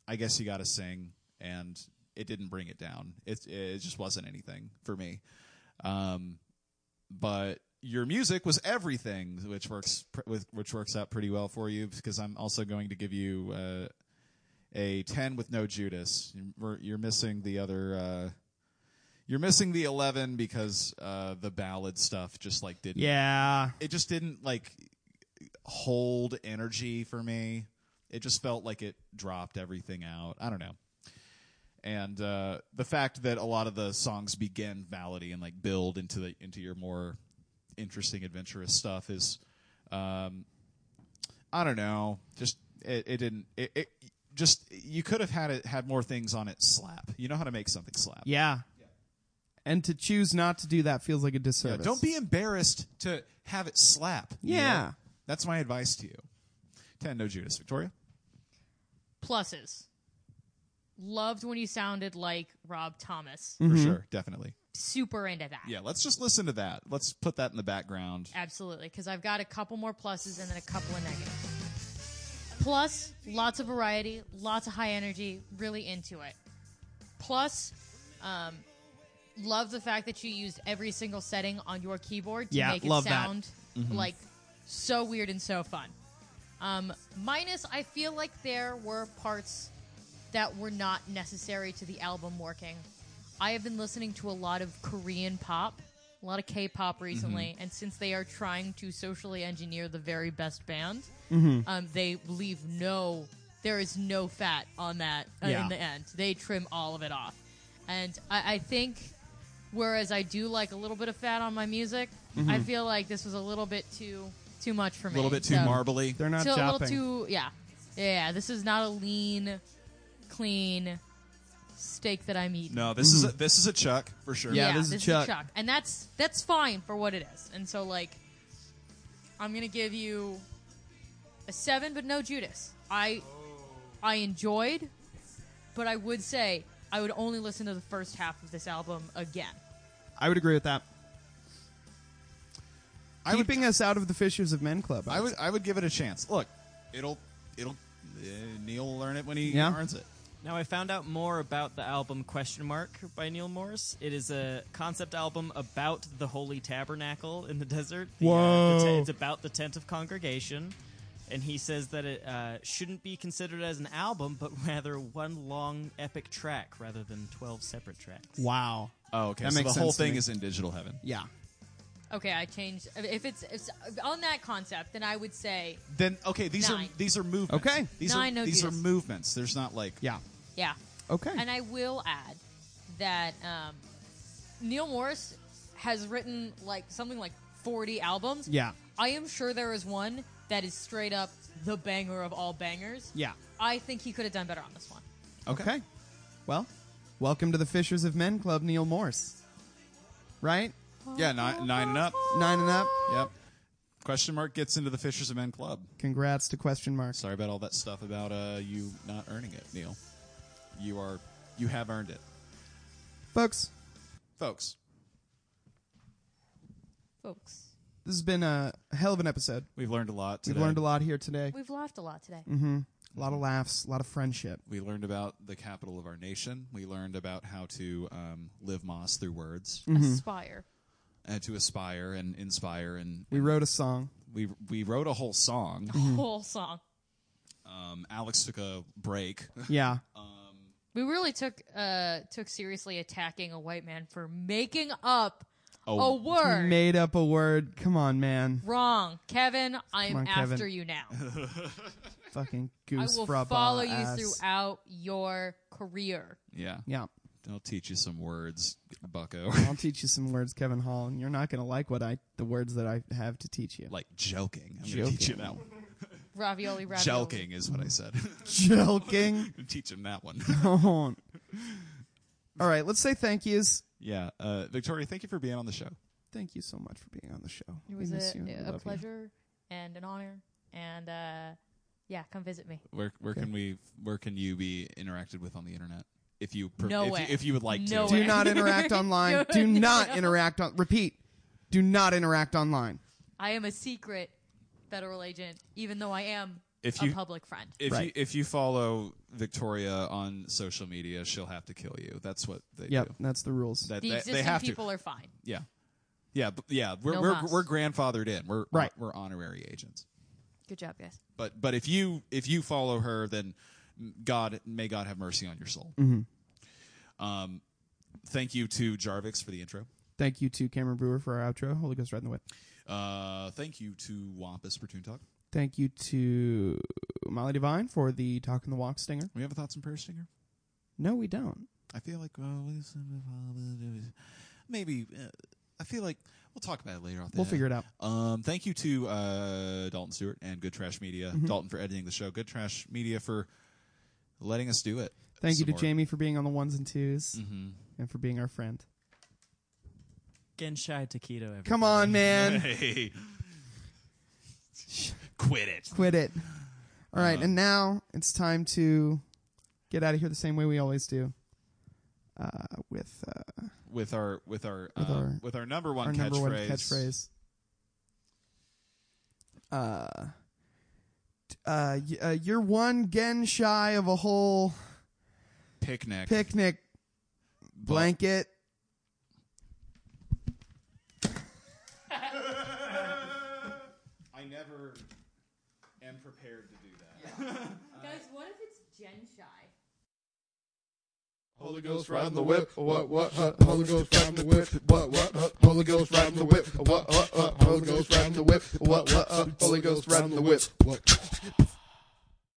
I guess you got to sing, and it didn't bring it down. It it just wasn't anything for me. Um, but your music was everything, which works pr- with which works out pretty well for you because I'm also going to give you uh, a ten with no Judas. You're, you're missing the other. Uh, you're missing the eleven because uh, the ballad stuff just like didn't
Yeah.
it just didn't like hold energy for me. It just felt like it dropped everything out. I don't know. And uh, the fact that a lot of the songs begin melody and like build into the into your more interesting adventurous stuff is, um, I don't know, just it, it didn't it, it just you could have had it had more things on it slap. You know how to make something slap.
Yeah. And to choose not to do that feels like a
Yeah,
disservice.
don't be embarrassed to have it slap. you
Yeah.
know? That's my advice to you. 10 No Judas. Victoria?
Pluses. Loved when you sounded like Rob Thomas.
Mm-hmm.
For sure. Definitely.
Super into that.
Yeah, let's just listen to that. Let's put that in the background.
Absolutely, because I've got a couple more pluses and then a couple of negatives. Plus, lots of variety, lots of high energy, really into it. Plus, um, love the fact that you used every single setting on your keyboard to
Yeah,
make
love
it
that. Mm-hmm.
sound like so weird and so fun. Um, minus, I feel like there were parts that were not necessary to the album working. I have been listening to a lot of Korean pop, a lot of
Mm-hmm.
K-pop recently, and since they are trying to socially engineer the very best band,
Mm-hmm.
um, they leave no, there is no fat on that uh,
Yeah.
in the end. They trim all of it off, and I, I think, whereas I do like a little bit of fat on my music, I feel like this was a little bit too too much for
A
me.
Mm-hmm. little bit too
So-
marbly.
They're not
so a little
chopping.
too yeah. yeah this is not a lean clean steak that i'm eating
No, this is a, this is a Chuck for sure.
Mm-hmm. Yeah. this is chuck.
and that's that's fine for what it is and so like i'm gonna give you a seven but no judas i i enjoyed but i would say i would only listen to the first half of this album again
I would agree with that.
I would
Keeping us out of the Fishers of Men Club.
I would I would give it a chance. Look, it'll it'll uh, Neil will learn it when he
Yeah.
learns it.
Now I found out more about the album Question Mark by Neil Morris. It is a concept album about the Holy Tabernacle in the desert. The, uh,
Whoa.
the te- it's about the Tent of Congregation. And he says that it uh, shouldn't be considered as an album, but rather one long epic track rather than 12 separate tracks.
Wow.
Oh, okay.
That
so
makes
the whole
sense to
thing
me.
is in digital heaven.
Yeah.
okay i changed if it's, it's on that concept then i would say
Then okay, these
Nine.
are these are movements.
Okay.
These
Nine,
are
no
these
Judas.
are movements. There's not like
Yeah.
yeah
Okay.
And I will add that um, Neil Morris has written like something like 40 albums.
Yeah.
I am sure there is one that is straight up the banger of all bangers.
Yeah.
I think he could have done better on this one.
Okay. Well, welcome to the Fishers of Men Club, Neil Morse. Right?
yeah, nine, nine and up.
Nine and up.
Yep. Question mark gets into the Fishers of Men Club.
Congrats to question mark.
Sorry about all that stuff about uh, you not earning it, Neil. You are you have earned it,
Folks,
folks.
Folks,
this has been a hell of an episode.
We've learned a lot. Today.
We've learned a lot here today.
we've laughed a lot today.
Mm-hmm. A lot of laughs, a lot of friendship.
We learned about the capital of our nation. We learned about how to um, live Moss through words,
Aspire.
and to aspire and inspire. And
We wrote a song.
we we wrote a whole song.
Whole song.
Um, Alex took a break.
Yeah.
We really took uh, took seriously attacking a white man for making up a
Oh,
word.
Made up a word. Come on, man.
Wrong. Kevin, I am
on, Kevin.
after you now.
Fucking
I
goose
will
fra ba
follow you
ass.
throughout your career.
yeah.
Yeah.
I'll teach you some words, Bucko.
I'll teach you some words, Kevin Hall, and you're not gonna like what I the words that I have to teach you.
like joking. I'm gonna teach you that one.
Ravioli, ravioli.
Joking is what I said.
Joking.
teach him that one.
All right, let's say thank yous.
yeah, uh, Victoria, thank you for being on the show.
Thank you so much for being on the show.
It
We
was
miss
a,
you. We
a
love you.
pleasure and an honor. And uh, yeah, come visit me.
Where where
Okay.
can we where can you be interacted with on the internet if you per- if,
Nowhere.
you if you would like to?
Nowhere.
Do not interact online. Do not interact on. Repeat. Do not interact online.
I am a secret federal agent, even though I am
If
a
you-
public friend.
If you
Right.
if you follow Victoria on social media, she'll have to kill you. That's what they
Yep,
do.
that's the rules.
That,
The
that-
existing
they have
people
to.
are fine.
Yeah, yeah, but yeah. We're
No
we're,
mas.
we're grandfathered in. We're
Right.
We're honorary agents.
Good job, guys.
But but if you if you follow her, then God may God have mercy on your soul.
Mm-hmm.
Um, thank you to Jarvix for the intro.
Thank you to Cameron Brewer for our outro. Holy Ghost riding the whip.
Uh, thank you to Wampus for Toon Talk.
Thank you to Molly Divine for the Talk and the Walk stinger.
We have a thoughts and prayers stinger.
No, we don't.
I feel like well, we- maybe uh, I feel like we'll talk about it later. Off the
We'll figure it out.
Um, thank you to uh, Dalton Stewart and Good Trash Media.
Mm-hmm.
Dalton for editing the show. Good Trash Media for letting us do it.
Thank you
some
to
more.
Jamie for being on the ones and 2s
Mm.
and for being our friend.
Genshai Takedo. everybody.
Come on, man.
Hey, quit it.
Quit it. All
Uh-huh.
right, and now it's time to get out of here the same way we always do. Uh, with uh,
With our with our
With
uh,
our-
with our number one
our number one
catchphrase.
catchphrase. Uh, t- uh, y- uh, you're one gen shy of a whole
Picnic.
picnic blanket.
I never am prepared to do that.
Guys, what if it's Gen Shy?
Holy Ghost riding the whip, what what? Uh, Holy Ghost riding the whip, what what? Uh, Holy Ghost riding the whip, what what? Uh, Holy Ghost riding the whip, what what? Uh, Holy Ghost riding the whip, what?